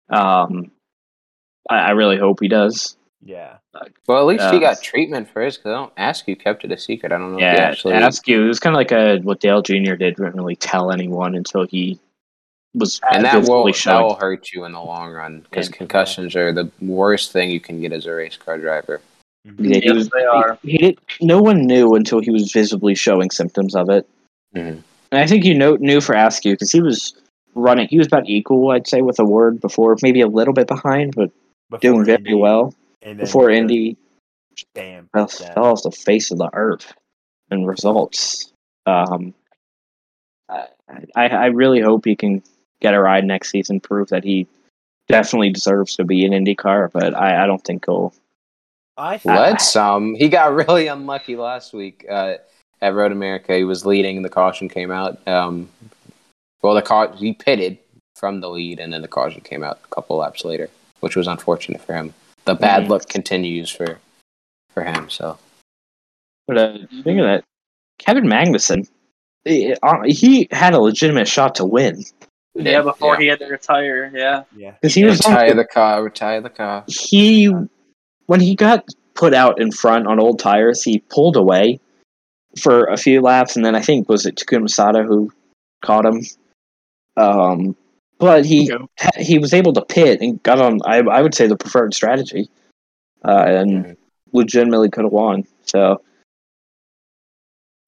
[SPEAKER 2] Um, I, I really hope he does.
[SPEAKER 1] yeah.
[SPEAKER 4] Well, at least he
[SPEAKER 2] Uh,
[SPEAKER 4] got treatment for his. Cause I don't ask you kept it a secret. I don't know if he
[SPEAKER 2] Yeah,
[SPEAKER 4] actually.
[SPEAKER 2] ask you. It was kind of like a, what Dale Jr. did. Didn't really tell anyone until he was
[SPEAKER 4] and that
[SPEAKER 2] visibly
[SPEAKER 4] will that
[SPEAKER 2] showing.
[SPEAKER 4] will hurt you in the long run because
[SPEAKER 1] And-
[SPEAKER 4] concussions are the worst thing you can get as a race car driver.
[SPEAKER 2] Yeah, he
[SPEAKER 3] Yes,
[SPEAKER 2] was-
[SPEAKER 3] they are.
[SPEAKER 2] He, he didn't, no one knew until he was visibly showing symptoms of it.
[SPEAKER 4] Mhm.
[SPEAKER 2] And I think you know, knew for Askew because he was running. He was about equal, I'd say, with a word before, maybe a little bit behind, but doing
[SPEAKER 1] Before
[SPEAKER 2] very
[SPEAKER 1] Indy,
[SPEAKER 2] well
[SPEAKER 1] and then
[SPEAKER 2] before
[SPEAKER 1] just
[SPEAKER 2] Indy
[SPEAKER 1] Bam.
[SPEAKER 2] fell
[SPEAKER 1] down.
[SPEAKER 2] fell off the face of the earth in results. Um, I, I, I really hope he can get a ride next season, prove that he definitely deserves to be in IndyCar, but I, I don't think he'll.
[SPEAKER 1] I think
[SPEAKER 4] Let's um he got really unlucky last week uh, at Road America. He was leading, the caution came out. Um well the car he pitted from the lead and then the caution came out a couple laps later, which was unfortunate for him. The bad
[SPEAKER 2] Mhm.
[SPEAKER 3] Mm-hmm.
[SPEAKER 4] luck continues for for him, so
[SPEAKER 2] But uh, think of that, Kevin Magnussen. eh, uh, He had a legitimate shot to win
[SPEAKER 3] Yeah, before he had to retire. Yeah.
[SPEAKER 1] yeah.
[SPEAKER 2] because he was on
[SPEAKER 4] retire the car, retire the car.
[SPEAKER 2] he when he got put out in front on old tires, he pulled away for a few laps, and then I think was it Takuma Masada who caught him. Um, but he
[SPEAKER 5] Okay.
[SPEAKER 2] ha- he was able to pit and got on. I I would say the preferred strategy, uh, and
[SPEAKER 4] Mhm.
[SPEAKER 2] legitimately could have won. So,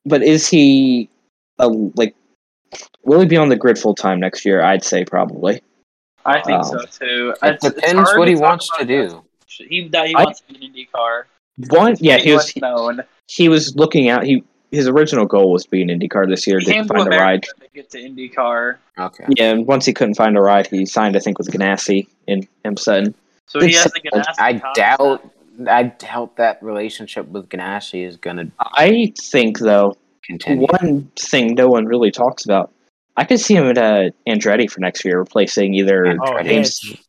[SPEAKER 2] but is he a like? Will he be on the grid full time next year? I'd say probably.
[SPEAKER 3] I
[SPEAKER 2] Wow.
[SPEAKER 3] think so too.
[SPEAKER 4] It
[SPEAKER 3] It's- it's
[SPEAKER 4] depends
[SPEAKER 3] hard
[SPEAKER 4] what he
[SPEAKER 3] talk
[SPEAKER 4] wants
[SPEAKER 3] about
[SPEAKER 4] to do.
[SPEAKER 3] that. He that he
[SPEAKER 2] I-
[SPEAKER 3] wants to be an Indy car.
[SPEAKER 2] One, yeah, he was
[SPEAKER 3] What's known.
[SPEAKER 2] he was looking out. He his original goal was to be an IndyCar this year.
[SPEAKER 3] He came
[SPEAKER 2] Didn't
[SPEAKER 3] to
[SPEAKER 2] find a ride.
[SPEAKER 3] America to get to IndyCar,
[SPEAKER 4] Okay.
[SPEAKER 2] Yeah, and once he couldn't find a ride, he signed, I think, with Ganassi in Hempstead.
[SPEAKER 3] so he
[SPEAKER 2] It's-
[SPEAKER 3] has to get asked.
[SPEAKER 4] I doubt I doubt that relationship with Ganassi is gonna
[SPEAKER 2] I think, though,
[SPEAKER 4] continue.
[SPEAKER 2] one thing no one really talks about, I could see him at uh, Andretti for next year, replacing either
[SPEAKER 1] Oh,
[SPEAKER 4] Andretti.
[SPEAKER 2] James,
[SPEAKER 1] Hinch,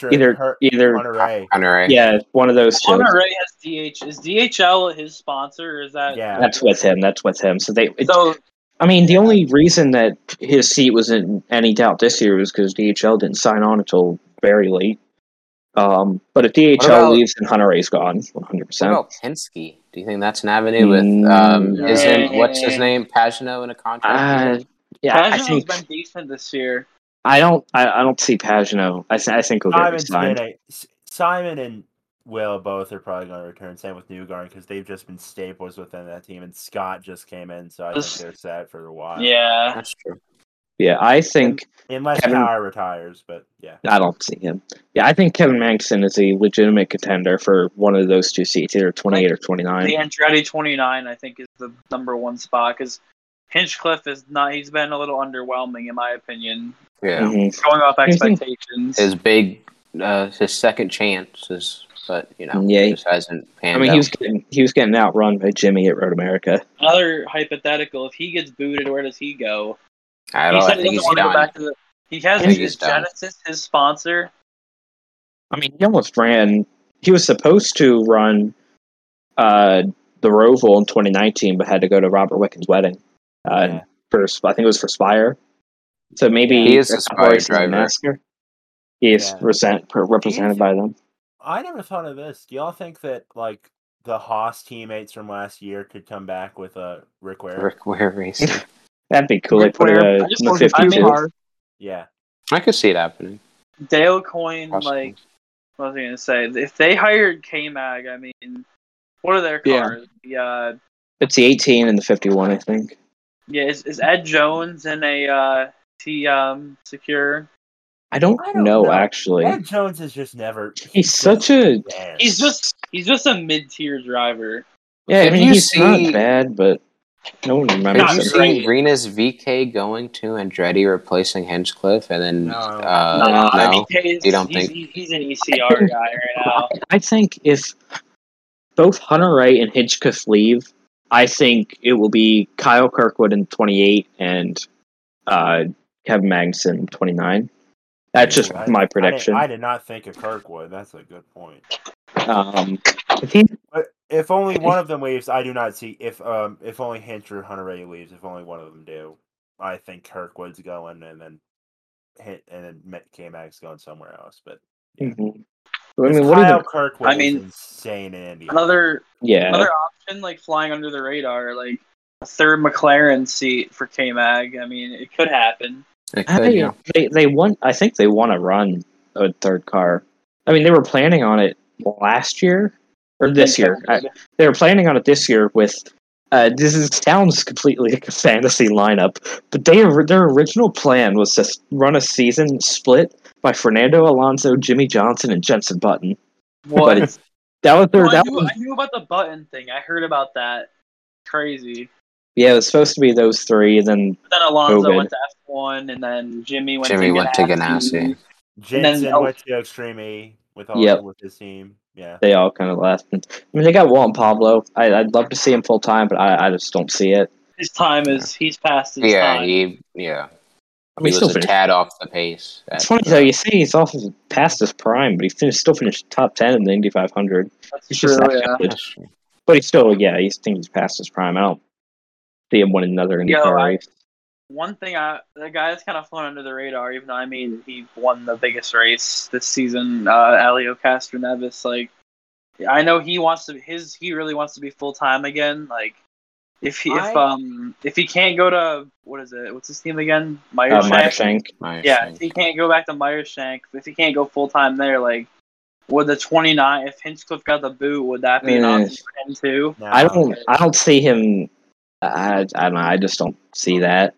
[SPEAKER 1] Hinch or
[SPEAKER 2] either
[SPEAKER 1] Her-
[SPEAKER 2] either
[SPEAKER 1] Honore.
[SPEAKER 4] Honore.
[SPEAKER 2] yeah, one of those two.
[SPEAKER 3] Monterey has DH. Is DHL his sponsor? Or is that
[SPEAKER 1] Yeah.
[SPEAKER 2] That's with him. That's with him. So they. it-
[SPEAKER 3] So
[SPEAKER 2] I mean, the only reason that his seat was in any doubt this year was because DHL didn't sign on until very late. Um, but if DHL
[SPEAKER 4] about-
[SPEAKER 2] leaves, then Honore's gone, one hundred
[SPEAKER 4] What
[SPEAKER 2] percent.
[SPEAKER 4] about Penske? Do you think that's an avenue with um,
[SPEAKER 2] Mm.
[SPEAKER 4] isn't what's his
[SPEAKER 3] Yeah.
[SPEAKER 4] name Pagano in a
[SPEAKER 2] Uh,
[SPEAKER 4] contract?
[SPEAKER 2] yeah, I
[SPEAKER 3] Pagano's
[SPEAKER 2] think
[SPEAKER 3] been decent this year.
[SPEAKER 2] I don't. I, I don't see Pagano. I, th- I think he'll get
[SPEAKER 1] Simon's
[SPEAKER 2] resigned.
[SPEAKER 1] been a, S- Simon and Will both are probably going to return. Same with Newgarden because they've just been staples within that team. And Scott just came in, so I think
[SPEAKER 3] This-
[SPEAKER 1] they're set for a while.
[SPEAKER 3] Yeah.
[SPEAKER 4] That's true.
[SPEAKER 2] Yeah, I think
[SPEAKER 1] unless
[SPEAKER 2] Kevin-
[SPEAKER 1] Power retires, but yeah,
[SPEAKER 2] I don't see him. Yeah, I think Kevin Magnuson is a legitimate contender for one of those two seats, either twenty eight or twenty
[SPEAKER 3] The
[SPEAKER 2] nine.
[SPEAKER 3] Andretti 29, I think, is the number one spot because Hinchcliffe is not. He's been a little underwhelming, in my opinion,
[SPEAKER 4] Yeah,
[SPEAKER 2] Mm-hmm.
[SPEAKER 3] going off
[SPEAKER 2] Here's the-
[SPEAKER 3] expectations.
[SPEAKER 4] his big uh, his second chance is, but you know,
[SPEAKER 2] Yeah.
[SPEAKER 4] just hasn't panned
[SPEAKER 2] I mean,
[SPEAKER 4] out.
[SPEAKER 2] he was getting he was getting outrun by Jimmy at Road America.
[SPEAKER 3] Another hypothetical: if he gets booted, where does he go?
[SPEAKER 4] I
[SPEAKER 3] he
[SPEAKER 4] don't. I
[SPEAKER 3] said he
[SPEAKER 4] think
[SPEAKER 3] doesn't
[SPEAKER 4] he's
[SPEAKER 3] want to go
[SPEAKER 4] done.
[SPEAKER 3] back to the. He
[SPEAKER 4] I
[SPEAKER 3] has
[SPEAKER 4] think
[SPEAKER 3] his
[SPEAKER 4] he's done.
[SPEAKER 3] Genesis, his sponsor.
[SPEAKER 2] I mean, he almost ran. He was supposed to run uh, the Roval in 2019, but had to go to Robert Wickens' wedding. Uh,
[SPEAKER 1] Yeah.
[SPEAKER 2] For I think it was for Spire. So maybe
[SPEAKER 4] He is the
[SPEAKER 2] a couple
[SPEAKER 4] Spire
[SPEAKER 2] races in
[SPEAKER 4] driver.
[SPEAKER 2] NASCAR. He is
[SPEAKER 1] Yeah.
[SPEAKER 2] resent, per, represented by them.
[SPEAKER 1] I never thought of this. Do y'all think that like the Haas teammates from last year could come back with a Rick Ware?
[SPEAKER 4] Rick Ware racing.
[SPEAKER 2] That'd be cool. They put it
[SPEAKER 5] Where-
[SPEAKER 2] uh,
[SPEAKER 5] I just
[SPEAKER 2] in the
[SPEAKER 5] ordered two
[SPEAKER 2] 52.
[SPEAKER 5] cars.
[SPEAKER 1] Yeah,
[SPEAKER 4] I could see it happening.
[SPEAKER 3] Dale Coyne,
[SPEAKER 4] possibly.
[SPEAKER 3] like, what was I gonna say? If they hired K Mag, I mean, what are their
[SPEAKER 5] Yeah.
[SPEAKER 3] cars? Yeah, uh,
[SPEAKER 2] It's the 18 and the 51, I think.
[SPEAKER 3] yeah. Is, is Ed Jones in a uh, T um secure?
[SPEAKER 2] I don't,
[SPEAKER 1] I don't
[SPEAKER 2] know,
[SPEAKER 1] know.
[SPEAKER 2] actually.
[SPEAKER 1] Ed Jones is just never.
[SPEAKER 2] He's such a
[SPEAKER 1] man.
[SPEAKER 3] He's just he's just a mid tier driver.
[SPEAKER 2] yeah. I
[SPEAKER 4] Did
[SPEAKER 2] mean,
[SPEAKER 4] you
[SPEAKER 2] he's
[SPEAKER 4] see-
[SPEAKER 2] not bad, but no one
[SPEAKER 4] Did
[SPEAKER 2] remembers
[SPEAKER 3] Not
[SPEAKER 4] you
[SPEAKER 2] him.
[SPEAKER 4] see
[SPEAKER 3] great.
[SPEAKER 4] Rena's VK going to Andretti replacing Hinchcliffe and then
[SPEAKER 1] No.
[SPEAKER 4] uh,
[SPEAKER 3] Nah,
[SPEAKER 4] no,
[SPEAKER 3] I think he's,
[SPEAKER 4] you don't
[SPEAKER 3] he's,
[SPEAKER 4] think-
[SPEAKER 3] he's- he's an ECR guy right now.
[SPEAKER 2] I think if both Hunter Ray and Hitchcock leave, I think it will be Kyle Kirkwood in 28 and uh, Kevin Magnuson in 29. That's just
[SPEAKER 1] Ooh, I-
[SPEAKER 2] my
[SPEAKER 1] I didn't-
[SPEAKER 2] prediction.
[SPEAKER 1] I did, not think of Kirkwood. That's a good point.
[SPEAKER 2] um, if he-
[SPEAKER 1] But if only one of them leaves, I do not see if um if only Hinch or Hunter Ray leaves. If only one of them do, I think Kirkwood's going, and then hit and then K Mag's going somewhere else. But
[SPEAKER 2] Mhm. I
[SPEAKER 1] 'cause
[SPEAKER 2] mean, what do
[SPEAKER 1] Kyle
[SPEAKER 2] you?
[SPEAKER 1] Kirkwood
[SPEAKER 3] I mean,
[SPEAKER 1] is insane in India.
[SPEAKER 3] Another
[SPEAKER 2] Yeah,
[SPEAKER 3] another option, like flying under the radar, like a third McLaren seat for K Mag. I mean, it could happen.
[SPEAKER 4] it
[SPEAKER 2] I
[SPEAKER 4] could, yeah.
[SPEAKER 2] they they want. I think they want to run a third car. I mean, they were planning on it last year or this year. I- they were planning on it this year with uh, this is, sounds completely like a fantasy lineup, but they their original plan was to s- run a season split by Fernando Alonso, Jimmy Johnson, and Jensen Button.
[SPEAKER 3] What?
[SPEAKER 2] But it's- that was their
[SPEAKER 3] Oh, I,
[SPEAKER 2] that
[SPEAKER 3] knew,
[SPEAKER 2] was,
[SPEAKER 3] I knew about the button thing. I heard about that. Crazy.
[SPEAKER 2] yeah, it was supposed to be those three, and then Oh,
[SPEAKER 3] But then Alonso
[SPEAKER 2] COVID.
[SPEAKER 3] went to F1, and then Jimmy went
[SPEAKER 4] Jimmy
[SPEAKER 3] to
[SPEAKER 4] went to
[SPEAKER 3] And
[SPEAKER 4] Ganassi.
[SPEAKER 3] then-
[SPEAKER 1] Jensen
[SPEAKER 3] oh.
[SPEAKER 1] went to Extreme E with all
[SPEAKER 2] Yep.
[SPEAKER 1] with his team. Yeah.
[SPEAKER 2] They all kind of left. I mean, they got Juan Pablo. I, I'd love to see him full time, but I, I just don't see it.
[SPEAKER 3] His time is he's past his
[SPEAKER 4] Yeah,
[SPEAKER 3] time.
[SPEAKER 4] he yeah.
[SPEAKER 2] I
[SPEAKER 4] He
[SPEAKER 2] mean, still
[SPEAKER 4] was a
[SPEAKER 2] finished.
[SPEAKER 4] tad off the pace. at-
[SPEAKER 2] It's funny though. You say he's off his- past his prime, but he finished, still finished top ten in the Indy 500.
[SPEAKER 3] That's
[SPEAKER 2] He's just
[SPEAKER 3] true.
[SPEAKER 2] not
[SPEAKER 3] Yeah.
[SPEAKER 2] good. But he's still, yeah, he's think he's past his prime. I don't see him winning another Indy
[SPEAKER 3] Yo,
[SPEAKER 2] car
[SPEAKER 3] I-
[SPEAKER 2] race.
[SPEAKER 3] One thing I the guy that's kind of flown under the radar, even though I mean he won the biggest race this season, uh, Alio Castro Nevis. Like, I know he wants to his he really wants to be full time again. Like, if he if
[SPEAKER 1] I-
[SPEAKER 3] um if he can't go to what is it what's his team again
[SPEAKER 2] Uh,
[SPEAKER 3] Meyershank.
[SPEAKER 2] Max Shank.
[SPEAKER 4] Nice.
[SPEAKER 3] yeah, if he can't go back to Meyershank, if he can't go full time there, like, would the twenty nine if Hinchcliffe got the boot, would that be an
[SPEAKER 2] Mm.
[SPEAKER 3] option for him too?
[SPEAKER 1] Now,
[SPEAKER 2] I don't. I don't see him. I, I don't know. I just don't see that.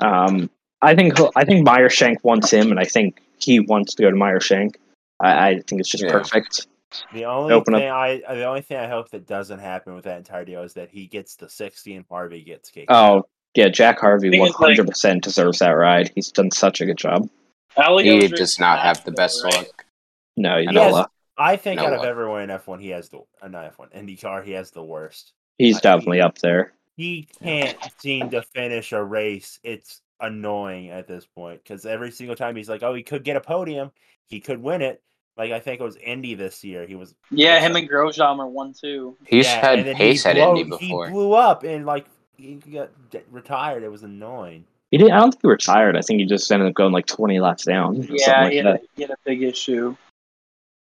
[SPEAKER 2] Um, I think. he'll- I think Meyer Shank wants him, and I think he wants to go to Meyer Shank. I, I think it's just
[SPEAKER 4] Yeah.
[SPEAKER 2] perfect.
[SPEAKER 1] The only
[SPEAKER 2] Open up-
[SPEAKER 1] thing I the only thing I hope that doesn't happen with that entire deal is that he gets the sixty and Harvey gets kicked.
[SPEAKER 2] Oh yeah, Jack Harvey
[SPEAKER 3] Thing
[SPEAKER 2] one
[SPEAKER 3] is, like-
[SPEAKER 2] hundred percent deserves that ride. He's done such a good job.
[SPEAKER 3] Alio's
[SPEAKER 4] He
[SPEAKER 3] really
[SPEAKER 4] does not have the
[SPEAKER 3] fast,
[SPEAKER 4] best
[SPEAKER 3] though, right?
[SPEAKER 4] luck.
[SPEAKER 2] No, he's
[SPEAKER 4] I
[SPEAKER 1] know.
[SPEAKER 2] not luck.
[SPEAKER 1] I think
[SPEAKER 4] No
[SPEAKER 1] out of
[SPEAKER 4] luck.
[SPEAKER 1] everyone in F one, he has the uh, not F one IndyCar, he has the worst.
[SPEAKER 2] He's
[SPEAKER 1] I-
[SPEAKER 2] definitely up there.
[SPEAKER 1] He
[SPEAKER 4] Yeah.
[SPEAKER 1] can't seem to finish a race. It's annoying at this point because every single time he's like, "Oh, he could get a podium, he could win it." Like I think it was Indy this year. He was
[SPEAKER 3] Yeah, him and Grosjean are one two.
[SPEAKER 4] He's
[SPEAKER 1] yeah, and
[SPEAKER 4] had
[SPEAKER 1] then
[SPEAKER 4] pace
[SPEAKER 1] he
[SPEAKER 4] at
[SPEAKER 1] blow-
[SPEAKER 4] Indy
[SPEAKER 1] He
[SPEAKER 4] before.
[SPEAKER 1] blew up and like he got d- retired. It was annoying.
[SPEAKER 2] He didn't. I don't think he retired. I think he just ended up going like twenty laps down. Or
[SPEAKER 3] Yeah,
[SPEAKER 2] something like
[SPEAKER 3] he, had a,
[SPEAKER 2] that.
[SPEAKER 3] he had a big issue.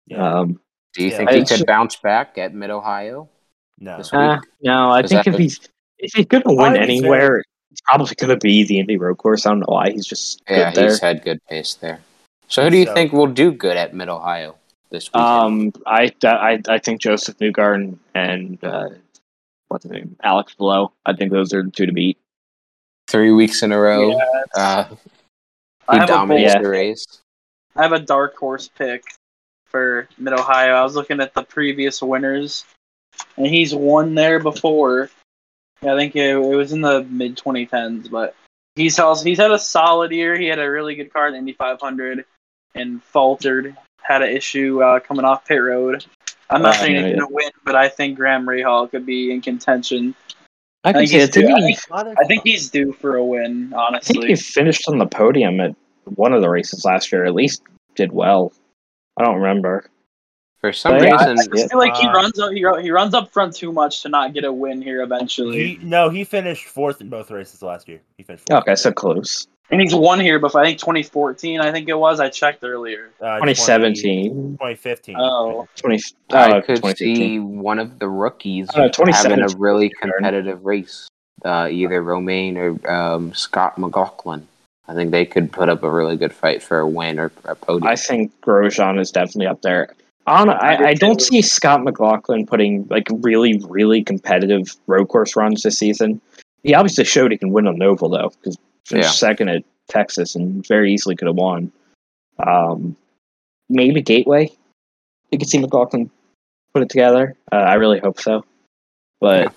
[SPEAKER 1] Yeah,
[SPEAKER 2] Um,
[SPEAKER 4] Do you
[SPEAKER 1] Yeah.
[SPEAKER 4] think he
[SPEAKER 2] It's-
[SPEAKER 4] could bounce back at Mid Ohio?
[SPEAKER 1] no.
[SPEAKER 4] this
[SPEAKER 2] Uh, no, I
[SPEAKER 4] Is
[SPEAKER 2] think
[SPEAKER 4] that
[SPEAKER 2] if
[SPEAKER 4] the-
[SPEAKER 2] he's if he's going to win
[SPEAKER 1] Harvey's
[SPEAKER 2] anywhere, it's probably going to be the Indy Road Course. I don't know why he's just
[SPEAKER 4] Yeah,
[SPEAKER 2] good there.
[SPEAKER 4] he's had good pace there. So who do you
[SPEAKER 1] So-
[SPEAKER 4] think will do good at Mid Ohio this weekend?
[SPEAKER 2] Um, I, I I think Joseph Newgarden and uh, what's his name, Alex Below. I think those are the two to beat.
[SPEAKER 4] Three weeks in a row.
[SPEAKER 3] Yeah,
[SPEAKER 4] Uh, he
[SPEAKER 3] I have a
[SPEAKER 4] dominates
[SPEAKER 2] bold-
[SPEAKER 4] the race.
[SPEAKER 3] I have a dark horse pick for Mid Ohio. I was looking at the previous winners, and he's won there before. I think it, it was in the mid 2010s, but he's also, he's had a solid year. He had a really good car in the Indy 500 and faltered, had an issue uh, coming off pit road. I'm not
[SPEAKER 2] Uh,
[SPEAKER 3] saying he's
[SPEAKER 2] yeah.
[SPEAKER 3] gonna win, but I think Graham Rahal could be in contention.
[SPEAKER 2] I can
[SPEAKER 3] think
[SPEAKER 2] see. I
[SPEAKER 3] he's
[SPEAKER 2] think,
[SPEAKER 3] good. I
[SPEAKER 2] he,
[SPEAKER 3] think- I think he's due for a win,
[SPEAKER 2] I think
[SPEAKER 3] honestly.
[SPEAKER 2] he finished on the podium at one of the races last year. At least did well. I don't remember.
[SPEAKER 4] For some
[SPEAKER 2] Oh, yeah, I-
[SPEAKER 3] I
[SPEAKER 4] reason,
[SPEAKER 3] just feel like he
[SPEAKER 1] Uh,
[SPEAKER 3] runs up he, ru- he runs up front too much to not get a win here eventually.
[SPEAKER 1] He, no, he finished fourth in both races last year. He finished fourth.
[SPEAKER 2] Okay, so close.
[SPEAKER 3] And he's won here before I think 2014 I think it was I checked earlier.
[SPEAKER 1] Uh, 20,
[SPEAKER 2] 2017,
[SPEAKER 1] 2015.
[SPEAKER 3] Oh.
[SPEAKER 2] 20,
[SPEAKER 4] I
[SPEAKER 2] uh,
[SPEAKER 4] could
[SPEAKER 2] 2015.
[SPEAKER 4] see one of the rookies
[SPEAKER 2] I don't know, 27
[SPEAKER 4] having a really
[SPEAKER 2] Aaron.
[SPEAKER 4] competitive race. Uh, either Romaine or um, Scott McLaughlin. I think they could put up a really good fight for a win or a podium.
[SPEAKER 2] I think Grosjean is definitely up there. I don't,
[SPEAKER 3] I do
[SPEAKER 2] I, I don't
[SPEAKER 3] too.
[SPEAKER 2] see Scott McLaughlin putting like really, really competitive road course runs this season. He obviously showed he can win on Noble though, because finished
[SPEAKER 4] Yeah.
[SPEAKER 2] second at Texas and very easily could have won. Um, maybe Gateway. You could see McLaughlin put it together. Uh, I really hope so. But
[SPEAKER 4] Yeah.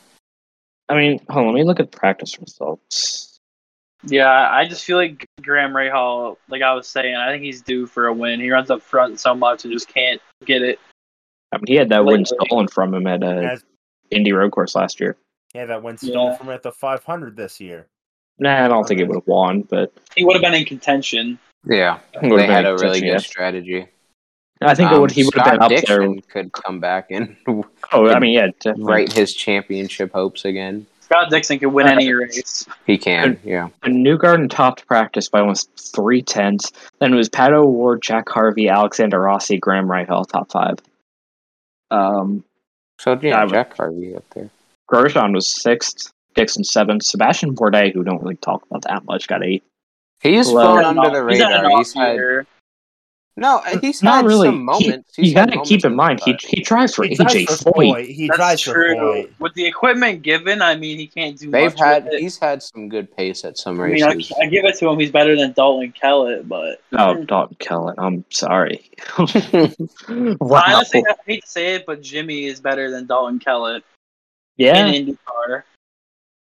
[SPEAKER 2] I mean, hold on, let me look at practice results.
[SPEAKER 3] Yeah, I just feel like Graham Rahal, like I was saying, I think he's due for a win. He runs up front so much and just can't get it.
[SPEAKER 2] I mean, he had that win
[SPEAKER 3] Lately.
[SPEAKER 2] stolen from him at uh,
[SPEAKER 1] That's-
[SPEAKER 2] Indy Road Course last year.
[SPEAKER 1] yeah, that went stolen
[SPEAKER 3] Yeah.
[SPEAKER 1] from at the 500 this year.
[SPEAKER 2] Nah, I don't think it would have won, but
[SPEAKER 3] He would have been in contention.
[SPEAKER 4] yeah,
[SPEAKER 2] I think it would
[SPEAKER 4] they
[SPEAKER 2] have been
[SPEAKER 4] had a
[SPEAKER 2] exception,
[SPEAKER 4] really
[SPEAKER 2] yeah.
[SPEAKER 4] good strategy.
[SPEAKER 2] I think it
[SPEAKER 4] Um,
[SPEAKER 2] would he would have been
[SPEAKER 4] Scott
[SPEAKER 2] up
[SPEAKER 4] Dixon
[SPEAKER 2] there.
[SPEAKER 4] could come back and
[SPEAKER 2] Oh, I mean, yeah, definitely.
[SPEAKER 4] write his championship hopes again.
[SPEAKER 3] Scott Dixon could win any race.
[SPEAKER 4] He can, yeah.
[SPEAKER 2] But Newgarden topped practice by almost three tenths. Then it was Pat O'Ward, Jack Harvey, Alexander Rossi, Graham Rahal, top five. Um,
[SPEAKER 4] So
[SPEAKER 2] I
[SPEAKER 4] yeah,
[SPEAKER 2] would-
[SPEAKER 4] Jack Harvey up there.
[SPEAKER 2] Grosjean was sixth, Dixon seventh, Sebastian Bourdais, who don't really talk about that much, got eighth.
[SPEAKER 4] He is
[SPEAKER 2] Hello.
[SPEAKER 4] flown
[SPEAKER 3] He's had
[SPEAKER 4] under
[SPEAKER 3] an
[SPEAKER 4] the
[SPEAKER 3] off- he's had an
[SPEAKER 4] radar. He's
[SPEAKER 3] off
[SPEAKER 4] had
[SPEAKER 3] year.
[SPEAKER 4] no, he's
[SPEAKER 2] Not
[SPEAKER 4] had
[SPEAKER 2] really.
[SPEAKER 4] some moments.
[SPEAKER 2] He,
[SPEAKER 4] He's
[SPEAKER 2] you
[SPEAKER 4] had
[SPEAKER 2] got to keep
[SPEAKER 4] moments
[SPEAKER 2] in
[SPEAKER 4] of
[SPEAKER 2] mind he
[SPEAKER 4] fire.
[SPEAKER 2] he drives for
[SPEAKER 1] he
[SPEAKER 2] AJ
[SPEAKER 1] drives for
[SPEAKER 2] Foyt.
[SPEAKER 1] Foyt. He
[SPEAKER 3] That's
[SPEAKER 1] drives for
[SPEAKER 3] true.
[SPEAKER 1] Foyt.
[SPEAKER 3] With the equipment given, I mean, he can't do
[SPEAKER 4] They've
[SPEAKER 3] much
[SPEAKER 4] had
[SPEAKER 3] with it.
[SPEAKER 4] he's had some good pace at some
[SPEAKER 3] I mean, I,
[SPEAKER 4] races.
[SPEAKER 3] I give it to him. He's better than Dalton Kellett, but
[SPEAKER 2] Oh, Dalton Kellett, I'm sorry. wow.
[SPEAKER 3] I honestly, I hate to say it, but Jimmy is better than Dalton Kellett
[SPEAKER 2] yeah,
[SPEAKER 3] in IndyCar.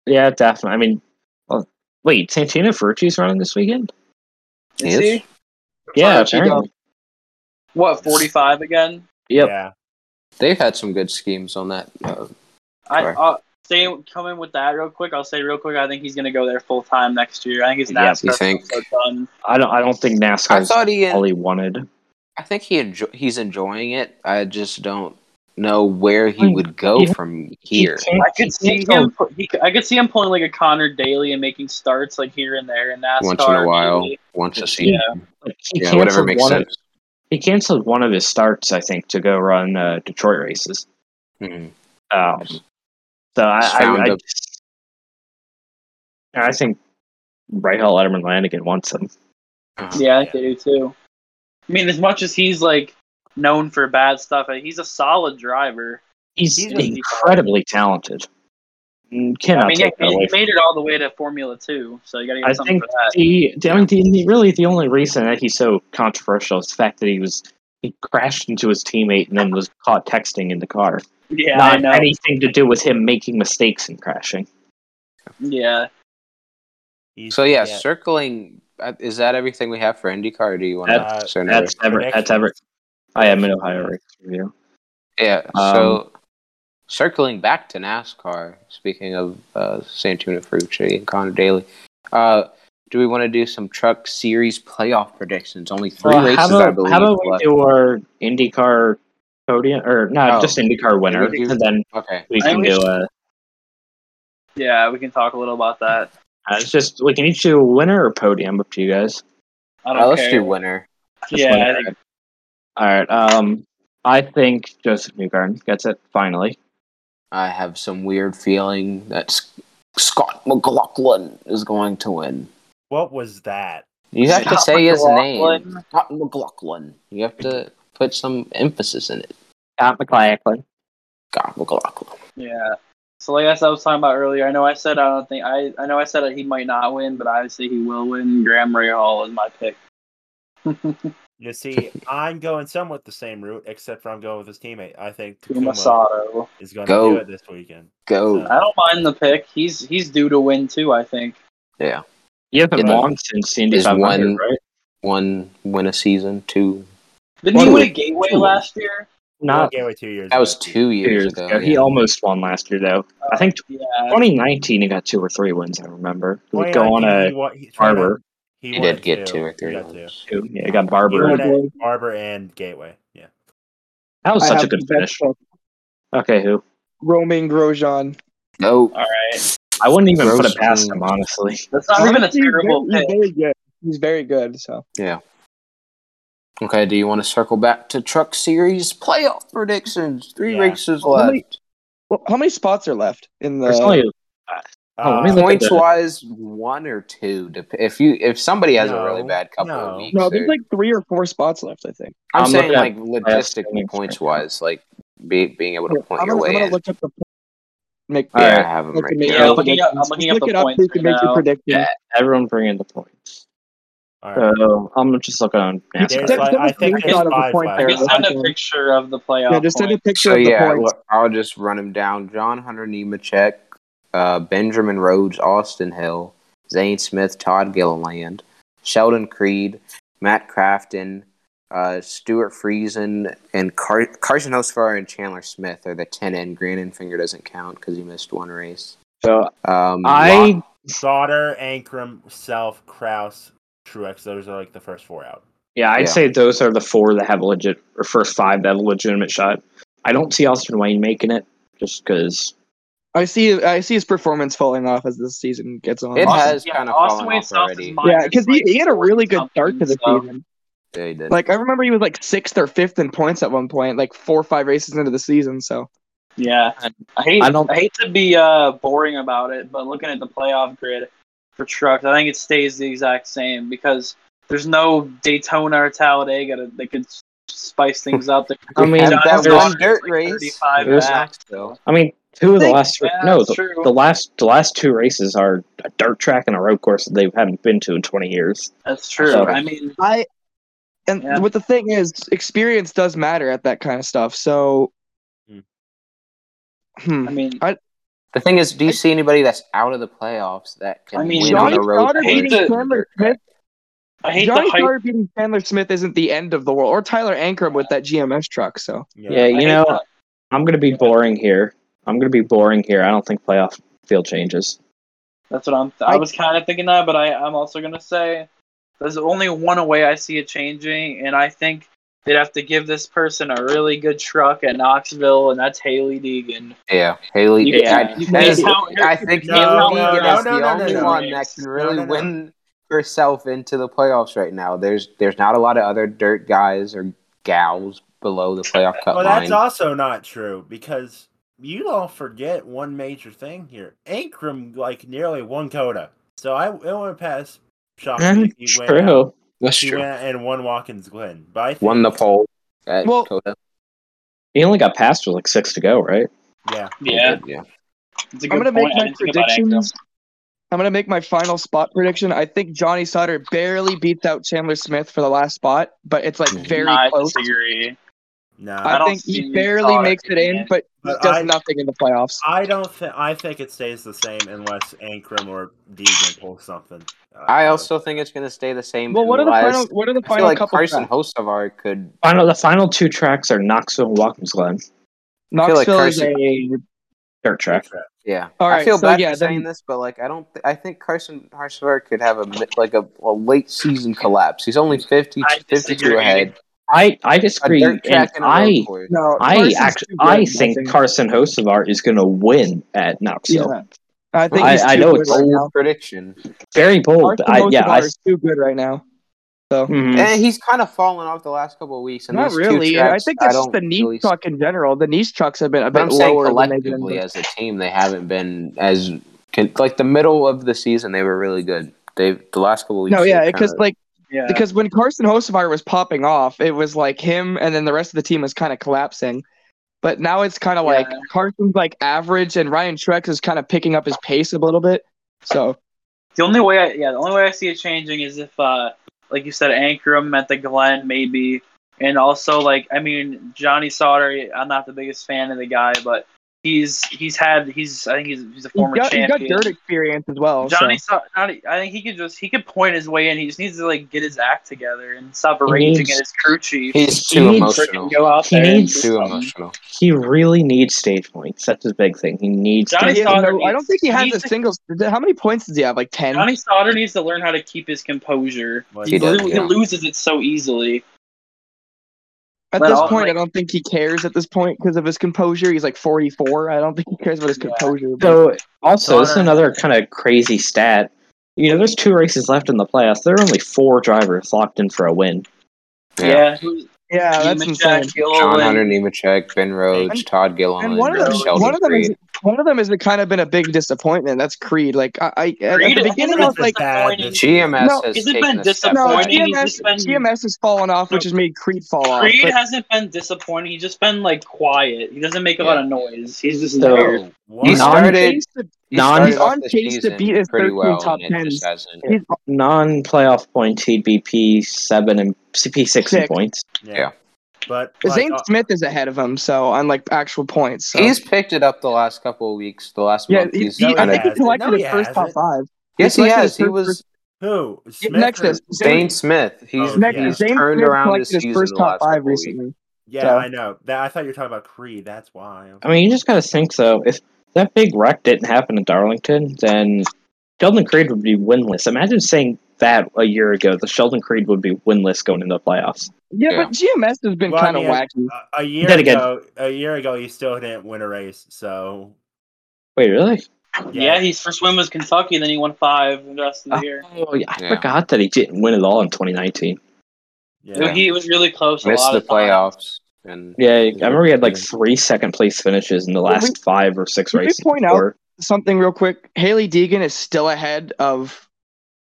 [SPEAKER 2] yeah, definitely. I mean, oh, well, wait, Santino Ferrucci's running this weekend.
[SPEAKER 3] Is
[SPEAKER 4] Yes.
[SPEAKER 3] he?
[SPEAKER 2] Yeah,
[SPEAKER 4] Oh,
[SPEAKER 3] Ferrucci
[SPEAKER 2] apparently.
[SPEAKER 3] What, 45 again?
[SPEAKER 2] Yep.
[SPEAKER 1] Yeah.
[SPEAKER 4] They've had some good schemes on that. Uh,
[SPEAKER 3] I
[SPEAKER 4] Correct.
[SPEAKER 3] uh, say come in with that real quick. I'll say real quick. I think he's gonna go there full time next year. I think he's
[SPEAKER 2] Yeah,
[SPEAKER 3] NASCAR.
[SPEAKER 4] you think?
[SPEAKER 3] so done.
[SPEAKER 2] I don't. I don't think
[SPEAKER 4] I
[SPEAKER 2] NASCAR's
[SPEAKER 4] thought he.
[SPEAKER 2] all he wanted.
[SPEAKER 4] I think he enjoy, he's enjoying it. I just don't know where he would go
[SPEAKER 2] He-
[SPEAKER 4] from here.
[SPEAKER 2] can't-
[SPEAKER 3] I could
[SPEAKER 2] he
[SPEAKER 3] see
[SPEAKER 2] can't
[SPEAKER 3] him.
[SPEAKER 2] go-
[SPEAKER 3] pu- He, I could see him pulling like a Connor Daly and making starts like here and there in NASCAR.
[SPEAKER 4] Once in a while,
[SPEAKER 3] maybe.
[SPEAKER 4] once a season.
[SPEAKER 2] like, he
[SPEAKER 4] Yeah, whatever
[SPEAKER 2] canceled
[SPEAKER 4] makes
[SPEAKER 2] one of-
[SPEAKER 4] sense.
[SPEAKER 2] he canceled one of his starts, I think, to go run uh, Detroit races.
[SPEAKER 4] Mhm.
[SPEAKER 2] Um, so I,
[SPEAKER 4] Just
[SPEAKER 2] I,
[SPEAKER 4] found
[SPEAKER 2] I,
[SPEAKER 4] a-
[SPEAKER 2] just- and I think Rahal Letterman Lanigan wants him.
[SPEAKER 4] Uh,
[SPEAKER 3] Yeah, I think they do too. I mean, as much as he's like known for bad stuff, uh, he's a solid driver.
[SPEAKER 2] He's,
[SPEAKER 3] He's a-
[SPEAKER 2] incredibly talented. Mm, Cannot
[SPEAKER 3] I mean, yeah,
[SPEAKER 2] take that
[SPEAKER 3] he
[SPEAKER 2] away.
[SPEAKER 3] made it all the way to Formula Two, so you gotta
[SPEAKER 2] I
[SPEAKER 3] get something
[SPEAKER 2] think
[SPEAKER 3] for that.
[SPEAKER 2] the, the, I mean, the, the- really the only reason that he's so controversial is the fact that he was he crashed into his teammate and then was caught texting in the car.
[SPEAKER 3] Yeah, I
[SPEAKER 2] Not
[SPEAKER 3] know.
[SPEAKER 2] anything to do with him making mistakes and crashing.
[SPEAKER 3] Yeah,
[SPEAKER 1] He's-
[SPEAKER 4] So yeah, circling. uh, Is that everything we have for IndyCar? Or do you want
[SPEAKER 1] Uh,
[SPEAKER 4] to? say another?
[SPEAKER 2] That's ever.
[SPEAKER 1] Next
[SPEAKER 2] That's
[SPEAKER 1] one.
[SPEAKER 2] ever. I am an Ohio race review.
[SPEAKER 4] Yeah.
[SPEAKER 2] Um,
[SPEAKER 4] so circling back to NASCAR, speaking of uh, Santuna Ferrucci and Connor Daly, uh, do we want to do some Truck Series playoff predictions? Only three
[SPEAKER 2] Well,
[SPEAKER 4] races,
[SPEAKER 2] how about,
[SPEAKER 4] I believe.
[SPEAKER 2] How about we
[SPEAKER 4] left.
[SPEAKER 2] do our IndyCar podium, or not
[SPEAKER 4] Oh.
[SPEAKER 2] just IndyCar winner,
[SPEAKER 4] we do-
[SPEAKER 2] and then
[SPEAKER 4] Okay.
[SPEAKER 2] we
[SPEAKER 3] I
[SPEAKER 2] can
[SPEAKER 3] wish-
[SPEAKER 2] do a.
[SPEAKER 3] yeah, we can talk a little about that.
[SPEAKER 2] Uh, it's just we can each do a winner or podium. Up to you guys.
[SPEAKER 3] I don't care.
[SPEAKER 4] Uh, let's do winner.
[SPEAKER 2] Just
[SPEAKER 3] yeah,
[SPEAKER 2] winner.
[SPEAKER 3] I think,
[SPEAKER 2] All right. Um, I think Joseph Newgarden gets it finally.
[SPEAKER 4] I have some weird feeling that S- Scott McLaughlin is going to win.
[SPEAKER 1] What was that?
[SPEAKER 4] You have to
[SPEAKER 3] Scott
[SPEAKER 4] say his
[SPEAKER 3] McLaughlin.
[SPEAKER 4] name, Scott McLaughlin. You have to put some emphasis in it.
[SPEAKER 2] Scott McLachlan.
[SPEAKER 4] Scott McLaughlin.
[SPEAKER 3] yeah. So like I said, I was talking about earlier. I know I said I don't think I. I know I said that he might not win, but obviously he will win. Graham Rahal is my pick.
[SPEAKER 1] You see, I'm going somewhat the same route, except for I'm going with his teammate. I think
[SPEAKER 3] Kuma
[SPEAKER 1] Takuma
[SPEAKER 3] Sato.
[SPEAKER 1] is going to
[SPEAKER 4] Go.
[SPEAKER 1] do it this weekend.
[SPEAKER 4] Go.
[SPEAKER 1] Uh,
[SPEAKER 3] I don't mind the pick. He's he's due to win too. I think.
[SPEAKER 4] yeah.
[SPEAKER 2] You haven't
[SPEAKER 4] Yeah.
[SPEAKER 2] won since the Indy
[SPEAKER 4] Is
[SPEAKER 2] 500,
[SPEAKER 4] one-
[SPEAKER 2] right?
[SPEAKER 4] One win a season, two
[SPEAKER 3] Didn't
[SPEAKER 2] Two.
[SPEAKER 3] he win a Gateway
[SPEAKER 2] Two.
[SPEAKER 3] last year?
[SPEAKER 1] Not
[SPEAKER 2] Not
[SPEAKER 1] gave it two years.
[SPEAKER 4] That
[SPEAKER 1] ago,
[SPEAKER 4] was
[SPEAKER 1] too.
[SPEAKER 4] two
[SPEAKER 2] two
[SPEAKER 4] years,
[SPEAKER 2] years
[SPEAKER 4] ago.
[SPEAKER 2] ago.
[SPEAKER 4] yeah.
[SPEAKER 2] He almost won last year, though. I think
[SPEAKER 3] Yeah.
[SPEAKER 2] 2019 he got two or three wins. I remember. He would go on
[SPEAKER 1] 2019,
[SPEAKER 2] a
[SPEAKER 1] he, wa- he,
[SPEAKER 2] barber.
[SPEAKER 1] He,
[SPEAKER 4] He
[SPEAKER 1] won
[SPEAKER 4] did
[SPEAKER 1] it
[SPEAKER 4] get
[SPEAKER 1] too.
[SPEAKER 4] two or three
[SPEAKER 1] He got two.
[SPEAKER 4] wins.
[SPEAKER 2] too. Yeah, he got
[SPEAKER 1] He
[SPEAKER 2] barber.
[SPEAKER 1] won
[SPEAKER 5] Barber.
[SPEAKER 1] at Barber and Gateway. Yeah.
[SPEAKER 2] That was
[SPEAKER 5] I
[SPEAKER 2] such a
[SPEAKER 5] have
[SPEAKER 2] good
[SPEAKER 5] the best
[SPEAKER 2] finish.
[SPEAKER 5] pick.
[SPEAKER 2] Okay, who?
[SPEAKER 5] Romain Grosjean.
[SPEAKER 4] No,
[SPEAKER 3] All right.
[SPEAKER 2] I wouldn't even put
[SPEAKER 4] Gross
[SPEAKER 2] it past him,
[SPEAKER 4] teams.
[SPEAKER 2] honestly.
[SPEAKER 3] That's not even a
[SPEAKER 5] Honestly, he's
[SPEAKER 3] terrible
[SPEAKER 5] very-
[SPEAKER 3] pick.
[SPEAKER 5] He's very good. He's very good. So
[SPEAKER 4] Okay, do you want to circle back to Truck Series playoff predictions? Three
[SPEAKER 1] Yeah.
[SPEAKER 4] races
[SPEAKER 5] Well, let me-
[SPEAKER 4] left.
[SPEAKER 5] well, how many spots are left in the?
[SPEAKER 2] There's only Oh, let me
[SPEAKER 1] Uh,
[SPEAKER 2] look at
[SPEAKER 4] Points
[SPEAKER 2] the-
[SPEAKER 4] wise, one or two. dep- If you if somebody has a really
[SPEAKER 1] No,
[SPEAKER 4] bad couple
[SPEAKER 1] no.
[SPEAKER 4] of weeks,
[SPEAKER 5] no,
[SPEAKER 4] they're-
[SPEAKER 5] there's like three or four spots left. I think.
[SPEAKER 4] I'm,
[SPEAKER 2] I'm
[SPEAKER 4] saying like
[SPEAKER 2] looking
[SPEAKER 4] logistically
[SPEAKER 2] standings
[SPEAKER 4] points
[SPEAKER 2] right now.
[SPEAKER 4] wise, like be, being able to
[SPEAKER 5] Here,
[SPEAKER 4] point
[SPEAKER 5] I'm
[SPEAKER 4] your
[SPEAKER 5] gonna,
[SPEAKER 4] way
[SPEAKER 5] I'm gonna
[SPEAKER 4] in.
[SPEAKER 5] look up the. Make
[SPEAKER 2] All
[SPEAKER 4] yeah,
[SPEAKER 2] right.
[SPEAKER 4] I have them
[SPEAKER 5] Look
[SPEAKER 4] right
[SPEAKER 5] at me.
[SPEAKER 4] here.
[SPEAKER 3] Yeah, I'm looking up- I'm
[SPEAKER 5] predictions.
[SPEAKER 3] looking
[SPEAKER 5] Just
[SPEAKER 3] up
[SPEAKER 5] look
[SPEAKER 3] the
[SPEAKER 5] it up
[SPEAKER 3] points
[SPEAKER 5] so you can
[SPEAKER 3] right
[SPEAKER 5] make
[SPEAKER 3] now.
[SPEAKER 5] your prediction.
[SPEAKER 4] Yeah.
[SPEAKER 2] everyone bring in the points.
[SPEAKER 1] all right.
[SPEAKER 2] So I'm just looking on NASCAR.
[SPEAKER 1] There's like, I think there's
[SPEAKER 5] screenshot of the
[SPEAKER 1] five
[SPEAKER 5] point
[SPEAKER 1] left.
[SPEAKER 5] there.
[SPEAKER 3] You can send a
[SPEAKER 5] Awesome.
[SPEAKER 3] picture of the playoff
[SPEAKER 5] Yeah, just send a
[SPEAKER 3] points.
[SPEAKER 5] picture
[SPEAKER 4] So
[SPEAKER 5] of the
[SPEAKER 4] yeah,
[SPEAKER 5] points.
[SPEAKER 4] look, I'll just run them down. John Hunter Nemechek, uh, Benjamin Rhodes, Austin Hill, Zane Smith, Todd Gilliland, Sheldon Creed, Matt Crafton, uh, Stuart Friesen, and Car- Carson Hosfar and Chandler Smith are the ten end. Granon Finger doesn't count because he missed one race.
[SPEAKER 2] So
[SPEAKER 4] Um, Lott-
[SPEAKER 2] I
[SPEAKER 1] Sauter, Ankrum, Self, Kraus, Truex. Those are like the first four out.
[SPEAKER 2] yeah, I'd
[SPEAKER 4] Yeah.
[SPEAKER 2] say those are the four that have a legit or first five that have a legitimate shot. I don't see Austin Wayne making it just because
[SPEAKER 5] I see. I see his performance falling off as this season gets on.
[SPEAKER 4] It
[SPEAKER 3] Austin-
[SPEAKER 4] has
[SPEAKER 3] yeah,
[SPEAKER 4] kind of
[SPEAKER 3] Austin
[SPEAKER 4] fallen
[SPEAKER 3] Wayne
[SPEAKER 4] off
[SPEAKER 3] South is
[SPEAKER 4] already.
[SPEAKER 3] my-
[SPEAKER 5] yeah, because he, he had a really good start to the
[SPEAKER 3] Something, so-
[SPEAKER 5] season.
[SPEAKER 4] Yeah, he did.
[SPEAKER 5] Like I remember he was like sixth or fifth in points at one point, like four or five races into the season. So
[SPEAKER 3] Yeah,
[SPEAKER 2] I-
[SPEAKER 3] I hate.
[SPEAKER 2] I
[SPEAKER 3] I,
[SPEAKER 2] don't-
[SPEAKER 3] hate to be uh, boring about it, but looking at the playoff grid for trucks, I think it stays the exact same because there's no Daytona or Talladega that, that could s- spice things up. That
[SPEAKER 2] I mean,
[SPEAKER 4] Have that
[SPEAKER 2] there's-
[SPEAKER 4] one dirt race.
[SPEAKER 3] 35
[SPEAKER 2] there's-
[SPEAKER 3] back.
[SPEAKER 4] though.
[SPEAKER 2] I mean two of the
[SPEAKER 5] Think-
[SPEAKER 2] last three,
[SPEAKER 3] Yeah,
[SPEAKER 2] no
[SPEAKER 3] that's
[SPEAKER 2] the,
[SPEAKER 3] true.
[SPEAKER 2] the last the last two races are a dirt track and a road course that they haven't been to in 20 years.
[SPEAKER 3] That's true.
[SPEAKER 2] Okay.
[SPEAKER 3] I mean,
[SPEAKER 5] I and
[SPEAKER 3] Yeah.
[SPEAKER 5] what the thing is, experience does matter at that kind of stuff. So,
[SPEAKER 1] Hmm.
[SPEAKER 5] hmm.
[SPEAKER 3] I mean,
[SPEAKER 4] The thing is, do you see anybody that's out of the playoffs that can
[SPEAKER 3] I mean,
[SPEAKER 4] win on
[SPEAKER 5] Johnny
[SPEAKER 4] the road?
[SPEAKER 5] Sauter
[SPEAKER 4] course
[SPEAKER 5] beating
[SPEAKER 4] and the
[SPEAKER 5] Chandler
[SPEAKER 4] dirt track?
[SPEAKER 3] I hate
[SPEAKER 5] Johnny
[SPEAKER 3] the hype.
[SPEAKER 5] Carter beating Chandler Smith isn't the end of the world, or Tyler Ankrum with that GMS truck. So
[SPEAKER 2] Yeah,
[SPEAKER 3] I
[SPEAKER 2] you
[SPEAKER 3] hate
[SPEAKER 2] know,
[SPEAKER 3] that.
[SPEAKER 2] I'm gonna be boring here. I'm gonna be boring here. I don't think playoff field changes.
[SPEAKER 3] That's what I'm. I was kind of thinking that, but I, I'm also gonna say there's only one way I see it changing, and I think they'd have to give this person a really good truck at Knoxville, and that's Haley Deegan.
[SPEAKER 4] Yeah, Haley.
[SPEAKER 3] You
[SPEAKER 4] yeah,
[SPEAKER 3] can't- you
[SPEAKER 4] that
[SPEAKER 3] can't
[SPEAKER 4] is-
[SPEAKER 3] count her-
[SPEAKER 4] I think
[SPEAKER 1] No,
[SPEAKER 4] Haley
[SPEAKER 1] no,
[SPEAKER 4] Deegan
[SPEAKER 1] no,
[SPEAKER 4] is
[SPEAKER 1] no, no,
[SPEAKER 4] the
[SPEAKER 1] no,
[SPEAKER 4] only
[SPEAKER 1] no.
[SPEAKER 4] one that can really
[SPEAKER 1] no, no.
[SPEAKER 4] win herself into the playoffs right now. There's there's not a lot of other dirt guys or gals below the playoff cut
[SPEAKER 1] Well,
[SPEAKER 4] line.
[SPEAKER 1] that's also not true because you all forget one major thing here. Ankrum like nearly won Coda, so I it went past shocking. if He went out.
[SPEAKER 2] True.
[SPEAKER 4] That's
[SPEAKER 1] He went out and won Watkins Glen, but I think,
[SPEAKER 4] Won the poll at
[SPEAKER 5] Well-
[SPEAKER 4] Coda.
[SPEAKER 2] He only got past with like six to go, right?
[SPEAKER 1] yeah.
[SPEAKER 3] Yeah,
[SPEAKER 4] yeah.
[SPEAKER 3] it's a
[SPEAKER 5] I'm
[SPEAKER 3] good
[SPEAKER 5] gonna
[SPEAKER 3] point.
[SPEAKER 5] make
[SPEAKER 3] I
[SPEAKER 5] my
[SPEAKER 3] didn't think about Ankrum.
[SPEAKER 5] predictions. I'm gonna make my final spot prediction. I think Johnny Sutter barely beats out Chandler Smith for the last spot, but it's like
[SPEAKER 4] Mhm.
[SPEAKER 5] very
[SPEAKER 3] Nah, I
[SPEAKER 5] close.
[SPEAKER 3] disagree.
[SPEAKER 1] No,
[SPEAKER 5] I,
[SPEAKER 3] I don't
[SPEAKER 5] think he
[SPEAKER 3] see
[SPEAKER 5] barely
[SPEAKER 3] Sutter
[SPEAKER 5] makes it
[SPEAKER 3] getting
[SPEAKER 5] in,
[SPEAKER 3] in.
[SPEAKER 5] but he
[SPEAKER 1] But
[SPEAKER 5] does
[SPEAKER 1] I-
[SPEAKER 5] nothing in the playoffs.
[SPEAKER 1] I don't think I think it stays the same unless Ankrum or Deegan pulls something. Uh,
[SPEAKER 4] I also think it's going to stay the same.
[SPEAKER 5] Well, what are the
[SPEAKER 4] unless-
[SPEAKER 5] final? What are the
[SPEAKER 4] I feel
[SPEAKER 5] final
[SPEAKER 4] like
[SPEAKER 5] couple?
[SPEAKER 4] Carson
[SPEAKER 5] tracks?
[SPEAKER 4] Hostevar could.
[SPEAKER 2] Final the final two tracks are Knoxville and Watkins Glen.
[SPEAKER 4] I feel like
[SPEAKER 5] Knoxville is
[SPEAKER 4] Carson-
[SPEAKER 5] a.
[SPEAKER 2] Dirt
[SPEAKER 1] Uh,
[SPEAKER 2] track.
[SPEAKER 4] Yeah,
[SPEAKER 5] All right,
[SPEAKER 4] I feel
[SPEAKER 5] so
[SPEAKER 4] bad
[SPEAKER 5] yeah,
[SPEAKER 4] for
[SPEAKER 5] then-
[SPEAKER 4] saying this, but like I don't. Th- I think Carson Hostevar could have a mi- like a, a late season collapse. He's only 50,
[SPEAKER 3] I
[SPEAKER 4] 52
[SPEAKER 3] disagree.
[SPEAKER 4] ahead.
[SPEAKER 2] I I
[SPEAKER 4] A
[SPEAKER 2] disagree.
[SPEAKER 4] dirt
[SPEAKER 2] And
[SPEAKER 4] track and a road
[SPEAKER 2] I
[SPEAKER 4] course.
[SPEAKER 5] No,
[SPEAKER 2] I
[SPEAKER 5] Carson's
[SPEAKER 2] actually
[SPEAKER 5] too good,
[SPEAKER 2] I think
[SPEAKER 5] think.
[SPEAKER 2] Carson Hosevar is gonna win at
[SPEAKER 5] Yeah,
[SPEAKER 2] Knoxville.
[SPEAKER 5] I think
[SPEAKER 2] I-
[SPEAKER 5] he's too
[SPEAKER 2] I know
[SPEAKER 5] good
[SPEAKER 2] it's
[SPEAKER 5] right now.
[SPEAKER 4] Bold prediction.
[SPEAKER 2] Very bold.
[SPEAKER 5] Carson
[SPEAKER 2] Oh, I, yeah, I,
[SPEAKER 5] Hocevar is too good right now. So
[SPEAKER 2] mhm.
[SPEAKER 4] And he's kind of fallen off the last couple of weeks. And
[SPEAKER 5] not
[SPEAKER 4] those
[SPEAKER 5] really.
[SPEAKER 4] Two
[SPEAKER 5] I
[SPEAKER 4] tracks,
[SPEAKER 5] think that's
[SPEAKER 4] don't
[SPEAKER 5] just the niche
[SPEAKER 4] really-
[SPEAKER 5] truck in general. The niche trucks have been a
[SPEAKER 4] But
[SPEAKER 5] bit
[SPEAKER 4] I'm saying
[SPEAKER 5] lower than they've been.
[SPEAKER 4] collectively as a team, they haven't been as con- like the middle of the season. They were really good. They the last couple of weeks.
[SPEAKER 5] no, yeah,
[SPEAKER 4] they've
[SPEAKER 5] because
[SPEAKER 4] kinda-
[SPEAKER 5] like
[SPEAKER 3] Yeah,
[SPEAKER 5] because when Carson Hosevar was popping off, it was like him, and then the rest of the team was kind of collapsing. But now it's kind of like
[SPEAKER 3] Yeah.
[SPEAKER 5] Carson's like average, and Ryan Trex is kind of picking up his pace a little bit. So
[SPEAKER 3] the only way. I, yeah, the only way I see it changing is if, uh, like you said, Ankrum at the Glen maybe, and also like I mean Johnny Sauter. I'm not the biggest fan of the guy, but he's he's had he's I think he's he's a
[SPEAKER 5] he's
[SPEAKER 3] former
[SPEAKER 5] got, he's got
[SPEAKER 3] champion.
[SPEAKER 5] dirt experience as well. so.
[SPEAKER 3] Johnny, Sau- Johnny, I think he could just he could point his way in. He just needs to like get his act together and stop
[SPEAKER 2] He
[SPEAKER 3] raging
[SPEAKER 2] needs-
[SPEAKER 3] at his crew chief.
[SPEAKER 4] he's
[SPEAKER 2] he
[SPEAKER 4] too
[SPEAKER 2] needs
[SPEAKER 4] emotional.
[SPEAKER 3] Freaking go out
[SPEAKER 2] He
[SPEAKER 3] there and
[SPEAKER 2] needs-
[SPEAKER 3] do
[SPEAKER 4] Too
[SPEAKER 3] something.
[SPEAKER 4] emotional.
[SPEAKER 2] He really needs stage points. That's his big thing. He needs.
[SPEAKER 5] He
[SPEAKER 3] Johnny-
[SPEAKER 2] Stage.
[SPEAKER 5] has
[SPEAKER 3] Sauter
[SPEAKER 5] no- I don't
[SPEAKER 3] needs-
[SPEAKER 5] think he has
[SPEAKER 3] needs
[SPEAKER 5] a
[SPEAKER 3] to-
[SPEAKER 5] single. How many points does he have? Like ten.
[SPEAKER 3] Johnny Sauter needs to learn how to keep his composure.
[SPEAKER 1] Well,
[SPEAKER 3] He,
[SPEAKER 1] he
[SPEAKER 4] does,
[SPEAKER 3] lo- he
[SPEAKER 4] yeah.
[SPEAKER 3] loses it so easily.
[SPEAKER 5] At
[SPEAKER 3] But
[SPEAKER 5] this
[SPEAKER 3] I'll-
[SPEAKER 5] point, I
[SPEAKER 3] like-
[SPEAKER 5] don't think he cares. At this point, because of his composure, he's like 44. I don't think he cares about his
[SPEAKER 3] Yeah.
[SPEAKER 5] composure. but-
[SPEAKER 2] So also, this is
[SPEAKER 1] Connor-
[SPEAKER 2] another kind of crazy stat. You know, there's two races left in the playoffs. There are only four drivers locked in for a win.
[SPEAKER 3] Yeah,
[SPEAKER 5] yeah, that's
[SPEAKER 4] John
[SPEAKER 5] insane.
[SPEAKER 4] Hunter
[SPEAKER 3] Gilliland.
[SPEAKER 4] Nemechek, Ben Rhodes,
[SPEAKER 5] And-
[SPEAKER 4] Todd Gilliland,
[SPEAKER 5] And one of them,
[SPEAKER 3] Rhodes,
[SPEAKER 4] Sheldon
[SPEAKER 5] one of them is
[SPEAKER 4] Creed.
[SPEAKER 5] one of them has kind of been a big disappointment. That's Creed. Like I, I at
[SPEAKER 3] Creed,
[SPEAKER 5] the
[SPEAKER 3] I think
[SPEAKER 5] beginning, I
[SPEAKER 3] it
[SPEAKER 5] was
[SPEAKER 1] It's
[SPEAKER 5] like, "Ah,
[SPEAKER 1] bad
[SPEAKER 3] disappointing.
[SPEAKER 1] this season.
[SPEAKER 4] GMS
[SPEAKER 5] No,
[SPEAKER 4] has
[SPEAKER 3] Has it
[SPEAKER 4] taken
[SPEAKER 3] been
[SPEAKER 4] a step
[SPEAKER 5] no,
[SPEAKER 3] disappointing?
[SPEAKER 4] back.
[SPEAKER 5] GMS,
[SPEAKER 3] He's been-
[SPEAKER 5] GMS has fallen off, which has made Creed fall off.
[SPEAKER 3] Creed
[SPEAKER 5] But
[SPEAKER 3] hasn't been disappointing. He's just been like quiet. He doesn't make a lot of noise. He's just
[SPEAKER 2] So-
[SPEAKER 3] there.
[SPEAKER 1] Oh, What?
[SPEAKER 4] He
[SPEAKER 5] he's on
[SPEAKER 4] started-
[SPEAKER 5] pace to,
[SPEAKER 4] He
[SPEAKER 2] Non-
[SPEAKER 4] started
[SPEAKER 5] he's
[SPEAKER 4] off
[SPEAKER 5] on
[SPEAKER 4] the
[SPEAKER 5] pace to
[SPEAKER 4] season
[SPEAKER 5] beat his
[SPEAKER 4] pretty
[SPEAKER 5] 13
[SPEAKER 4] well,
[SPEAKER 5] top
[SPEAKER 4] and it
[SPEAKER 5] 10s.
[SPEAKER 4] just hasn't.
[SPEAKER 5] he's
[SPEAKER 2] Non-playoff points, he'd be P seven and P six in
[SPEAKER 5] Six.
[SPEAKER 2] points.
[SPEAKER 4] Yeah.
[SPEAKER 1] But like,
[SPEAKER 5] Zane
[SPEAKER 1] uh,
[SPEAKER 5] Smith is ahead of him. So on like actual points. So.
[SPEAKER 4] He's picked it up the last couple of weeks, the last
[SPEAKER 5] yeah,
[SPEAKER 4] month.
[SPEAKER 5] he,
[SPEAKER 4] He's
[SPEAKER 5] he, I
[SPEAKER 1] No, he
[SPEAKER 5] think he
[SPEAKER 1] hasn't.
[SPEAKER 5] collected
[SPEAKER 1] No,
[SPEAKER 5] his
[SPEAKER 1] he
[SPEAKER 5] first top
[SPEAKER 1] hasn't.
[SPEAKER 5] five.
[SPEAKER 4] yes, he
[SPEAKER 5] collected
[SPEAKER 4] has.
[SPEAKER 5] his
[SPEAKER 4] He
[SPEAKER 5] first-
[SPEAKER 4] was
[SPEAKER 1] who? Smith
[SPEAKER 5] Next
[SPEAKER 1] or-
[SPEAKER 5] is
[SPEAKER 4] Zane Smith. He's
[SPEAKER 1] Oh, yeah.
[SPEAKER 4] he's
[SPEAKER 5] Zane
[SPEAKER 4] turned
[SPEAKER 5] Smith
[SPEAKER 4] around his
[SPEAKER 5] collected his
[SPEAKER 4] season
[SPEAKER 5] first
[SPEAKER 4] the
[SPEAKER 5] top
[SPEAKER 4] last
[SPEAKER 5] five
[SPEAKER 4] couple of weeks.
[SPEAKER 5] recently.
[SPEAKER 1] Yeah,
[SPEAKER 5] So-
[SPEAKER 1] I know. That I thought you were talking about Creed. That's why.
[SPEAKER 2] I mean, you just gotta think though. If that big wreck didn't happen in Darlington, then Sheldon Creed would be winless. Imagine saying that a year ago. The Sheldon Creed would be winless going into the playoffs.
[SPEAKER 5] Yeah,
[SPEAKER 4] Yeah.
[SPEAKER 5] but GMS has been
[SPEAKER 1] Well, I
[SPEAKER 5] kind of
[SPEAKER 1] mean,
[SPEAKER 5] wacky.
[SPEAKER 1] A, a year
[SPEAKER 2] Then again-
[SPEAKER 1] ago, a year ago, he still didn't win a race. So
[SPEAKER 2] Wait, really?
[SPEAKER 3] Yeah, his first win was Kentucky, then he won five the rest
[SPEAKER 5] Ah.
[SPEAKER 3] of the year.
[SPEAKER 2] Oh, yeah, I
[SPEAKER 4] Yeah.
[SPEAKER 2] forgot that he didn't win at all in 2019.
[SPEAKER 1] yeah.
[SPEAKER 3] He was really close. a
[SPEAKER 4] Missed
[SPEAKER 3] lot
[SPEAKER 4] the
[SPEAKER 3] of times.
[SPEAKER 4] playoffs. And
[SPEAKER 2] Yeah, I remember he had like three second place finishes in the last five or six
[SPEAKER 5] did we
[SPEAKER 2] races.
[SPEAKER 5] point out-
[SPEAKER 2] before.
[SPEAKER 5] Something real quick. Haley Deegan is still ahead of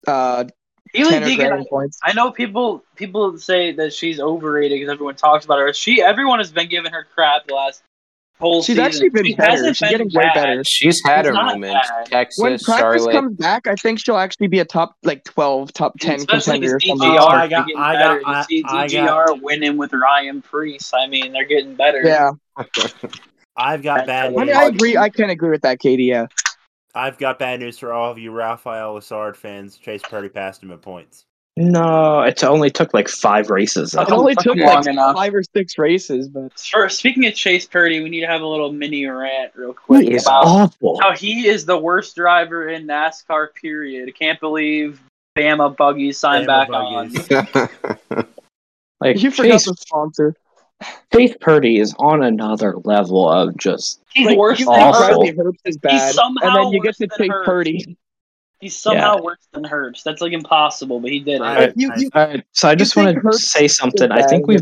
[SPEAKER 5] uh
[SPEAKER 3] Haley
[SPEAKER 5] Tanner Gray
[SPEAKER 3] Deegan,
[SPEAKER 5] in points.
[SPEAKER 3] I know people people say that she's overrated because everyone talks about her. She everyone has been giving her crap the last whole
[SPEAKER 5] She's
[SPEAKER 3] season.
[SPEAKER 5] actually been
[SPEAKER 3] She
[SPEAKER 5] better.
[SPEAKER 3] hasn't
[SPEAKER 5] She's
[SPEAKER 3] been
[SPEAKER 5] getting way
[SPEAKER 3] bad.
[SPEAKER 5] better.
[SPEAKER 4] she's had
[SPEAKER 3] He's
[SPEAKER 4] her
[SPEAKER 3] not
[SPEAKER 4] moments.
[SPEAKER 3] bad.
[SPEAKER 5] When
[SPEAKER 4] Texas,
[SPEAKER 5] practice
[SPEAKER 4] Charlotte.
[SPEAKER 5] comes back, I think she'll actually be a top like twelve, top ten
[SPEAKER 3] Especially
[SPEAKER 5] contender or
[SPEAKER 3] because
[SPEAKER 5] something.
[SPEAKER 1] DGR Oh,
[SPEAKER 3] DGR is
[SPEAKER 1] I got-
[SPEAKER 3] getting
[SPEAKER 1] I got-
[SPEAKER 3] better.
[SPEAKER 1] I-
[SPEAKER 3] you see
[SPEAKER 1] I
[SPEAKER 3] DGR
[SPEAKER 1] got-
[SPEAKER 3] winning with Ryan Priest. I mean, they're getting better.
[SPEAKER 5] Yeah.
[SPEAKER 1] I've got bad
[SPEAKER 3] That's
[SPEAKER 5] I
[SPEAKER 3] how
[SPEAKER 1] news.
[SPEAKER 5] mean I agree I can agree with that, Katie, yeah.
[SPEAKER 1] I've got bad news for all of you Raphael Lassard fans. Chase Purdy passed him in points.
[SPEAKER 2] No, it only took like five races.
[SPEAKER 5] It only took
[SPEAKER 3] fucking
[SPEAKER 5] like
[SPEAKER 3] long enough.
[SPEAKER 5] five or six races, but
[SPEAKER 3] First, speaking of Chase Purdy, we need to have a little mini rant real quick
[SPEAKER 2] He is
[SPEAKER 3] about
[SPEAKER 2] awful.
[SPEAKER 5] Oh,
[SPEAKER 3] how he is the worst driver in NASCAR. Period. Can't believe Bama Buggy
[SPEAKER 1] Bama
[SPEAKER 3] signed back
[SPEAKER 1] Buggies.
[SPEAKER 3] on.
[SPEAKER 2] Like
[SPEAKER 5] you forgot
[SPEAKER 2] Chase,
[SPEAKER 5] the sponsor.
[SPEAKER 2] Chase Purdy is on another level of just
[SPEAKER 3] He's
[SPEAKER 5] Like,
[SPEAKER 3] worse
[SPEAKER 5] you
[SPEAKER 3] than
[SPEAKER 5] think
[SPEAKER 2] awful.
[SPEAKER 3] Herbst.
[SPEAKER 5] Bradley Herbst is bad, and
[SPEAKER 3] somehow
[SPEAKER 5] then you get
[SPEAKER 3] worse
[SPEAKER 5] to
[SPEAKER 3] than
[SPEAKER 5] take
[SPEAKER 3] Herbst.
[SPEAKER 5] Purdy.
[SPEAKER 3] He's somehow worse than Herbst. That's like impossible, but he did it.
[SPEAKER 1] I-
[SPEAKER 2] Alright,
[SPEAKER 5] You,
[SPEAKER 1] I-
[SPEAKER 5] you,
[SPEAKER 2] All right, so I
[SPEAKER 5] You
[SPEAKER 2] just
[SPEAKER 5] think
[SPEAKER 2] want to
[SPEAKER 5] Herbst
[SPEAKER 2] say something. I think we've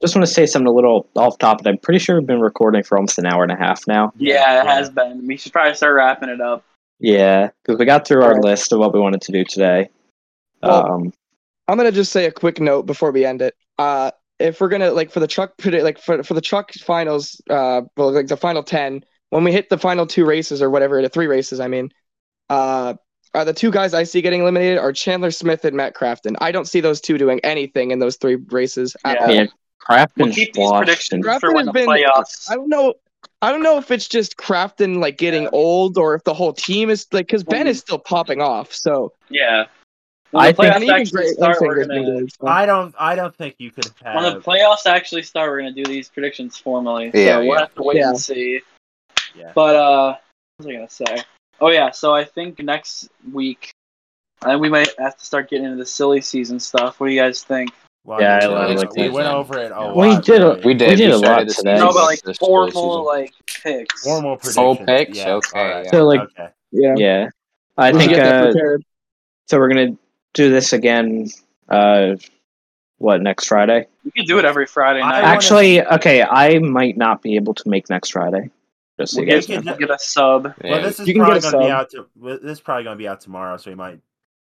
[SPEAKER 2] just want to say something a little off topic. I'm pretty sure we've been recording for almost an hour and a half now.
[SPEAKER 3] yeah, it has been. We should probably start wrapping it up.
[SPEAKER 2] Yeah, because we got through our
[SPEAKER 5] Alright.
[SPEAKER 2] list of what we wanted to do today.
[SPEAKER 5] Well,
[SPEAKER 2] um,
[SPEAKER 5] I'm gonna just say a quick note before we end it. Uh, if we're gonna like for the truck, predi- like for for the truck finals, uh, well, like the final ten, when we hit the final two races or whatever, the three races, I mean, uh, are the two guys I see getting eliminated are Chandler Smith and Matt Crafton. I don't see those two doing anything in those three races at
[SPEAKER 3] Yeah.
[SPEAKER 5] all.
[SPEAKER 2] yeah, Crafton's
[SPEAKER 3] We'll keep these
[SPEAKER 2] washed
[SPEAKER 3] predictions
[SPEAKER 2] and-
[SPEAKER 5] Crafton
[SPEAKER 3] for when
[SPEAKER 5] has
[SPEAKER 3] the
[SPEAKER 5] been-
[SPEAKER 3] playoffs.
[SPEAKER 5] I don't know. I don't know if it's just Crafton like getting
[SPEAKER 3] Yeah.
[SPEAKER 5] old or if the whole team is like because Ben
[SPEAKER 3] Mhm.
[SPEAKER 5] is still popping off. So
[SPEAKER 3] yeah. When the
[SPEAKER 2] I think-
[SPEAKER 5] and
[SPEAKER 3] playoffs
[SPEAKER 5] even
[SPEAKER 3] actually
[SPEAKER 5] Greg
[SPEAKER 3] start, we're
[SPEAKER 5] Ensinger's been
[SPEAKER 3] gonna.
[SPEAKER 5] doing so.
[SPEAKER 1] I don't. I don't think you could
[SPEAKER 3] When the
[SPEAKER 1] have.
[SPEAKER 3] playoffs actually start, we're gonna do these predictions formally.
[SPEAKER 4] Yeah,
[SPEAKER 3] so we'll
[SPEAKER 4] yeah.
[SPEAKER 3] have to wait
[SPEAKER 5] Yeah.
[SPEAKER 3] and see.
[SPEAKER 1] Yeah.
[SPEAKER 3] But uh, what was I gonna say? Oh yeah, so I think next week, I we might have to start getting into the silly season stuff. What do you guys think?
[SPEAKER 1] Well,
[SPEAKER 2] Yeah,
[SPEAKER 1] we
[SPEAKER 2] I
[SPEAKER 1] went
[SPEAKER 2] like
[SPEAKER 1] over-
[SPEAKER 2] that.
[SPEAKER 1] we went over it a
[SPEAKER 4] We
[SPEAKER 1] lot.
[SPEAKER 2] did a-
[SPEAKER 1] really.
[SPEAKER 4] we did.
[SPEAKER 2] We did a lot
[SPEAKER 4] started the
[SPEAKER 2] today.
[SPEAKER 4] season
[SPEAKER 3] No,
[SPEAKER 2] Thanks.
[SPEAKER 3] but
[SPEAKER 4] with
[SPEAKER 3] like
[SPEAKER 4] this silly
[SPEAKER 3] formal
[SPEAKER 4] season.
[SPEAKER 3] like picks.
[SPEAKER 1] Formal
[SPEAKER 4] Full
[SPEAKER 1] predictions.
[SPEAKER 4] picks?
[SPEAKER 1] Yeah.
[SPEAKER 4] Okay,
[SPEAKER 1] All right.
[SPEAKER 4] yeah.
[SPEAKER 2] So like,
[SPEAKER 1] okay.
[SPEAKER 5] Yeah,
[SPEAKER 2] yeah, I
[SPEAKER 5] we should
[SPEAKER 2] think
[SPEAKER 5] get that
[SPEAKER 2] uh,
[SPEAKER 5] prepared.
[SPEAKER 2] so. We're gonna do this again. Uh, what next Friday?
[SPEAKER 3] We could do it every Friday
[SPEAKER 1] I
[SPEAKER 3] night.
[SPEAKER 1] wanna-
[SPEAKER 2] Actually, okay, I might not be able to make next Friday. Just so
[SPEAKER 3] we'll
[SPEAKER 2] you
[SPEAKER 1] We
[SPEAKER 2] guys
[SPEAKER 3] get,
[SPEAKER 1] could
[SPEAKER 2] know.
[SPEAKER 1] ju-
[SPEAKER 3] we'll get a sub.
[SPEAKER 4] Yeah,
[SPEAKER 1] Well, this is
[SPEAKER 5] You can get
[SPEAKER 1] probably
[SPEAKER 5] a
[SPEAKER 1] going to be
[SPEAKER 5] sub.
[SPEAKER 1] out. To, well, this is probably going to be out tomorrow, so we might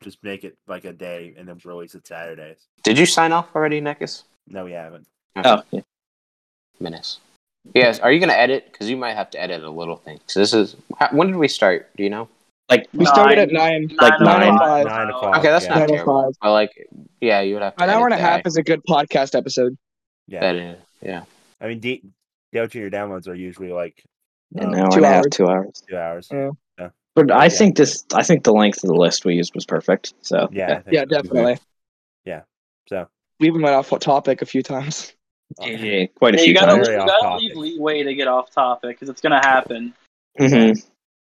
[SPEAKER 1] just make it like a day and then release it Saturdays.
[SPEAKER 4] Did you sign off already, Nekus?
[SPEAKER 1] No, we haven't.
[SPEAKER 2] Oh, yeah.
[SPEAKER 4] Menace. Yes. Are you going to edit? Because you might have to edit a little thing. So this is how, when did we start? Do you know?
[SPEAKER 5] We started
[SPEAKER 3] Nine.
[SPEAKER 5] at nine.
[SPEAKER 2] Like
[SPEAKER 5] nine.
[SPEAKER 3] o'clock.
[SPEAKER 1] Nine o'clock.
[SPEAKER 4] Okay, that's
[SPEAKER 1] yeah.
[SPEAKER 4] not
[SPEAKER 5] Nine oh
[SPEAKER 4] terrible.
[SPEAKER 5] five.
[SPEAKER 4] I like. Yeah, you would have to.
[SPEAKER 5] An hour and
[SPEAKER 4] edit
[SPEAKER 5] a half
[SPEAKER 4] that-
[SPEAKER 5] is a good podcast episode.
[SPEAKER 1] Yeah.
[SPEAKER 4] That in. Yeah.
[SPEAKER 1] I mean, D- Dale Junior downloads are usually like
[SPEAKER 2] an
[SPEAKER 1] um,
[SPEAKER 2] hour
[SPEAKER 5] Two
[SPEAKER 2] and a half,
[SPEAKER 5] hours.
[SPEAKER 2] two hours.
[SPEAKER 1] two hours.
[SPEAKER 5] Yeah.
[SPEAKER 2] But I
[SPEAKER 1] Yeah.
[SPEAKER 2] think this. I think the length of the list we used was perfect. So
[SPEAKER 1] Yeah. I think
[SPEAKER 5] Yeah,
[SPEAKER 1] so.
[SPEAKER 5] definitely.
[SPEAKER 1] So
[SPEAKER 5] We even went off topic a few times.
[SPEAKER 2] yeah, yeah, quite a
[SPEAKER 3] Yeah,
[SPEAKER 2] few
[SPEAKER 3] you gotta,
[SPEAKER 2] times.
[SPEAKER 1] Very
[SPEAKER 3] you
[SPEAKER 1] off
[SPEAKER 3] gotta
[SPEAKER 1] topic.
[SPEAKER 3] leave leeway to get off topic because it's gonna happen.
[SPEAKER 2] hmm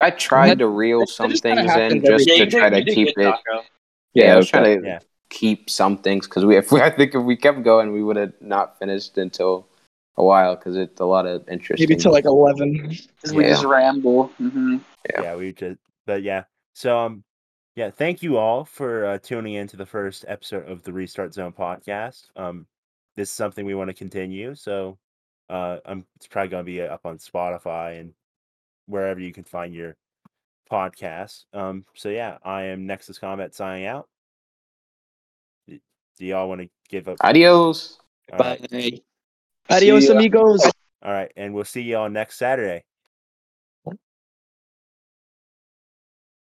[SPEAKER 4] I tried
[SPEAKER 5] That-
[SPEAKER 4] to reel
[SPEAKER 5] that
[SPEAKER 4] some
[SPEAKER 5] just kinda
[SPEAKER 4] things in
[SPEAKER 5] happens
[SPEAKER 4] just
[SPEAKER 5] every-
[SPEAKER 3] Yeah,
[SPEAKER 4] to
[SPEAKER 3] you
[SPEAKER 4] try
[SPEAKER 3] did,
[SPEAKER 4] to
[SPEAKER 3] you did
[SPEAKER 4] keep
[SPEAKER 3] good,
[SPEAKER 4] it.
[SPEAKER 3] Taco.
[SPEAKER 4] Yeah, I was
[SPEAKER 2] okay.
[SPEAKER 4] trying to
[SPEAKER 1] Yeah.
[SPEAKER 4] keep some things because we, if we, I think if we kept going, we would have not finished until a while because it's a lot of interesting.
[SPEAKER 5] Maybe till like eleven.
[SPEAKER 3] 'Cause we
[SPEAKER 4] Yeah.
[SPEAKER 3] just ramble. hmm
[SPEAKER 1] yeah. we just. But yeah. So um, yeah. Thank you all for uh, tuning in to the first episode of the Restart Zone podcast. Um, this is something we want to continue. So, uh, I'm it's probably going to be uh, up on Spotify and wherever you can find your podcasts. Um, so yeah, I am Nexus Combat signing out. Y- Do y'all want to give up?
[SPEAKER 4] Adios.
[SPEAKER 1] All right.
[SPEAKER 2] Bye.
[SPEAKER 5] Adios,
[SPEAKER 3] See ya.
[SPEAKER 5] amigos.
[SPEAKER 1] All right, and we'll see y'all next Saturday.